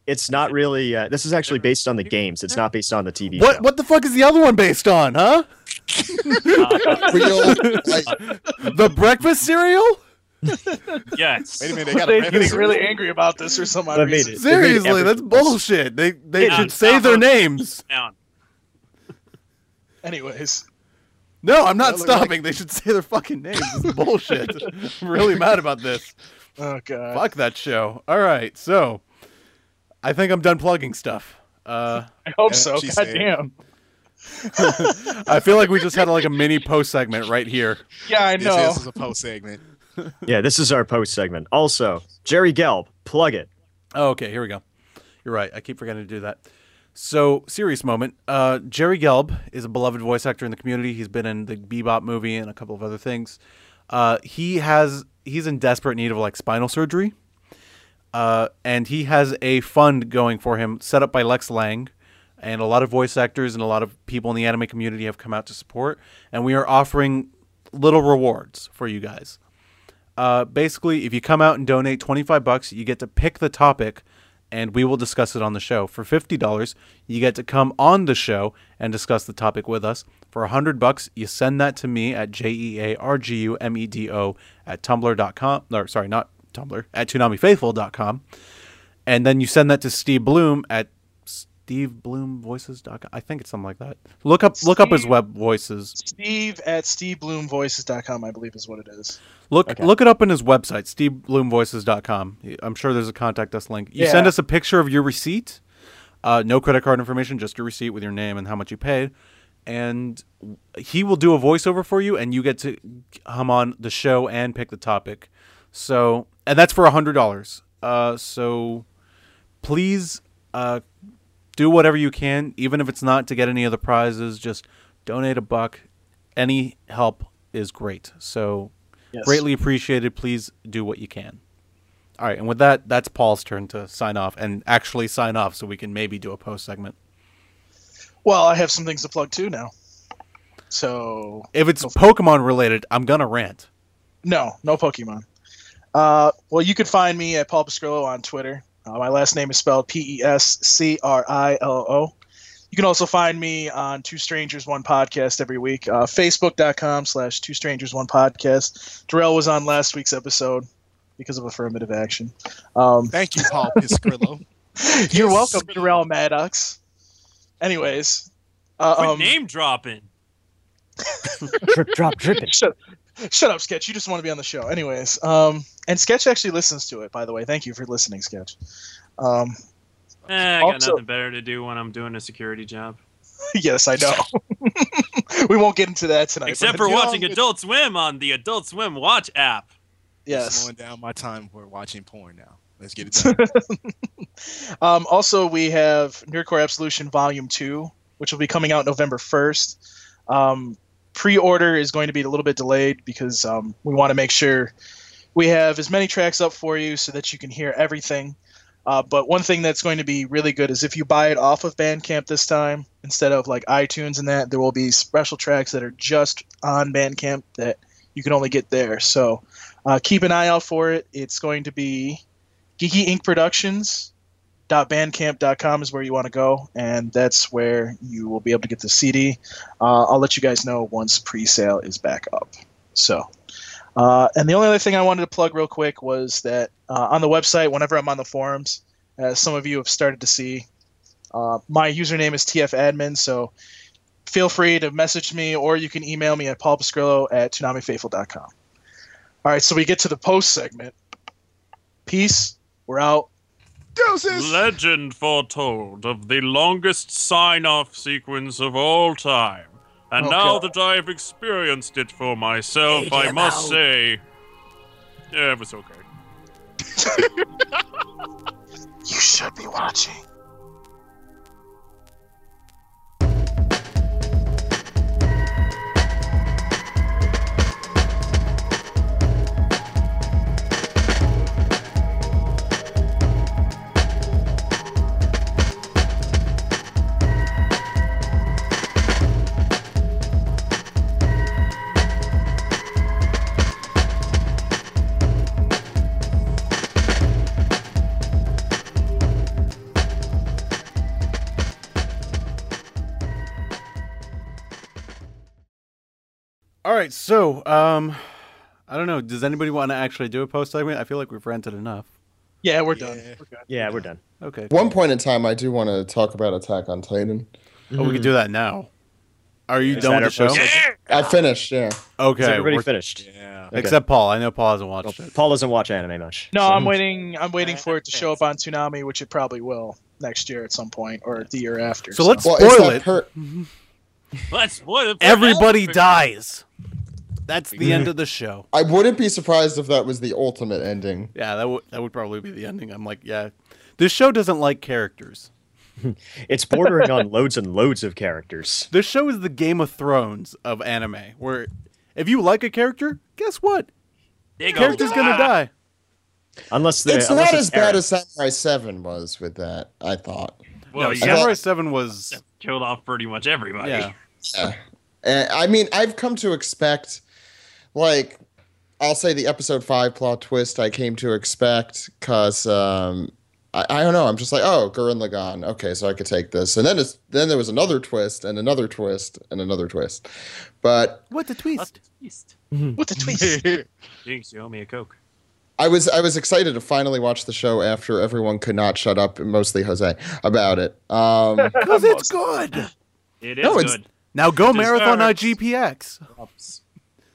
Speaker 8: It's not really. Uh, this is actually based on the games. It's not based on the TV.
Speaker 3: What
Speaker 8: show.
Speaker 3: what the fuck is the other one based on, huh?
Speaker 7: Real, like,
Speaker 3: The breakfast cereal?
Speaker 6: Yes.
Speaker 5: Wait a minute, they got a
Speaker 4: They're getting
Speaker 5: reference.
Speaker 4: really angry about this for some odd
Speaker 8: They made
Speaker 4: reason.
Speaker 8: it. They made
Speaker 3: Seriously,
Speaker 8: every-
Speaker 3: that's bullshit. They they
Speaker 6: Yeah,
Speaker 3: should
Speaker 6: it's
Speaker 3: say
Speaker 6: not
Speaker 3: their
Speaker 6: worth-
Speaker 3: names.
Speaker 6: Down.
Speaker 4: Anyways,
Speaker 3: No, I'm not
Speaker 5: That looks like-
Speaker 3: stopping. They should say their fucking names. This is bullshit. I'm really mad about this.
Speaker 4: oh god,
Speaker 3: Fuck that show. All right, so I think I'm done plugging stuff. Uh,
Speaker 4: I hope so.
Speaker 5: She
Speaker 4: God
Speaker 5: said.
Speaker 4: damn.
Speaker 3: I feel like we just had like a mini post segment right here.
Speaker 4: Yeah, I
Speaker 5: This
Speaker 4: know.
Speaker 5: is a post segment.
Speaker 8: Yeah, this is our post segment. Also, Jerry Gelb, plug it.
Speaker 3: Oh, okay, here we go. You're right. I keep forgetting to do that. So, serious moment. Uh, Jerry Gelb is a beloved voice actor in the community. He's been in the Bebop movie and a couple of other things. Uh, he has he's in desperate need of like spinal surgery, uh, and he has a fund going for him set up by Lex Lang, and a lot of voice actors and a lot of people in the anime community have come out to support. And we are offering little rewards for you guys uh, basically, if you come out and donate 25 bucks, you get to pick the topic and we will discuss it on the show. For $50, you get to come on the show and discuss the topic with us. For 100 bucks, you send that to me at E J-E-A-R-G-U-M-E-D-O E at tumblr.com. Or, sorry, not Tumblr, at ToonamiFaithful.com. And then you send that to Steve Bloom at SteveBloomVoices.com. I think it's something like that. Look up, look up his
Speaker 4: Steve-
Speaker 3: web voices.
Speaker 4: Steve at stevebloomvoices.com, I believe, is what it is.
Speaker 3: Look look it up on his website, stevebloomvoices.com. I'm sure there's a contact us link. You
Speaker 4: Yeah.
Speaker 3: send us a picture of your receipt. Uh, no credit card information, just your receipt with your name and how much you paid. And he will do a voiceover for you, and you get to come on the show and pick the topic. So, and that's for $100. Uh, so please uh, do whatever you can, even if it's not to get any of the prizes, just donate a buck. Any help is great. So
Speaker 4: Yes.
Speaker 3: greatly appreciated. Please do what you can. All right, and with that, that's Paul's turn to sign off and actually sign off so we can maybe do a post segment.
Speaker 4: Well, I have some things to plug too now. So
Speaker 3: If it's Pokemon related, I'm gonna rant.
Speaker 4: no, no Pokemon. Uh, well, you can find me at Paul Pascrillo on Twitter. Uh, my last name is spelled P E S C R I L O. You can also find me on Two Strangers One Podcast every week. Uh, Facebook.com slash Two Strangers One Podcast. Darrell was on last week's episode because of affirmative action. Um,
Speaker 5: Thank you, Paul Piscrillo.
Speaker 4: You're welcome, Darrell Maddox. Anyways, uh,
Speaker 6: Quit
Speaker 4: um,
Speaker 6: name dropping.
Speaker 10: Drip, drop, dripping.
Speaker 4: shut, shut up, Sketch. You just want to be on the show. Anyways, um, and Sketch actually listens to it, by the way. Thank you for listening, Sketch. Um,
Speaker 6: Eh, I got
Speaker 4: Also-
Speaker 6: nothing better to do when I'm doing a security job.
Speaker 4: yes, I know. we won't get into that tonight.
Speaker 6: Except
Speaker 4: but-
Speaker 6: for watching
Speaker 5: good-
Speaker 6: Adult Swim on the Adult Swim Watch app.
Speaker 4: yes.
Speaker 5: Slowing down my time for watching porn now. Let's get it done.
Speaker 4: Um, also, we have Nerdcore Absolution Volume 2, which will be coming out November 1st. Um, Pre order is going to be a little bit delayed because um, we want to make sure we have as many tracks up for you so that you can hear everything. Uh, but one thing that's going to be really good is if you buy it off of Bandcamp this time, instead of like iTunes and that, there will be special tracks that are just on Bandcamp that you can only get there. So uh, keep an eye out for it. It's going to be Geeky Ink Productions, bandcamp.com is where you want to go and that's where you will be able to get the cd uh, i'll let you guys know once pre-sale is back up so Uh, and the only other thing I wanted to plug real quick was that uh, on the website, whenever I'm on the forums, as some of you have started to see, uh, my username is tfadmin. So feel free to message me, or you can email me at paulpascrillo at tunamifaithful.com. All right, so we get to the post segment. Peace. We're out.
Speaker 6: Legend foretold of the longest sign off sequence of all time. And
Speaker 4: Oh,
Speaker 6: now
Speaker 4: God.
Speaker 6: that I have experienced it for myself,
Speaker 4: Take
Speaker 6: I
Speaker 4: him
Speaker 6: must
Speaker 4: out.
Speaker 6: say. Yeah, it was okay.
Speaker 4: You should be watching.
Speaker 3: All right, so um, I don't know. Does anybody want to actually do a post segment? I feel like we've ranted enough.
Speaker 4: Yeah, we're done.
Speaker 8: Yeah, we're done.
Speaker 3: Okay.
Speaker 7: One point in time, I do want to talk about Attack on Titan.
Speaker 3: Oh, we could do that now. Are you done with the show?
Speaker 7: I finished. Yeah.
Speaker 3: Okay.
Speaker 8: Is everybody
Speaker 3: we're-
Speaker 8: finished?
Speaker 5: Yeah.
Speaker 8: Okay.
Speaker 3: Except Paul. I know Paul hasn't watched it.
Speaker 8: Paul doesn't watch anime much.
Speaker 4: No,
Speaker 8: so-
Speaker 4: I'm waiting. I'm waiting for it to show up on Tsunami, which it probably will next year at some point or the year after.
Speaker 3: So let's
Speaker 7: Well, it's
Speaker 3: spoil
Speaker 7: that
Speaker 3: it.
Speaker 7: per-
Speaker 6: Let's spoil it for
Speaker 3: Everybody
Speaker 6: everyone.
Speaker 3: dies. That's the end of the show.
Speaker 7: I wouldn't be surprised if that was the ultimate ending.
Speaker 3: Yeah, that would that would probably be the ending. I'm like, yeah, this show doesn't like characters.
Speaker 8: It's bordering on loads and loads of characters.
Speaker 3: This show is the Game of Thrones of anime, where if you like a character, guess what?
Speaker 6: They go,
Speaker 3: Character's gonna
Speaker 6: "Ah."
Speaker 3: die.
Speaker 8: Unless the,
Speaker 7: it's not
Speaker 8: unless
Speaker 7: as bad
Speaker 8: Eren.
Speaker 7: as Samurai Seven was with that. I thought.
Speaker 6: Well,
Speaker 3: no,
Speaker 6: yeah,
Speaker 3: Samurai Seven was
Speaker 6: killed off pretty much everybody.
Speaker 3: yeah.
Speaker 7: Uh, I mean, I've come to expect, like, I'll say the episode five plot twist I came to expect because um, I, I don't know. I'm just like, oh, Gurren Lagann. Okay, so I could take this, and then it's then there was another twist and another twist and another twist, but
Speaker 3: What a twist!
Speaker 4: What the twist?
Speaker 6: Jinx, you owe me a Coke.
Speaker 7: I was I was excited to finally watch the show after everyone could not shut up, mostly Jose, about it. Um,
Speaker 3: Because it's good.
Speaker 6: It is
Speaker 7: No, it's-
Speaker 6: good.
Speaker 3: Now go marathon
Speaker 6: deserves-
Speaker 3: IGPX.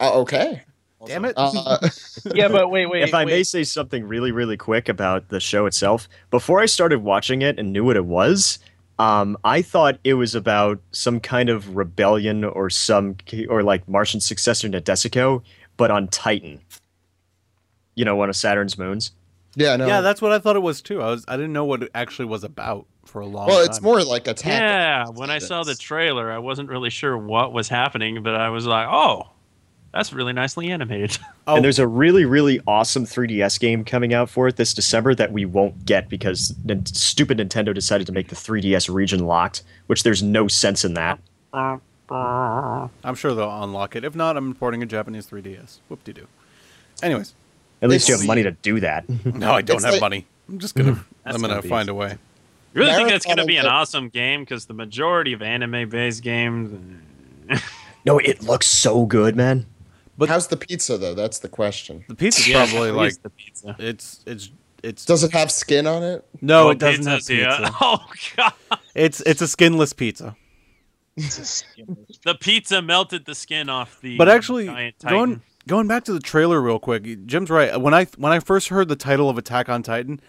Speaker 7: uh, okay.
Speaker 3: Damn it!
Speaker 7: Uh,
Speaker 4: yeah, but wait, wait.
Speaker 8: if I
Speaker 4: wait.
Speaker 8: may say something really, really quick about the show itself, before I started watching it and knew what it was, um, I thought it was about some kind of rebellion or some or like Martian successor to Desico, but on Titan. You know, one of Saturn's moons.
Speaker 7: yeah, no.
Speaker 3: Yeah, that's what I thought it was too. I was I didn't know what it actually was about for a long
Speaker 7: well,
Speaker 3: time.
Speaker 7: it's more like a tactic.
Speaker 6: Yeah, when I saw the trailer, I wasn't really sure what was happening, but I was like, oh, that's really nicely animated.
Speaker 3: Oh.
Speaker 8: And there's a really, really awesome 3DS game coming out for it this December that we won't get because nin- stupid Nintendo decided to make the 3DS region locked, which there's no sense in that.
Speaker 3: I'm sure they'll unlock it. If not, I'm importing a Japanese 3DS. Whoop de doo. Anyways,
Speaker 8: At least you
Speaker 7: It's-
Speaker 8: have money to do that.
Speaker 3: no, I don't
Speaker 7: It's
Speaker 3: have
Speaker 7: like-
Speaker 3: money. I'm just gonna. I'm
Speaker 8: That's
Speaker 3: Mm-hmm. gonna
Speaker 8: gonna be
Speaker 3: find a way.
Speaker 6: You really think that's
Speaker 7: Marathon
Speaker 6: going to be an
Speaker 7: of-
Speaker 6: awesome game? Because the majority of anime-based games,
Speaker 8: no, it looks so good, man.
Speaker 3: But-
Speaker 7: How's the pizza though? That's the question.
Speaker 3: The pizza's
Speaker 6: Yeah,
Speaker 3: probably
Speaker 6: who
Speaker 3: like
Speaker 6: is the pizza.
Speaker 3: it's it's it's
Speaker 7: Does it have skin on it?
Speaker 3: no,
Speaker 6: What
Speaker 3: oh, it doesn't have
Speaker 6: pizzas, yeah.
Speaker 3: pizza.
Speaker 6: Oh god,
Speaker 3: It's it's a skinless pizza.
Speaker 6: the pizza melted the skin off the.
Speaker 3: But actually,
Speaker 6: giant titan.
Speaker 3: going going back to the trailer real quick, Jim's right. When I when I first heard the title of Attack on Titan,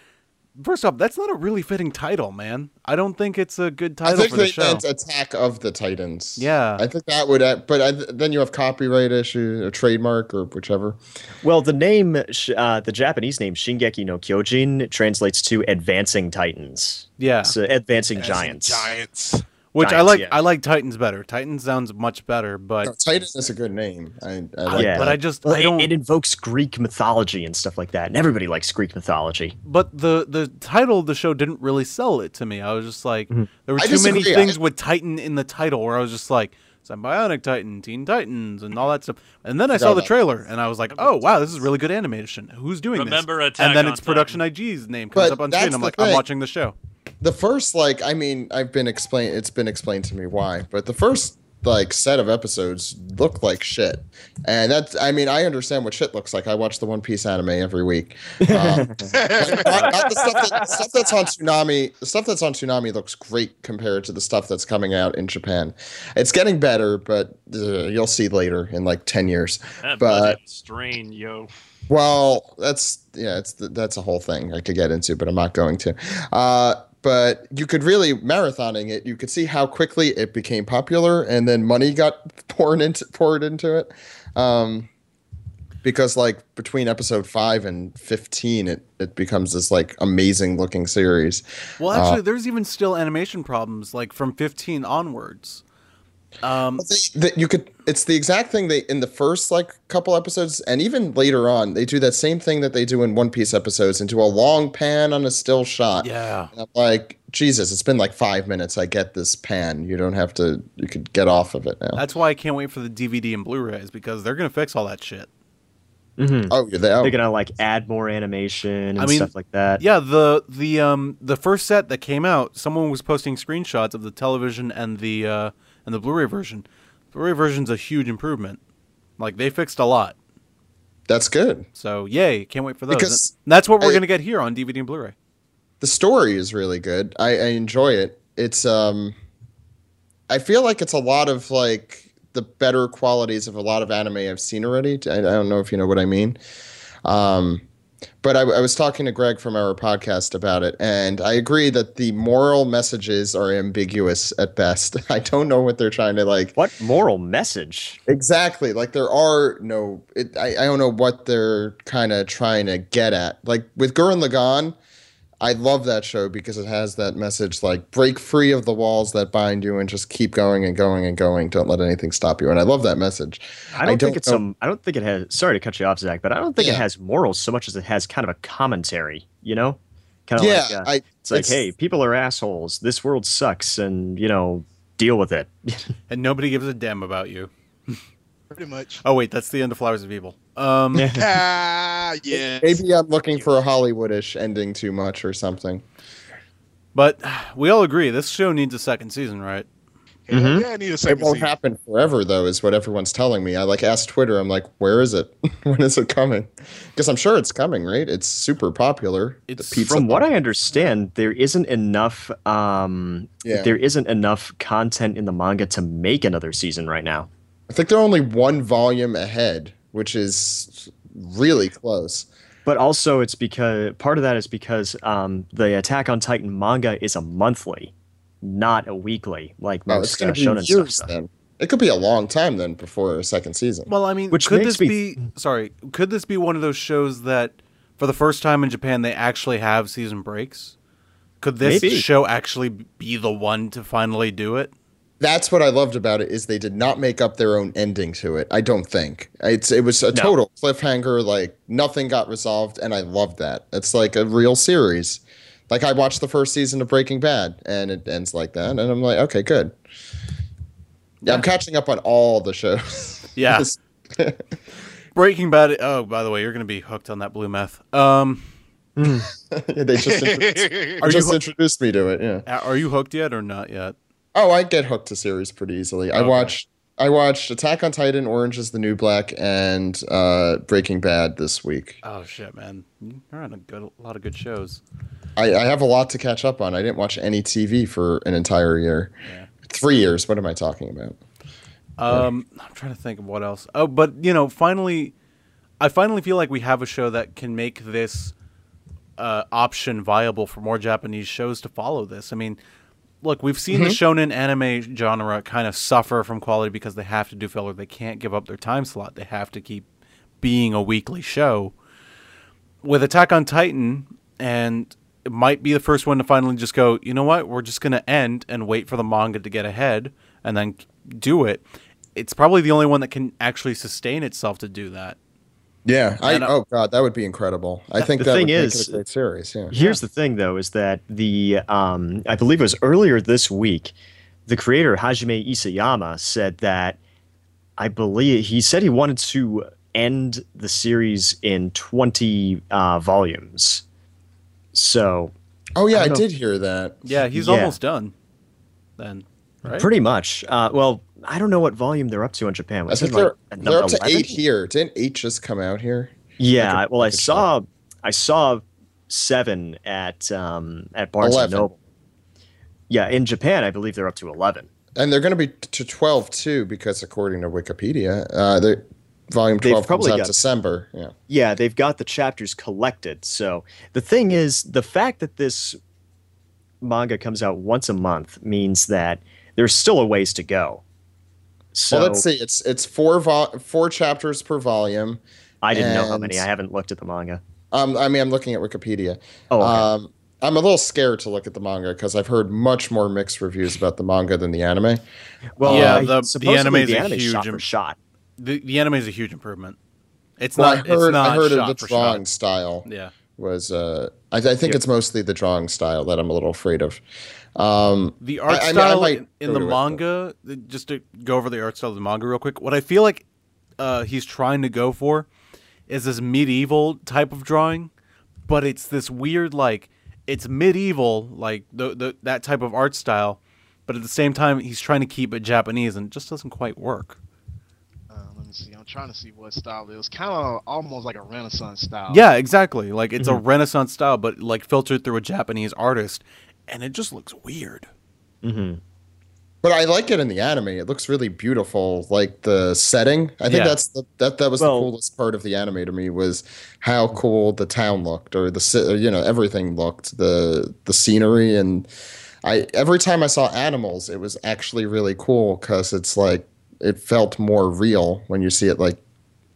Speaker 3: first off, that's not a really fitting title, man. I don't think it's a good
Speaker 7: I
Speaker 3: title
Speaker 7: think
Speaker 3: for the
Speaker 7: they
Speaker 3: show.
Speaker 7: meant Attack of the Titans.
Speaker 3: Yeah.
Speaker 7: I think that would, but I, then you have copyright issue or trademark or whichever.
Speaker 8: Well, the name, sh- uh, the Japanese name Shingeki no Kyojin, translates to Advancing Titans.
Speaker 3: Yeah,
Speaker 8: So advancing giants.
Speaker 5: Giants.
Speaker 3: which I
Speaker 8: Giants,
Speaker 3: like.
Speaker 8: yeah.
Speaker 3: I like Titans better. Titans sounds much better, but
Speaker 7: No, Titan is a good name. I, I like
Speaker 8: Yeah.
Speaker 3: but
Speaker 7: that.
Speaker 3: I just
Speaker 8: Well,
Speaker 3: I
Speaker 8: it-
Speaker 3: don't.
Speaker 8: it, invokes Greek mythology and stuff like that, and everybody likes Greek mythology.
Speaker 3: but the the title of the show didn't really sell it to me. I was just like, there were
Speaker 7: I
Speaker 3: too many
Speaker 7: disagree.
Speaker 3: things
Speaker 7: I-
Speaker 3: with Titan in the title where I was just like, Symbionic Titan, Teen Titans, and all that stuff. And then I saw
Speaker 7: Got
Speaker 3: the
Speaker 7: that.
Speaker 3: trailer and I was like, oh wow, this is really good animation. Who's doing
Speaker 6: Remember
Speaker 3: this?
Speaker 6: Attack
Speaker 3: and then
Speaker 6: on
Speaker 3: it's production IG's name comes
Speaker 7: But
Speaker 3: up on
Speaker 7: that's
Speaker 3: screen. I'm
Speaker 7: the
Speaker 3: like, I'm
Speaker 7: thing.
Speaker 3: watching the show.
Speaker 7: the first, like, I mean, I've been explained. It's been explained to me why, but the first like set of episodes look like shit. And that's I mean, I understand what shit looks like. I watch the One Piece anime every week. Um, but not, not the stuff, that, stuff that's on Tsunami, the stuff that's on Tsunami looks great compared to the stuff that's coming out in Japan. It's getting better, but uh, you'll see later in like 10 years.
Speaker 6: That
Speaker 7: but
Speaker 6: budget strain, yo.
Speaker 7: well, that's yeah, it's th- that's a whole thing I could get into, but I'm not going to. Uh, but you could really marathoning it. You could see how quickly it became popular, and then money got poured into poured into it. Um, because like between episode five and fifteen, it it becomes this like amazing looking series.
Speaker 3: Well, actually,
Speaker 7: Uh,
Speaker 3: there's even still animation problems, like from 15 onwards. Um,
Speaker 7: that you could it's the exact thing they in the first like couple episodes and even later on they do that same thing that they do in one piece episodes into a long pan on a still shot
Speaker 3: yeah
Speaker 7: And I'm like jesus it's been like five minutes i get this pan you don't have to you could get off of it now
Speaker 3: That's why I can't wait for the DVD and Blu-rays because they're gonna fix all that shit.
Speaker 7: oh yeah, they,
Speaker 8: are gonna like add more animation and
Speaker 3: I mean,
Speaker 8: stuff like that.
Speaker 3: Yeah, the the um the first set that came out, someone was posting screenshots of the television and the uh, and the Blu-ray version. Blu-ray version's a huge improvement. Like they fixed a lot.
Speaker 7: that's good
Speaker 3: So yay! Can't wait for those.
Speaker 7: Because
Speaker 3: And that's what we're
Speaker 7: I-
Speaker 3: gonna get here on DVD and Blu-ray.
Speaker 7: the story is really good. I, I enjoy it. It's um, I feel like it's a lot of like the better qualities of a lot of anime I've seen already. I, I don't know if you know what I mean. Um, but I, I was talking to Greg from our podcast about it, and I agree that the moral messages are ambiguous at best. I don't know what they're trying to like.
Speaker 8: What moral message?
Speaker 7: Exactly. Like there are no. It, I I don't know what they're kind of trying to get at. Like with Gurren Lagann, I love that show because it has that message like break free of the walls that bind you and just keep going and going and going. Don't let anything stop you. And I love that message.
Speaker 8: I don't, think it's
Speaker 7: know-
Speaker 8: some. I don't think it has. Sorry to cut you off, Zach, but I don't think it
Speaker 7: Yeah.
Speaker 8: has morals so much as it has kind of a commentary. You know, kind of
Speaker 7: Yeah,
Speaker 8: like uh,
Speaker 7: I-
Speaker 8: it's like,
Speaker 7: it's-
Speaker 8: hey, people are assholes. This world sucks, and you know, deal with it.
Speaker 3: And nobody gives a damn about you.
Speaker 9: Pretty much.
Speaker 3: Oh wait, that's the end of Flowers of Evil. Um,
Speaker 9: Ah, yeah.
Speaker 7: Maybe I'm looking for a Hollywoodish ending too much or something.
Speaker 3: but we all agree this show needs a second season, right?
Speaker 9: Hell
Speaker 3: mm-hmm.
Speaker 9: Yeah, I need a
Speaker 7: It
Speaker 9: second
Speaker 7: won't
Speaker 9: season.
Speaker 7: happen forever though, is what everyone's telling me. I like asked Twitter. I'm like, where is it? when is it coming? Because I'm sure it's coming, right? It's super popular. The
Speaker 3: It's
Speaker 7: pizza
Speaker 8: From what I understand, there isn't enough. Um,
Speaker 7: Yeah.
Speaker 8: there isn't enough content in the manga to make another season right now.
Speaker 7: I think they're only one volume ahead, which is really close.
Speaker 8: But also, it's because part of that is because um, the Attack on Titan manga is a monthly, not a weekly, like
Speaker 7: Wow, Oh, it's
Speaker 8: most uh,
Speaker 7: going to
Speaker 8: shonen
Speaker 7: be
Speaker 8: stuff.
Speaker 7: years then. It could be a long time then before a second season.
Speaker 3: Well, I mean,
Speaker 8: Which
Speaker 3: could
Speaker 8: makes
Speaker 3: this
Speaker 8: me-
Speaker 3: be sorry? Could this be one of those shows that, for the first time in Japan, they actually have season breaks? Could this
Speaker 8: Maybe.
Speaker 3: show actually be the one to finally do it?
Speaker 7: That's what I loved about it is they did not make up their own ending to it. I don't think it's it was a
Speaker 8: No.
Speaker 7: total cliffhanger. Like nothing got resolved, and I loved that. It's like a real series. Like I watched the first season of Breaking Bad, and it ends like that, and I'm like, okay, good. Yeah, I'm catching up on all the shows.
Speaker 3: Yeah.
Speaker 7: This-
Speaker 3: Breaking Bad. Oh, by the way, you're going to be hooked on that blue meth. Um,
Speaker 7: yeah, they just introduced,
Speaker 3: Are you Oh.
Speaker 7: just
Speaker 3: hooked-
Speaker 7: introduced me to it. Yeah.
Speaker 3: a- are you hooked yet or not yet?
Speaker 7: Oh, I get hooked to series pretty easily. I watched I watched Attack on Titan, Orange is the New Black, and uh, Breaking Bad this week.
Speaker 3: Oh shit, man! You're on a good, a lot of good shows.
Speaker 7: I, I have a lot to catch up on. I didn't watch any TV for an entire year. Three years. What am I talking about?
Speaker 3: Um, I'm trying to think of what else. Oh, but you know, finally, I finally feel like we have a show that can make this uh, option viable for more Japanese shows to follow this. I mean, look, we've seen the shonen anime genre kind of suffer from quality because they have to do filler. They can't give up their time slot. They have to keep being a weekly show. With Attack on Titan, and it might be the first one to finally just go, you know what, we're just going to end and wait for the manga to get ahead and then do it. It's probably the only one that can actually sustain itself to do that.
Speaker 7: Yeah. I,
Speaker 3: And, uh,
Speaker 7: oh God, that would be incredible. I think
Speaker 8: the
Speaker 7: that
Speaker 8: thing
Speaker 7: would
Speaker 8: is-
Speaker 7: make it a great series. Yeah.
Speaker 8: Here's the thing, though, is that the um, I believe it was earlier this week, the creator Hajime Isayama said that I believe he said he wanted to end the series in 20 uh, volumes. So
Speaker 7: Oh yeah,
Speaker 8: I
Speaker 7: I,
Speaker 8: don't know.
Speaker 7: did hear that.
Speaker 3: Yeah, he's
Speaker 8: Yeah.
Speaker 3: almost done. Then, right?
Speaker 8: pretty much, uh, well, I don't know what volume they're up to in Japan.
Speaker 7: I
Speaker 8: Was
Speaker 7: think
Speaker 8: it like
Speaker 7: they're,
Speaker 8: a
Speaker 7: they're up to
Speaker 8: 11?
Speaker 7: eight here. Didn't eight just come out here?
Speaker 8: Yeah, I- well, I saw I saw seven at um, at Barnes and
Speaker 7: 11.
Speaker 8: Noble. Yeah, in Japan, I believe they're up to eleven.
Speaker 7: And they're going to be t- to 12 too, because according to Wikipedia, uh, the volume
Speaker 8: They've
Speaker 7: 12 comes
Speaker 8: probably
Speaker 7: out
Speaker 8: got-
Speaker 7: December. Yeah.
Speaker 8: Yeah, they've got the chapters collected. So the thing is, the fact that this manga comes out once a month means that there's still a ways to go. So
Speaker 7: well, let's see. It's it's four vol- four chapters per volume.
Speaker 8: I didn't know how
Speaker 7: and-
Speaker 8: many. I haven't looked at the manga.
Speaker 7: Um, I mean, I'm looking at Wikipedia.
Speaker 8: Oh, okay.
Speaker 7: um, I'm a little scared to look at the manga because I've heard much more mixed reviews about the manga than the anime.
Speaker 8: Well,
Speaker 3: yeah,
Speaker 8: uh,
Speaker 3: the, the
Speaker 8: supposedly
Speaker 3: anime is
Speaker 8: the
Speaker 3: a
Speaker 8: anime's
Speaker 3: huge
Speaker 8: shot for
Speaker 3: im-
Speaker 8: shot.
Speaker 3: The, the anime is a huge improvement. It's
Speaker 7: Well,
Speaker 3: not.
Speaker 7: I heard,
Speaker 3: it's not
Speaker 7: I heard
Speaker 3: shot
Speaker 7: of the
Speaker 3: for
Speaker 7: drawing
Speaker 3: shot.
Speaker 7: style.
Speaker 3: Yeah.
Speaker 7: was uh, I, I think
Speaker 3: Yeah.
Speaker 7: it's mostly the drawing style that I'm a little afraid of. Um,
Speaker 3: The art
Speaker 7: I- I mean, I
Speaker 3: style
Speaker 7: might
Speaker 3: in, in
Speaker 7: go
Speaker 3: the
Speaker 7: to it, but-
Speaker 3: manga, th- just to go over the art style of the manga real quick, what I feel like uh, he's trying to go for is this medieval type of drawing, but it's this weird like it's medieval like the, the that type of art style, but at the same time he's trying to keep it Japanese and it just doesn't quite work.
Speaker 9: Uh, let me see. I'm trying to see what style it was. Kind of almost like a Renaissance
Speaker 7: Oh.
Speaker 9: style.
Speaker 3: Yeah, exactly. Like it's
Speaker 7: Mm-hmm.
Speaker 3: a Renaissance style, but like filtered through a Japanese artist, and it just looks weird.
Speaker 8: Mm-hmm.
Speaker 7: But I like it in the anime. It looks really beautiful, like the setting. I think
Speaker 3: Yeah.
Speaker 7: that's the, that that was
Speaker 8: Well-
Speaker 7: the coolest part of the anime to me was how cool the town looked, or the ci- or, you know everything looked, the the scenery, and I every time I saw animals, it was actually really cool because it's like it felt more real when you see it. Like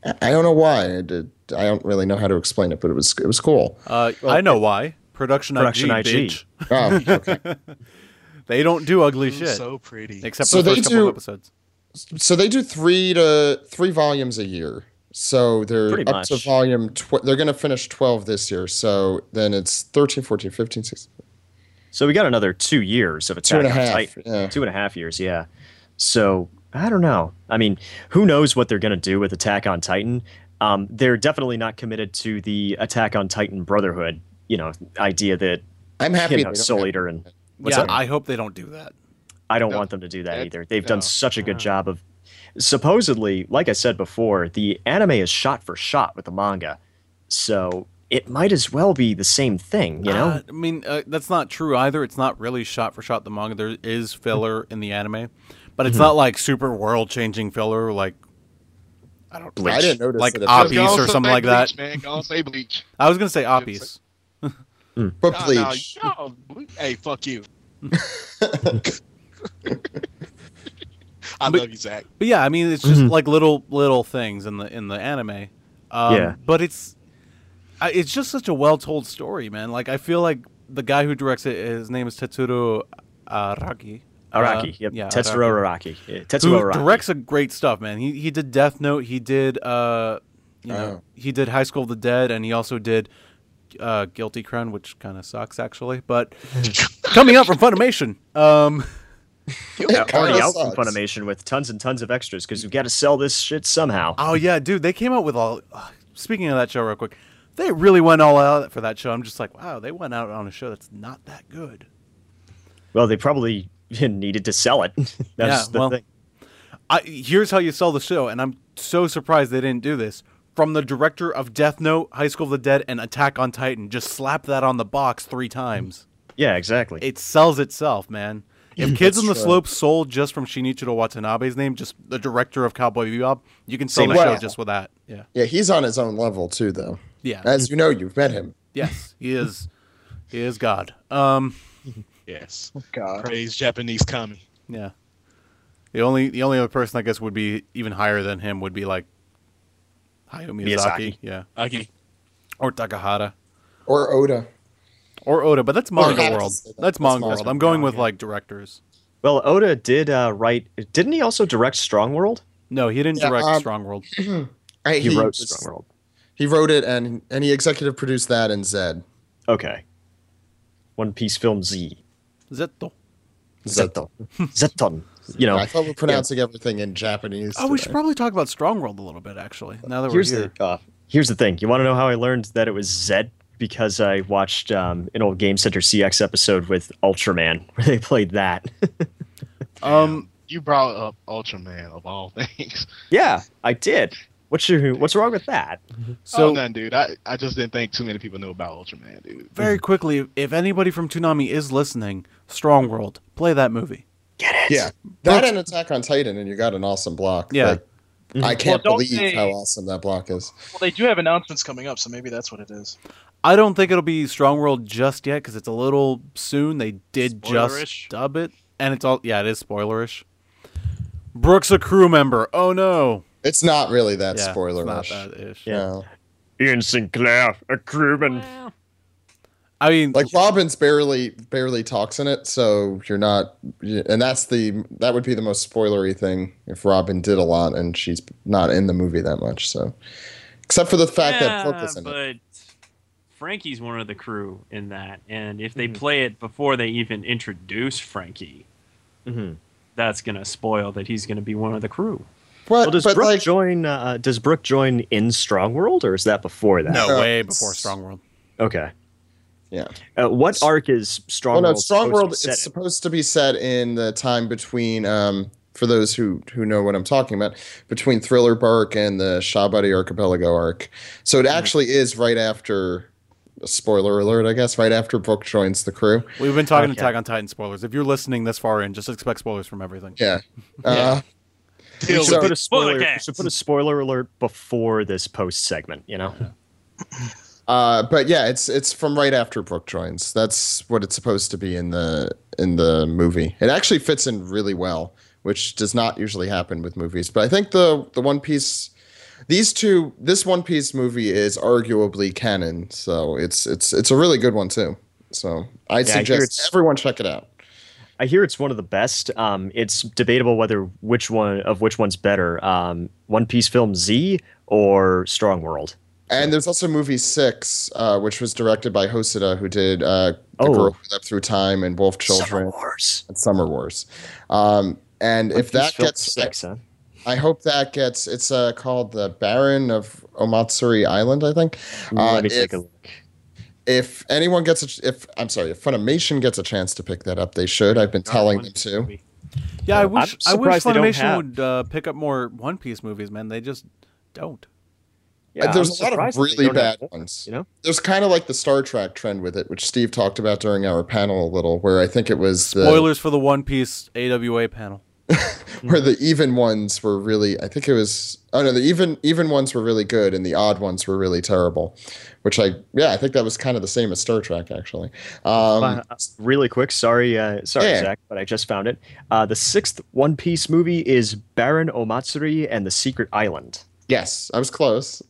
Speaker 7: I I don't know why. It, it, I don't really know how to explain it, but it was it was cool.
Speaker 3: Uh, I know why. Production,
Speaker 8: Production
Speaker 3: IG,
Speaker 8: IG.
Speaker 3: bitch.
Speaker 7: Oh, okay.
Speaker 3: They don't do ugly
Speaker 4: Ooh,
Speaker 3: shit.
Speaker 4: So pretty.
Speaker 3: except
Speaker 7: So
Speaker 3: for the
Speaker 7: they
Speaker 3: first couple
Speaker 7: do-
Speaker 3: of episodes.
Speaker 7: so they do three to three volumes a year. So they're
Speaker 8: Pretty
Speaker 7: up to
Speaker 8: much.
Speaker 7: volume. Tw- they're going to finish 12 this year. So then it's 13, 14, 15, 16.
Speaker 8: So we got another two years of attack.
Speaker 7: Two and a
Speaker 8: on
Speaker 7: half,
Speaker 8: Titan.
Speaker 7: yeah.
Speaker 8: Two and a half years, yeah. So I don't know. I mean, who knows what they're going to do with Attack on Titan? Um, they're definitely not committed to the Attack on Titan Brotherhood, you know, idea that
Speaker 7: I'm happy.
Speaker 8: you
Speaker 7: they
Speaker 8: know,
Speaker 7: don't
Speaker 8: Soul
Speaker 7: have-
Speaker 8: Eater and
Speaker 3: yeah, I hope they don't do that.
Speaker 8: I don't
Speaker 9: No.
Speaker 8: want them to do that
Speaker 9: That-
Speaker 8: either. They've
Speaker 9: no.
Speaker 8: done such a
Speaker 3: Uh-huh.
Speaker 8: good job of supposedly, like I said before, the anime is shot for shot with the manga. So it might as well be the same thing, you know?
Speaker 3: Uh, I mean, uh, that's not true either. It's not really shot for shot the manga. There is filler in the anime, but
Speaker 8: Mm-hmm.
Speaker 3: it's not like super world changing filler like I don't
Speaker 7: I didn't notice
Speaker 3: like
Speaker 7: that it
Speaker 9: Just
Speaker 3: Oppies
Speaker 9: go
Speaker 7: was-
Speaker 9: and
Speaker 3: or
Speaker 9: say
Speaker 3: something like that.
Speaker 9: Bleach, Man, go and say bleach.
Speaker 3: I was gonna say Oppies.
Speaker 7: But
Speaker 9: Nah, nah,
Speaker 7: Bleach.
Speaker 9: y'all ble-
Speaker 5: Hey, fuck you. I love you, Zach.
Speaker 3: But yeah, I mean, it's
Speaker 8: Mm-hmm.
Speaker 3: just like little little things in the in the anime. Um,
Speaker 8: Yeah.
Speaker 3: But it's I, it's just such a well told story, man. Like I feel like the guy who directs it, his name is Tetsuro Araki.
Speaker 8: Araki,
Speaker 3: Uh,
Speaker 8: yep.
Speaker 3: yeah,
Speaker 8: Tetsuro Araki. Yeah, Tetsuro
Speaker 3: who
Speaker 8: Araki.
Speaker 3: directs a great stuff, man. He he did Death Note. He did uh, you know, he did High School of the Dead, and he also did uh, Guilty Crown, which kind of sucks actually. But coming out from Funimation, um,
Speaker 7: It kinda
Speaker 8: already out from
Speaker 7: sucks.
Speaker 8: Funimation with tons and tons of extras because we've got to sell this shit somehow.
Speaker 3: oh yeah, dude, they came out with all. uh, speaking of that show, real quick, they really went all out for that show. I'm just like, wow, they went out on a show that's not that good.
Speaker 8: Well, they probably needed to sell it. That's
Speaker 3: Yeah,
Speaker 8: the
Speaker 3: well-
Speaker 8: thing.
Speaker 3: I, here's how you sell the show, and I'm so surprised they didn't do this. From the director of Death Note, High School of the Dead, and Attack on Titan, just slap that on the box three times.
Speaker 8: Yeah, exactly.
Speaker 3: It sells itself, man. If Kids on the
Speaker 7: true.
Speaker 3: Slope sold just from Shinichiro Watanabe's name, just the director of Cowboy Bebop, you can sell
Speaker 8: Same
Speaker 3: the
Speaker 7: idea.
Speaker 3: show just with that. Yeah.
Speaker 7: Yeah, he's on his own level too, though.
Speaker 3: Yeah.
Speaker 7: As you know, you've met him.
Speaker 3: yes. He is. He is God. Um.
Speaker 5: Yes.
Speaker 4: God.
Speaker 5: Praise Japanese kami.
Speaker 3: Yeah. The only the only other person I guess would be even higher than him would be like Hayao Miyazaki.
Speaker 8: Miyazaki.
Speaker 3: Yeah.
Speaker 5: Okay.
Speaker 3: Or Takahata.
Speaker 7: Or Oda.
Speaker 3: or Oda, but that's
Speaker 7: Well, you
Speaker 3: manga
Speaker 7: have to
Speaker 3: world.
Speaker 7: say that.
Speaker 3: That's
Speaker 7: That's
Speaker 3: manga
Speaker 7: manga
Speaker 3: world. I'm going
Speaker 8: world,
Speaker 3: with
Speaker 8: yeah.
Speaker 3: like directors.
Speaker 8: well, Oda did uh, write. Didn't he also direct Strong World?
Speaker 3: No, he didn't
Speaker 7: Yeah,
Speaker 3: direct
Speaker 7: um,
Speaker 3: Strong World.
Speaker 7: I,
Speaker 8: He, wrote
Speaker 7: was-
Speaker 8: Strong World.
Speaker 7: He wrote it and and he executive produced that and Zed.
Speaker 8: Okay. One Piece film Z.
Speaker 3: Zetto.
Speaker 8: Zeton. Zeton. You know,
Speaker 7: I thought we were pronouncing everything in Japanese.
Speaker 3: Oh, we should
Speaker 7: today.
Speaker 3: probably talk about Strong World a little bit actually. Now that we're
Speaker 8: here's
Speaker 3: here,
Speaker 8: the uh, here's the thing. You want to know how I learned that it was Zed because I watched um, an old Game Center CX episode with Ultraman where they played that.
Speaker 3: um,
Speaker 7: Oh,
Speaker 9: You you brought up Ultraman of all things.
Speaker 8: Yeah, I did. What's your What's wrong with that?
Speaker 9: So oh, none, dude. I, I just didn't think too many people knew about Ultraman, dude.
Speaker 3: Very quickly, if anybody from Toonami is listening, Strong World, play that movie.
Speaker 7: Yeah, that and Attack on Titan, and you got an awesome block.
Speaker 3: Yeah.
Speaker 7: Like, I can't
Speaker 4: Well, don't
Speaker 7: believe
Speaker 4: they-
Speaker 7: how awesome that block is.
Speaker 4: Well, they do have announcements coming up, so maybe that's what it is.
Speaker 3: I don't think it'll be Strong World just yet because it's a little soon. They did
Speaker 6: Spoilerish.
Speaker 3: just dub it, and it's all yeah, it is spoilerish. Brooks a crew member. Oh no,
Speaker 7: It's not really that
Speaker 3: Yeah,
Speaker 7: spoiler
Speaker 3: Not
Speaker 7: much.
Speaker 3: that ish.
Speaker 7: No.
Speaker 11: Ian Sinclair, a crewman.
Speaker 3: I mean,
Speaker 7: Like Robin's barely barely talks in it, so you're not, and that's the that would be the most spoilery thing if Robin did a lot and she's not in the movie that much. So, except for the fact that Brooke is in it.
Speaker 6: but Frankie's one of the crew in that, and if
Speaker 7: Mm-hmm.
Speaker 6: they play it before they even introduce Frankie,
Speaker 7: Mm-hmm.
Speaker 8: Mhm.
Speaker 6: that's gonna spoil that he's gonna be one of the crew.
Speaker 7: But,
Speaker 8: Well, does
Speaker 7: but
Speaker 8: Brooke
Speaker 7: like,
Speaker 8: join? Uh, does Brooke join in Strong World, or is that before that?
Speaker 3: no
Speaker 7: uh,
Speaker 3: way before Strong World.
Speaker 8: Okay.
Speaker 7: yeah.
Speaker 8: Uh, what arc is Strong
Speaker 7: Well, oh, no,
Speaker 8: World?
Speaker 7: Strong
Speaker 8: supposed to
Speaker 7: World.
Speaker 8: be
Speaker 7: It's
Speaker 8: set in?
Speaker 7: supposed to be set in the time between, um, for those who who know what I'm talking about, between Thriller Bark and the Shabadi Archipelago arc. So
Speaker 8: Mm-hmm.
Speaker 7: it actually is right after. Spoiler alert, I guess. Right after Brooke joins the crew.
Speaker 3: We've been talking
Speaker 8: Okay.
Speaker 3: Attack on Titan spoilers. If you're listening this far in, just expect spoilers from everything.
Speaker 7: Yeah. Uh,
Speaker 8: We
Speaker 9: Till
Speaker 8: should, put a
Speaker 6: Spoiler
Speaker 8: spoiler, we
Speaker 6: cast.
Speaker 8: should put a spoiler alert before this post segment. You know,
Speaker 7: Uh, but yeah, it's it's from right after Brooke joins. That's what it's supposed to be in the in the movie. It actually fits in really well, which does not usually happen with movies. But I think the the One Piece, these two, this One Piece movie is arguably canon, so it's it's it's a really good one too. So I
Speaker 8: I hear
Speaker 7: suggest
Speaker 8: it's-
Speaker 7: everyone check it out.
Speaker 8: I hear it's one of the best. Um, it's debatable whether which one of which one's better, um, One Piece film Z or Strong World.
Speaker 7: And there's also movie six, uh, which was directed by Hosoda, who did uh, The
Speaker 8: Oh.
Speaker 7: Girl Who Leapt Through Time and Wolf
Speaker 8: Summer
Speaker 7: Children
Speaker 8: Wars.
Speaker 7: and Summer Wars. Um, and if
Speaker 8: One Piece
Speaker 7: that
Speaker 8: film
Speaker 7: gets
Speaker 8: six, huh?
Speaker 7: I hope that gets. It's uh, called the Baron of Omatsuri Island, I think. Uh,
Speaker 8: Let me
Speaker 7: if,
Speaker 8: take a look.
Speaker 7: if anyone gets, a, ch- if I'm sorry, if Funimation gets a chance to pick that up, they should. I've been telling them to.
Speaker 3: Yeah, I wish I
Speaker 8: I'm
Speaker 3: wish
Speaker 8: surprised they don't
Speaker 3: Funimation
Speaker 8: have-
Speaker 3: would uh, pick up more One Piece movies, man. They just don't.
Speaker 8: Yeah,
Speaker 7: There's
Speaker 8: I'm
Speaker 7: a lot of
Speaker 8: surprised that they
Speaker 7: really
Speaker 8: don't have
Speaker 7: bad
Speaker 8: more,
Speaker 7: ones.
Speaker 8: You know,
Speaker 7: There's kind of like the Star Trek trend with it, which Steve talked about during our panel a little, where I think it was the,
Speaker 3: Spoilers for the One Piece AWA panel.
Speaker 7: where the even ones were really. I think it was. Oh no, the even even ones were really good, and the odd ones were really terrible. Which I yeah, I think that was kind of the same as Star Trek actually. Um,
Speaker 8: Uh, really quick. Sorry, uh, sorry,
Speaker 7: Yeah.
Speaker 8: Zach, but I just found it. Uh, the sixth One Piece movie is Baron Omatsuri and the Secret Island.
Speaker 7: Yes, I was close.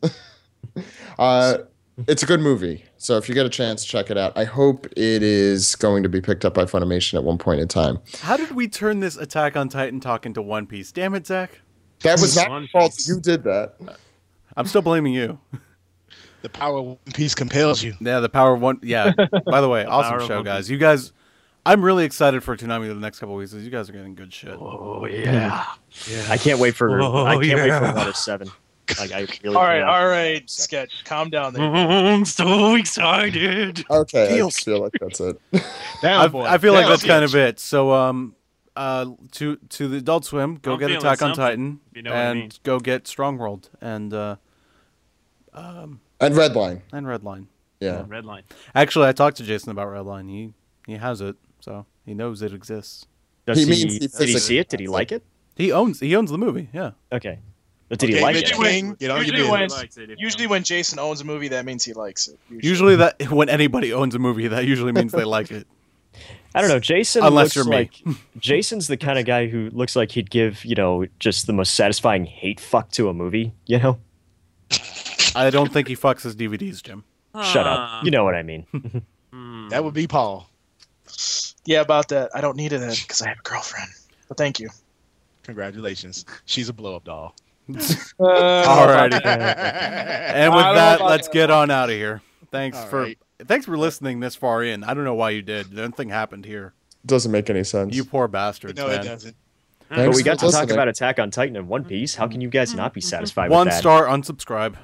Speaker 7: uh, it's a good movie, so if you get a chance, check it out. I hope it is going to be picked up by Funimation at one point in time.
Speaker 3: How did we turn this Attack on Titan talk into One Piece? Damn it, Zach!
Speaker 7: That was not
Speaker 6: One
Speaker 7: your fault. You did that.
Speaker 3: I'm still blaming you.
Speaker 5: The power of One Piece compels you.
Speaker 3: Yeah, the power of one. Yeah. By the way,
Speaker 6: power
Speaker 3: awesome
Speaker 6: of
Speaker 3: show,
Speaker 6: one
Speaker 3: guys. You guys, I'm really excited for Toonami the next couple weeks. 'cause You guys are getting good shit.
Speaker 6: Oh yeah.
Speaker 8: I can't wait for
Speaker 6: Oh,
Speaker 8: I can't wait
Speaker 6: yeah.
Speaker 8: for Water Seven. Like I really
Speaker 4: All right,
Speaker 8: cannot.
Speaker 4: all right, sketch. Calm down there.
Speaker 6: I'm so excited.
Speaker 7: Okay, I just feel like that's it.
Speaker 9: Down
Speaker 3: I,
Speaker 9: boy.
Speaker 3: I feel like
Speaker 9: Down,
Speaker 3: that's
Speaker 9: bitch.
Speaker 3: kind of it. So, um, uh, to to the Adult Swim, go
Speaker 6: I'm
Speaker 3: get
Speaker 6: feeling
Speaker 3: Attack on
Speaker 6: something,
Speaker 3: Titan,
Speaker 6: if you know what I
Speaker 3: and
Speaker 6: mean.
Speaker 3: go get Strong World and uh,
Speaker 7: And Redline.
Speaker 3: and Redline.
Speaker 7: Yeah.
Speaker 6: Red line.
Speaker 3: Actually, I talked to Jason about Redline. He he has it, so he knows it exists.
Speaker 8: Does
Speaker 7: He
Speaker 8: he,
Speaker 7: means he
Speaker 8: did he
Speaker 7: physically
Speaker 8: see it? Did he like it?
Speaker 3: He owns he owns the movie. Yeah.
Speaker 8: Okay. But did he
Speaker 5: Okay,
Speaker 8: like
Speaker 5: Mitch
Speaker 8: it?
Speaker 4: wait.
Speaker 5: King, get on your
Speaker 4: Usually
Speaker 5: business.
Speaker 4: when-
Speaker 6: Likes it if
Speaker 4: Usually,
Speaker 6: you
Speaker 4: when Jason owns a movie, that means he likes it.
Speaker 3: Usually, that when anybody owns a movie, that usually means they like it.
Speaker 8: I don't know. Jason looks
Speaker 3: Unless you're me.
Speaker 8: like Jason's the kind of guy who looks like he'd give, you know, just the most satisfying hate fuck to a movie, you know?
Speaker 3: I don't think he fucks his DVDs, Jim.
Speaker 6: don't.
Speaker 8: Shut up. You know what I mean.
Speaker 6: Hmm.
Speaker 5: That would be Paul.
Speaker 4: Yeah, about that. I don't need it because I have a girlfriend. But thank you.
Speaker 5: Congratulations. She's a blow up doll.
Speaker 3: Alrighty. And with
Speaker 4: I don't
Speaker 3: that,
Speaker 4: know about
Speaker 3: let's
Speaker 4: that.
Speaker 3: get on out of here. Thanks
Speaker 5: All
Speaker 3: for
Speaker 5: right.
Speaker 3: thanks for listening this far in. I don't know why you did. Nothing happened here.
Speaker 7: Doesn't make any sense.
Speaker 3: You poor bastards,
Speaker 5: no, it
Speaker 3: man.
Speaker 5: doesn't.
Speaker 8: But
Speaker 7: Thanks
Speaker 8: we got
Speaker 7: for
Speaker 8: to talk
Speaker 7: listening.
Speaker 8: about Attack on Titan and One Piece. How can you guys not be satisfied
Speaker 3: One
Speaker 8: with that?
Speaker 3: star unsubscribe.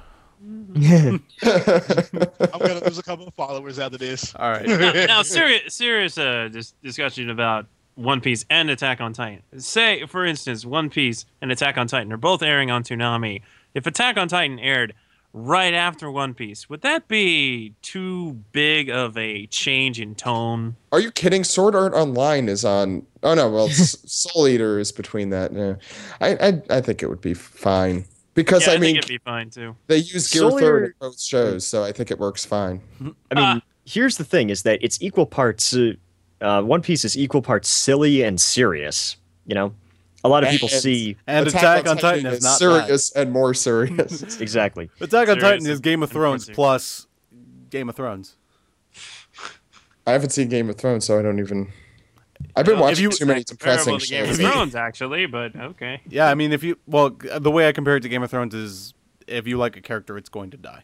Speaker 5: I'm going to lose a couple of followers after this.
Speaker 3: All right.
Speaker 6: now, now serious, serious uh, dis- discussion about One Piece and Attack on Titan. Say, for instance, One Piece and Attack on Titan are both airing on Toonami. If Attack on Titan aired right after One Piece, would that be too big of a change in tone?
Speaker 7: Are you kidding? Sword Art Online is on. Oh no, well, S- Soul Eater is between that. Yeah. I, I I think it would be fine because
Speaker 6: Yeah,
Speaker 7: I mean
Speaker 6: think it'd be fine too.
Speaker 7: they use Gear
Speaker 8: Soul
Speaker 7: Third in
Speaker 8: Eater-
Speaker 7: both shows, so I think it works fine.
Speaker 8: I mean, here's the thing: is that it's equal parts. Uh, uh, One Piece is equal parts silly and serious. You know, a lot of people
Speaker 7: And-
Speaker 8: see
Speaker 3: And Attack on Titan is not that.
Speaker 7: serious and more serious.
Speaker 8: exactly.
Speaker 3: Attack on
Speaker 6: Serious
Speaker 3: Titan is
Speaker 6: and-
Speaker 3: Game of
Speaker 6: and
Speaker 3: Thrones
Speaker 6: frenzy.
Speaker 3: plus Game of Thrones.
Speaker 7: I haven't seen Game of Thrones, so I don't even. I've been
Speaker 6: Well,
Speaker 7: watching too many
Speaker 6: Comparable
Speaker 7: depressing
Speaker 6: to Game
Speaker 7: shows.
Speaker 6: of Thrones, actually, but okay.
Speaker 3: Yeah, I mean, if you well, g- the way I compare it to Game of Thrones is if you like a character, it's going to die.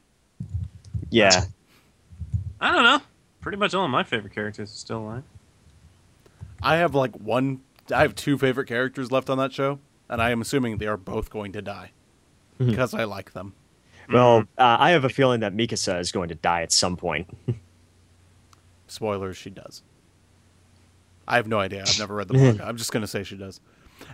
Speaker 8: Yeah,
Speaker 6: I don't know. Pretty much all of my favorite characters are still alive.
Speaker 3: I have like one, I have two favorite characters left on that show, and I am assuming they are both going to die
Speaker 8: Mm-hmm.
Speaker 3: because I like them.
Speaker 8: Well, uh, I have a feeling that Mikasa is going to die at some point.
Speaker 3: Spoilers, she does. I have no idea. I've never read the manga. I'm just gonna say she does.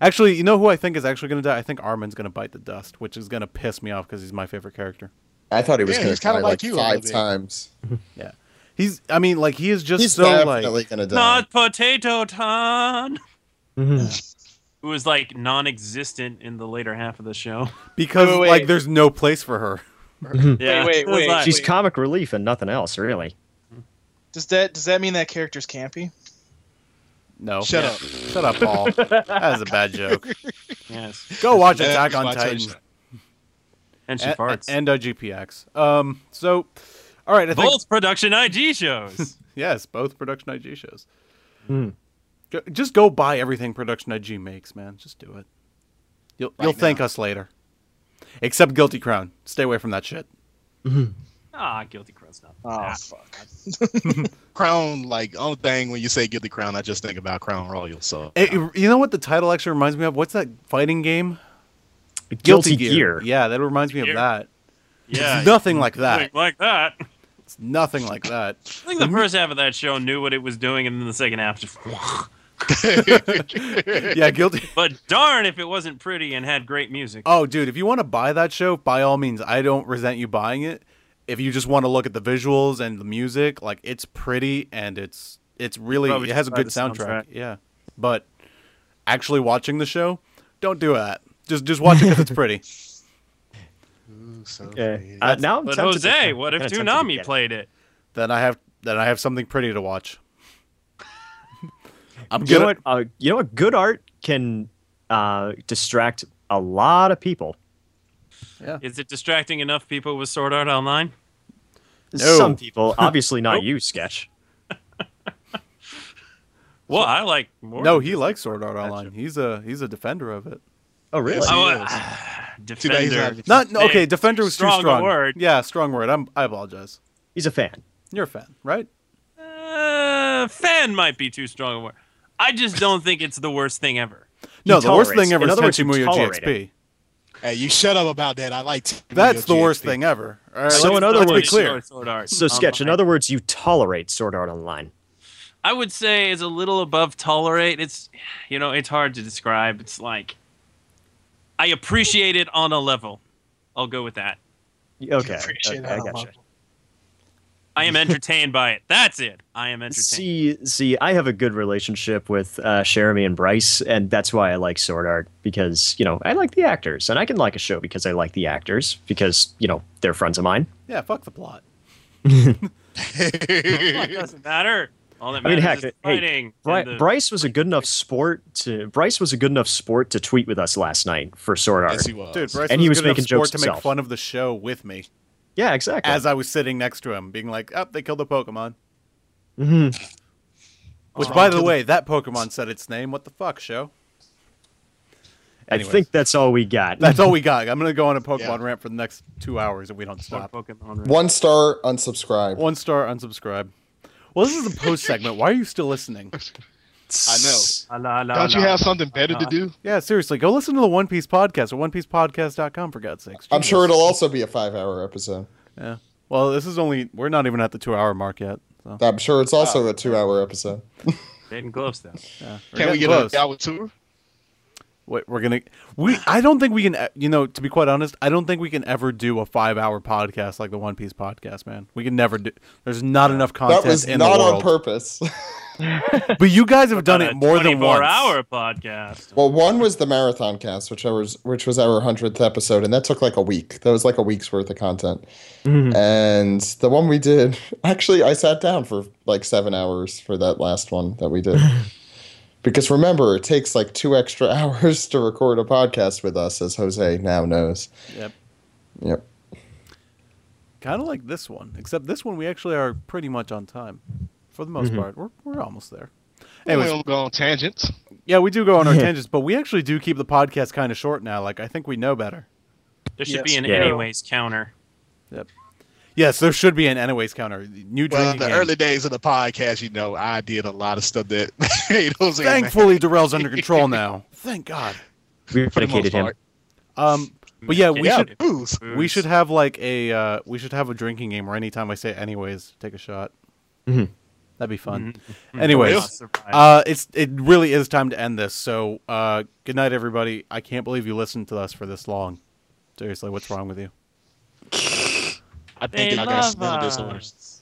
Speaker 3: Actually, you know who I think is actually gonna die? I think Armin's gonna bite the dust, which is gonna piss me off because he's my favorite character.
Speaker 7: I thought he was
Speaker 5: Yeah,
Speaker 7: going
Speaker 5: he's
Speaker 7: to die
Speaker 5: kinda
Speaker 7: like,
Speaker 5: like you a little
Speaker 7: five
Speaker 5: bit.
Speaker 7: times.
Speaker 3: Yeah, he's. I mean, like he is just
Speaker 7: He's
Speaker 3: so like.
Speaker 7: definitely going to die.
Speaker 6: Not potato ton. Who was like non-existent in the later half of the show.
Speaker 3: because
Speaker 4: Wait, wait,
Speaker 3: like
Speaker 4: wait.
Speaker 3: there's no place for her.
Speaker 6: Yeah.
Speaker 4: wait,
Speaker 6: it was
Speaker 4: wait.
Speaker 6: like-
Speaker 8: She's comic relief and nothing else, really.
Speaker 4: Does that does that mean that character's campy?
Speaker 3: No,
Speaker 5: Shut
Speaker 3: Oh, Yeah.
Speaker 5: up.
Speaker 3: shut up, Paul. that was a bad joke.
Speaker 6: yes.
Speaker 3: Go watch
Speaker 5: That
Speaker 3: Attack
Speaker 5: was
Speaker 3: on
Speaker 5: my
Speaker 3: Titan
Speaker 5: touchdown.
Speaker 6: And she
Speaker 3: and,
Speaker 6: farts.
Speaker 3: and uh, GPX. Um, so all right, I think
Speaker 6: both production IG shows.
Speaker 3: yes, both production IG shows.
Speaker 8: Hmm.
Speaker 3: Ju- Just go buy everything production IG makes, man. Just do it. You'll you'll thank us later. Except Guilty Crown. Stay away from that shit.
Speaker 6: Ah, guilty crown's not.
Speaker 4: Oh
Speaker 6: Ah.
Speaker 4: fuck.
Speaker 5: Crown, like only thing when you say Guilty Crown, I just think about Crown Royal. So
Speaker 3: Eh, you know what the title actually reminds me of? What's that fighting game?
Speaker 8: Guilty Gear.
Speaker 3: Yeah, that reminds me
Speaker 6: Gear.
Speaker 3: of that.
Speaker 6: Yeah.
Speaker 3: It's nothing like that.
Speaker 6: Like, like that.
Speaker 3: It's nothing like that.
Speaker 6: I think the first half of that show knew what it was doing, and then the second half just.
Speaker 3: Yeah, Guilty
Speaker 6: but darn if it wasn't pretty and had great music.
Speaker 3: Oh, dude, if you want to buy that show, by all means, I don't resent you buying it. If you just want to look at the visuals and the music, like it's pretty and it's it's really
Speaker 6: Probably
Speaker 3: it has a
Speaker 6: just buy
Speaker 3: good
Speaker 6: the
Speaker 3: soundtrack.
Speaker 6: soundtrack.
Speaker 3: Yeah. But actually watching the show, don't do that. Just just watch it because it's pretty.
Speaker 8: Yeah. Uh, now I'm
Speaker 6: But
Speaker 8: tempted to-
Speaker 6: Jose, what if
Speaker 8: kinda tempted to
Speaker 6: Toonami
Speaker 8: get it.
Speaker 6: played it?
Speaker 3: Then I have then I have something pretty to watch. I'm
Speaker 8: You know
Speaker 3: gonna
Speaker 8: what? Uh, you know what? Good art can uh, distract a lot of people.
Speaker 6: Is it distracting enough people with Sword Art Online?
Speaker 3: No.
Speaker 8: Some people, obviously not you, Sketch.
Speaker 6: Well, I like more.
Speaker 3: No, he likes Sword Art Online. He's a he's a defender of it.
Speaker 8: Oh, really?
Speaker 6: I
Speaker 5: he
Speaker 6: want-
Speaker 5: is. Too bad he's
Speaker 6: defender.
Speaker 5: not-
Speaker 3: Not no,
Speaker 6: Man,
Speaker 3: okay, defender was
Speaker 6: strong
Speaker 3: too strong.
Speaker 6: word.
Speaker 3: Yeah, strong word. I'm I apologize.
Speaker 8: He's a fan.
Speaker 3: You're a fan, right?
Speaker 6: Uh, fan might be too strong a word. I just don't think it's the worst thing ever.
Speaker 3: No, the
Speaker 8: tolerates-
Speaker 3: worst thing ever
Speaker 8: in
Speaker 3: is
Speaker 8: other words, you
Speaker 3: Tenchi Muyo
Speaker 8: tolerate
Speaker 3: GXP.
Speaker 5: hey, you shut up about that. I like
Speaker 3: That's the worst thing ever. All right,
Speaker 8: So
Speaker 3: let's,
Speaker 8: in other
Speaker 3: let's
Speaker 8: words-
Speaker 3: be clear.
Speaker 6: Sword Art
Speaker 8: So, Sketch, in
Speaker 6: Online.
Speaker 8: other words, you tolerate Sword Art Online.
Speaker 6: I would say is a little above tolerate. It's, you know, it's hard to describe. It's like, I appreciate it on a level. I'll go with that.
Speaker 8: Okay.
Speaker 4: Appreciate
Speaker 8: okay,
Speaker 4: that
Speaker 8: I
Speaker 4: a lot.
Speaker 8: gotcha.
Speaker 6: I am entertained by it. That's it. I am entertained.
Speaker 8: See, see, I have a good relationship with uh, Jeremy and Bryce, and that's why I like Sword Art because you know I like the actors, and I can like a show because I like the actors because you know they're friends of mine.
Speaker 3: Yeah, fuck the plot.
Speaker 6: Well, it doesn't matter. All that
Speaker 8: I mean,
Speaker 6: matters
Speaker 8: heck,
Speaker 6: is the
Speaker 8: hey,
Speaker 6: fighting. and
Speaker 8: Bry-
Speaker 6: the-
Speaker 8: Bryce was a good enough sport to Bryce was a good enough sport to tweet with us last night for Sword Art.
Speaker 5: Yes, he was.
Speaker 3: Dude, Bryce
Speaker 8: And
Speaker 3: was,
Speaker 8: he was
Speaker 3: good enough
Speaker 8: making
Speaker 3: sport
Speaker 8: jokes
Speaker 3: to make
Speaker 8: himself.
Speaker 3: fun of the show with me
Speaker 8: yeah, exactly.
Speaker 3: as I was sitting next to him, being like, oh, they killed the Pokemon.
Speaker 8: Mhm.
Speaker 3: Which, by the way, that Pokemon said its name. What the fuck, show?
Speaker 8: I
Speaker 3: anyways.
Speaker 8: think that's all we got.
Speaker 3: That's all we got. I'm going to go on a Pokemon
Speaker 5: Yeah.
Speaker 3: rant for the next two hours if we don't stop.
Speaker 6: Fuck Pokemon Red.
Speaker 7: One star unsubscribe.
Speaker 3: One star, unsubscribe. Well, this is the post segment. Why are you still listening?
Speaker 5: I know.
Speaker 6: Ah, la, la,
Speaker 9: Don't you
Speaker 6: la.
Speaker 9: have something better to do?
Speaker 3: Yeah, seriously, go listen to the One Piece podcast at onepiecepodcast.com, for God's sakes.
Speaker 7: I'm
Speaker 3: Jesus.
Speaker 7: sure it'll also be a five hour episode.
Speaker 3: Yeah. Well, this is only, we're not even at the two hour mark yet. So.
Speaker 5: Ah.
Speaker 7: I'm sure it's also a two hour episode.
Speaker 6: Getting close though.
Speaker 9: Can we get
Speaker 3: close.
Speaker 9: a Yawa tour?
Speaker 3: Wait, we're gonna we. I don't think we can. uh, You know, to be quite honest, I don't think we can ever do a five-hour podcast like the One Piece podcast, man. We can never do. There's not enough content
Speaker 7: that was
Speaker 3: in
Speaker 7: not
Speaker 3: the
Speaker 7: on
Speaker 3: world.
Speaker 7: purpose.
Speaker 3: but you guys have done it more than once.
Speaker 6: Uh, hour podcast.
Speaker 7: well, one was the marathon cast, which I was, which was our hundredth episode, and that took like a week. That was like a week's worth of content. And the one we did, actually, I sat down for like seven hours for that last one that we did. because remember, it takes like two extra hours to record a podcast with us, as Jose now knows.
Speaker 3: Yep.
Speaker 7: Yep.
Speaker 3: Kind of like this one, except this one we actually are pretty much on time, for the most part. We're we're almost there.
Speaker 9: Anyways,
Speaker 3: Anyways,
Speaker 9: we don't go on tangents.
Speaker 3: yeah, we do go on our tangents, but we actually do keep the podcast kind of short now. Like I think we know better.
Speaker 6: There should
Speaker 4: Yes.
Speaker 6: be an
Speaker 8: Yeah.
Speaker 6: anyways counter.
Speaker 3: Yes, there should be an anyways counter. New
Speaker 9: Well, in
Speaker 3: drinking
Speaker 9: the
Speaker 3: game.
Speaker 9: early days of the podcast, you know, I did a lot of stuff that made Jose mad.
Speaker 3: Thankfully, Darrell's under control now. Thank God.
Speaker 8: We
Speaker 9: for the most
Speaker 8: placated him.
Speaker 9: part.
Speaker 3: Um, but yeah, we
Speaker 6: Yeah.
Speaker 3: should
Speaker 9: Booze.
Speaker 3: we should have like a uh, we should have a drinking game where anytime I say anyways, take a shot.
Speaker 8: Mhm.
Speaker 3: That'd be fun.
Speaker 6: I'll
Speaker 3: Anyways,
Speaker 6: survive.
Speaker 3: uh, it's it really is time to end this. So uh, good night, everybody. I can't believe you listened to us for this long. Seriously, what's wrong with you?
Speaker 9: I
Speaker 6: They
Speaker 9: think y'all got
Speaker 6: love
Speaker 9: smell
Speaker 6: us.
Speaker 9: disorders.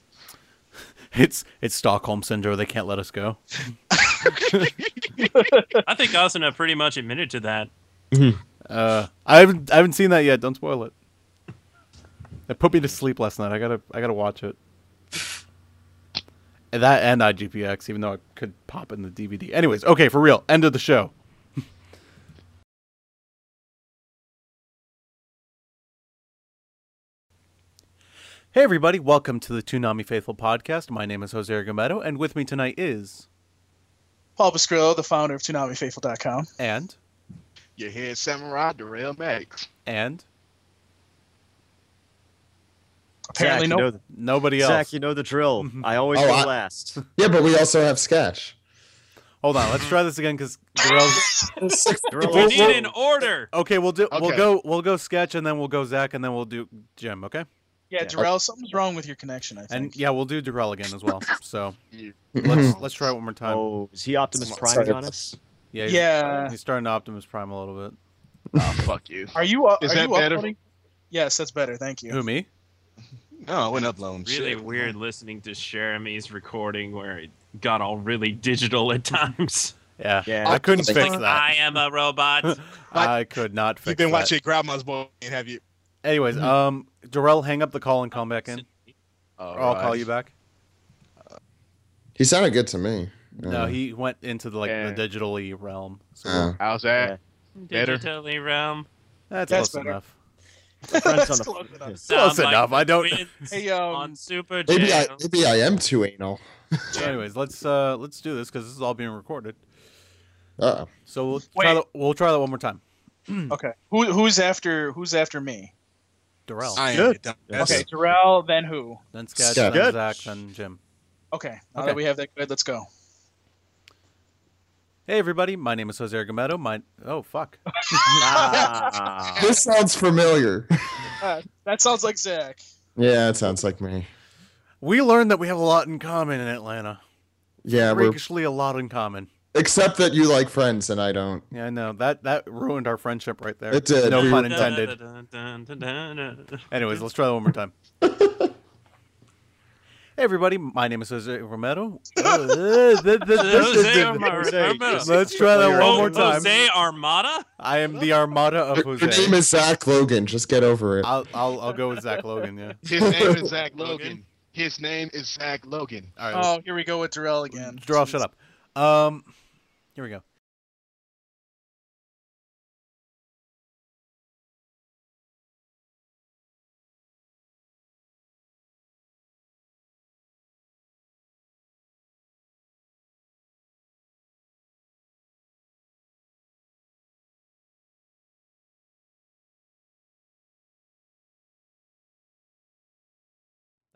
Speaker 3: It's it's Stockholm syndrome. They can't let us go.
Speaker 6: I think Asuna pretty much admitted to that.
Speaker 3: Uh, I haven't I haven't seen that yet. Don't spoil it. It put me to sleep last night. I gotta I gotta watch it. And that and IGPX, even though I could pop in the DVD. Anyways, okay, for real. End of the show. hey everybody, welcome to the Toonami Faithful podcast. My name is Jose Gometo, and with me tonight is
Speaker 4: Paul Pascrillo, the founder of ToonamiFaithful.com.
Speaker 3: and
Speaker 9: Your head samurai, Darrell Max.
Speaker 3: and
Speaker 4: Apparently,
Speaker 8: Zach,
Speaker 4: no.
Speaker 8: You know the,
Speaker 3: nobody else.
Speaker 8: Zach, you know the drill. I always
Speaker 7: Oh,
Speaker 8: go
Speaker 7: I-
Speaker 8: last.
Speaker 7: Yeah, but we also have sketch.
Speaker 3: Hold on, let's try this again because Darrell's
Speaker 8: Drill
Speaker 6: We
Speaker 8: is-
Speaker 6: need an order.
Speaker 3: Okay, we'll do. We'll
Speaker 9: Okay.
Speaker 3: go. We'll go sketch, and then we'll go Zach, and then we'll do Jim. Okay,
Speaker 4: yeah, Darrell, something's wrong with your connection. I think.
Speaker 3: and yeah, we'll do Darrell again as well. So
Speaker 9: Yeah.
Speaker 3: let's let's try it one more time.
Speaker 8: Oh, is he Optimus
Speaker 7: Sorry.
Speaker 8: Prime on us?
Speaker 3: Yeah, he's,
Speaker 4: Yeah.
Speaker 3: he's starting to Optimus Prime a little bit.
Speaker 9: Oh, fuck you.
Speaker 4: Are you? Uh,
Speaker 9: Is
Speaker 4: are
Speaker 9: that
Speaker 4: you
Speaker 9: better?
Speaker 4: uploading? Yes, that's better. Thank you.
Speaker 3: Who me?
Speaker 5: No, I went uploading.
Speaker 6: Really
Speaker 5: shit.
Speaker 6: weird listening to Jeremy's recording where it got all really digital at times.
Speaker 3: Yeah,
Speaker 8: Yeah.
Speaker 3: I couldn't
Speaker 7: Like,
Speaker 3: fix that.
Speaker 6: I am a robot.
Speaker 3: I could not fix.
Speaker 5: You've been
Speaker 3: that.
Speaker 5: watching Grandma's Boy, and have you?
Speaker 3: Anyways, um, Darrell, hang up the call and call back in, or I'll call you back.
Speaker 7: He sounded good to me.
Speaker 3: No, he went into the like
Speaker 9: Yeah.
Speaker 3: the digitally realm. So
Speaker 7: Uh,
Speaker 9: How's that?
Speaker 8: Yeah.
Speaker 9: Better.
Speaker 6: Digitally realm.
Speaker 3: that's,
Speaker 4: That's
Speaker 3: close
Speaker 4: better.
Speaker 3: enough.
Speaker 8: Friends on
Speaker 4: That's
Speaker 8: the-
Speaker 4: close enough.
Speaker 3: Close
Speaker 6: Sound like
Speaker 3: enough, I don't-
Speaker 6: twins
Speaker 4: Hey, um,
Speaker 6: on Super
Speaker 7: maybe I
Speaker 6: Jail.
Speaker 7: maybe I am too anal.
Speaker 3: So anyways, let's uh let's do this because this is all being recorded.
Speaker 7: Uh,
Speaker 3: So we'll try
Speaker 4: Wait.
Speaker 3: that, we'll try that one more time. Hmm.
Speaker 4: Okay. Who, who's after? Who's after me?
Speaker 3: Darrell,
Speaker 5: I am.
Speaker 8: Good.
Speaker 5: a dumbass.
Speaker 4: Okay, Darrell, then who?
Speaker 3: then sketch,
Speaker 7: Scott.
Speaker 3: then
Speaker 8: Good.
Speaker 3: Zach, then Jim.
Speaker 4: Okay. Now
Speaker 3: Okay.
Speaker 4: that we have that good, let's go.
Speaker 3: Hey everybody, my name is Jose Argometo. My oh fuck,
Speaker 8: Ah.
Speaker 7: this sounds familiar.
Speaker 4: That sounds like Zach.
Speaker 7: yeah, it sounds like me.
Speaker 3: we learned that we have a lot in common in Atlanta.
Speaker 7: Yeah, we're,
Speaker 3: Freakishly, a lot in common.
Speaker 7: except that you like friends and I don't.
Speaker 3: Yeah, I know that that ruined our friendship right there.
Speaker 7: It did.
Speaker 3: No
Speaker 7: We-
Speaker 3: pun
Speaker 6: Dun,
Speaker 3: intended.
Speaker 6: dun, dun, dun, dun, dun, dun.
Speaker 3: Anyways, let's try that one more time. hey everybody, my name is Jose Argometo.
Speaker 6: Jose
Speaker 3: let's
Speaker 8: Jose.
Speaker 6: Armada.
Speaker 3: try that one
Speaker 6: Oh,
Speaker 3: more time.
Speaker 6: Jose Armada?
Speaker 3: I am the Armada of
Speaker 7: Your, your name
Speaker 3: Jose.
Speaker 7: is Zach Logan. Just get over it.
Speaker 3: I'll, I'll I'll go with Zach Logan. Yeah.
Speaker 9: His name is Zach Logan.
Speaker 6: Logan?
Speaker 9: His name is Zach Logan.
Speaker 3: All right. let's-
Speaker 4: Oh, here we go with Darrell again.
Speaker 3: Darrell, shut up. Um, here we go.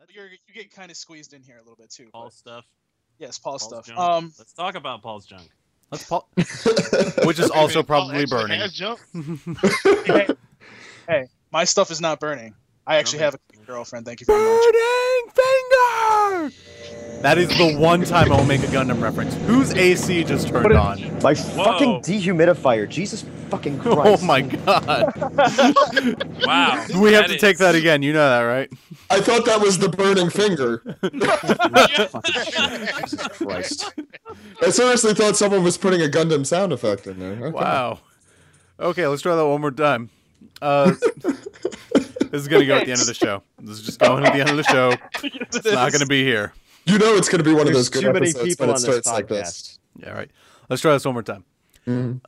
Speaker 4: You're, you get kind of squeezed in here a little bit too. but-
Speaker 6: Paul stuff.
Speaker 4: yes, Paul
Speaker 6: Paul's
Speaker 4: stuff.
Speaker 6: junk.
Speaker 4: Um,
Speaker 6: Let's talk about Paul's junk.
Speaker 3: Let's pa- which is also probably
Speaker 9: Paul Oh, actually
Speaker 3: burning.
Speaker 9: Has jump.
Speaker 4: my stuff is not burning. I actually
Speaker 6: Okay.
Speaker 4: have a girlfriend. Thank you very much.
Speaker 3: finger. That is the one time I will make a Gundam reference. Whose AC just turned on?
Speaker 8: My fucking dehumidifier. Jesus fucking
Speaker 3: Oh
Speaker 8: Christ.
Speaker 3: my god.
Speaker 6: wow.
Speaker 3: We have to take that again. You know that, right?
Speaker 7: I thought that was the burning finger.
Speaker 6: Jesus
Speaker 7: Christ. I seriously thought someone was putting a Gundam sound effect in there. Okay.
Speaker 3: Wow. Okay, let's try that one more time. Uh, this is going to go at the end of the show. This is just going at the end of the show. It's not going to be here.
Speaker 7: You know it's going to be one of
Speaker 8: There's
Speaker 7: those good
Speaker 8: too many
Speaker 7: episodes
Speaker 8: people
Speaker 7: when
Speaker 8: on
Speaker 7: it
Speaker 8: this
Speaker 7: starts like this.
Speaker 3: Yeah, all right. Let's try this one more time.
Speaker 7: Mhm.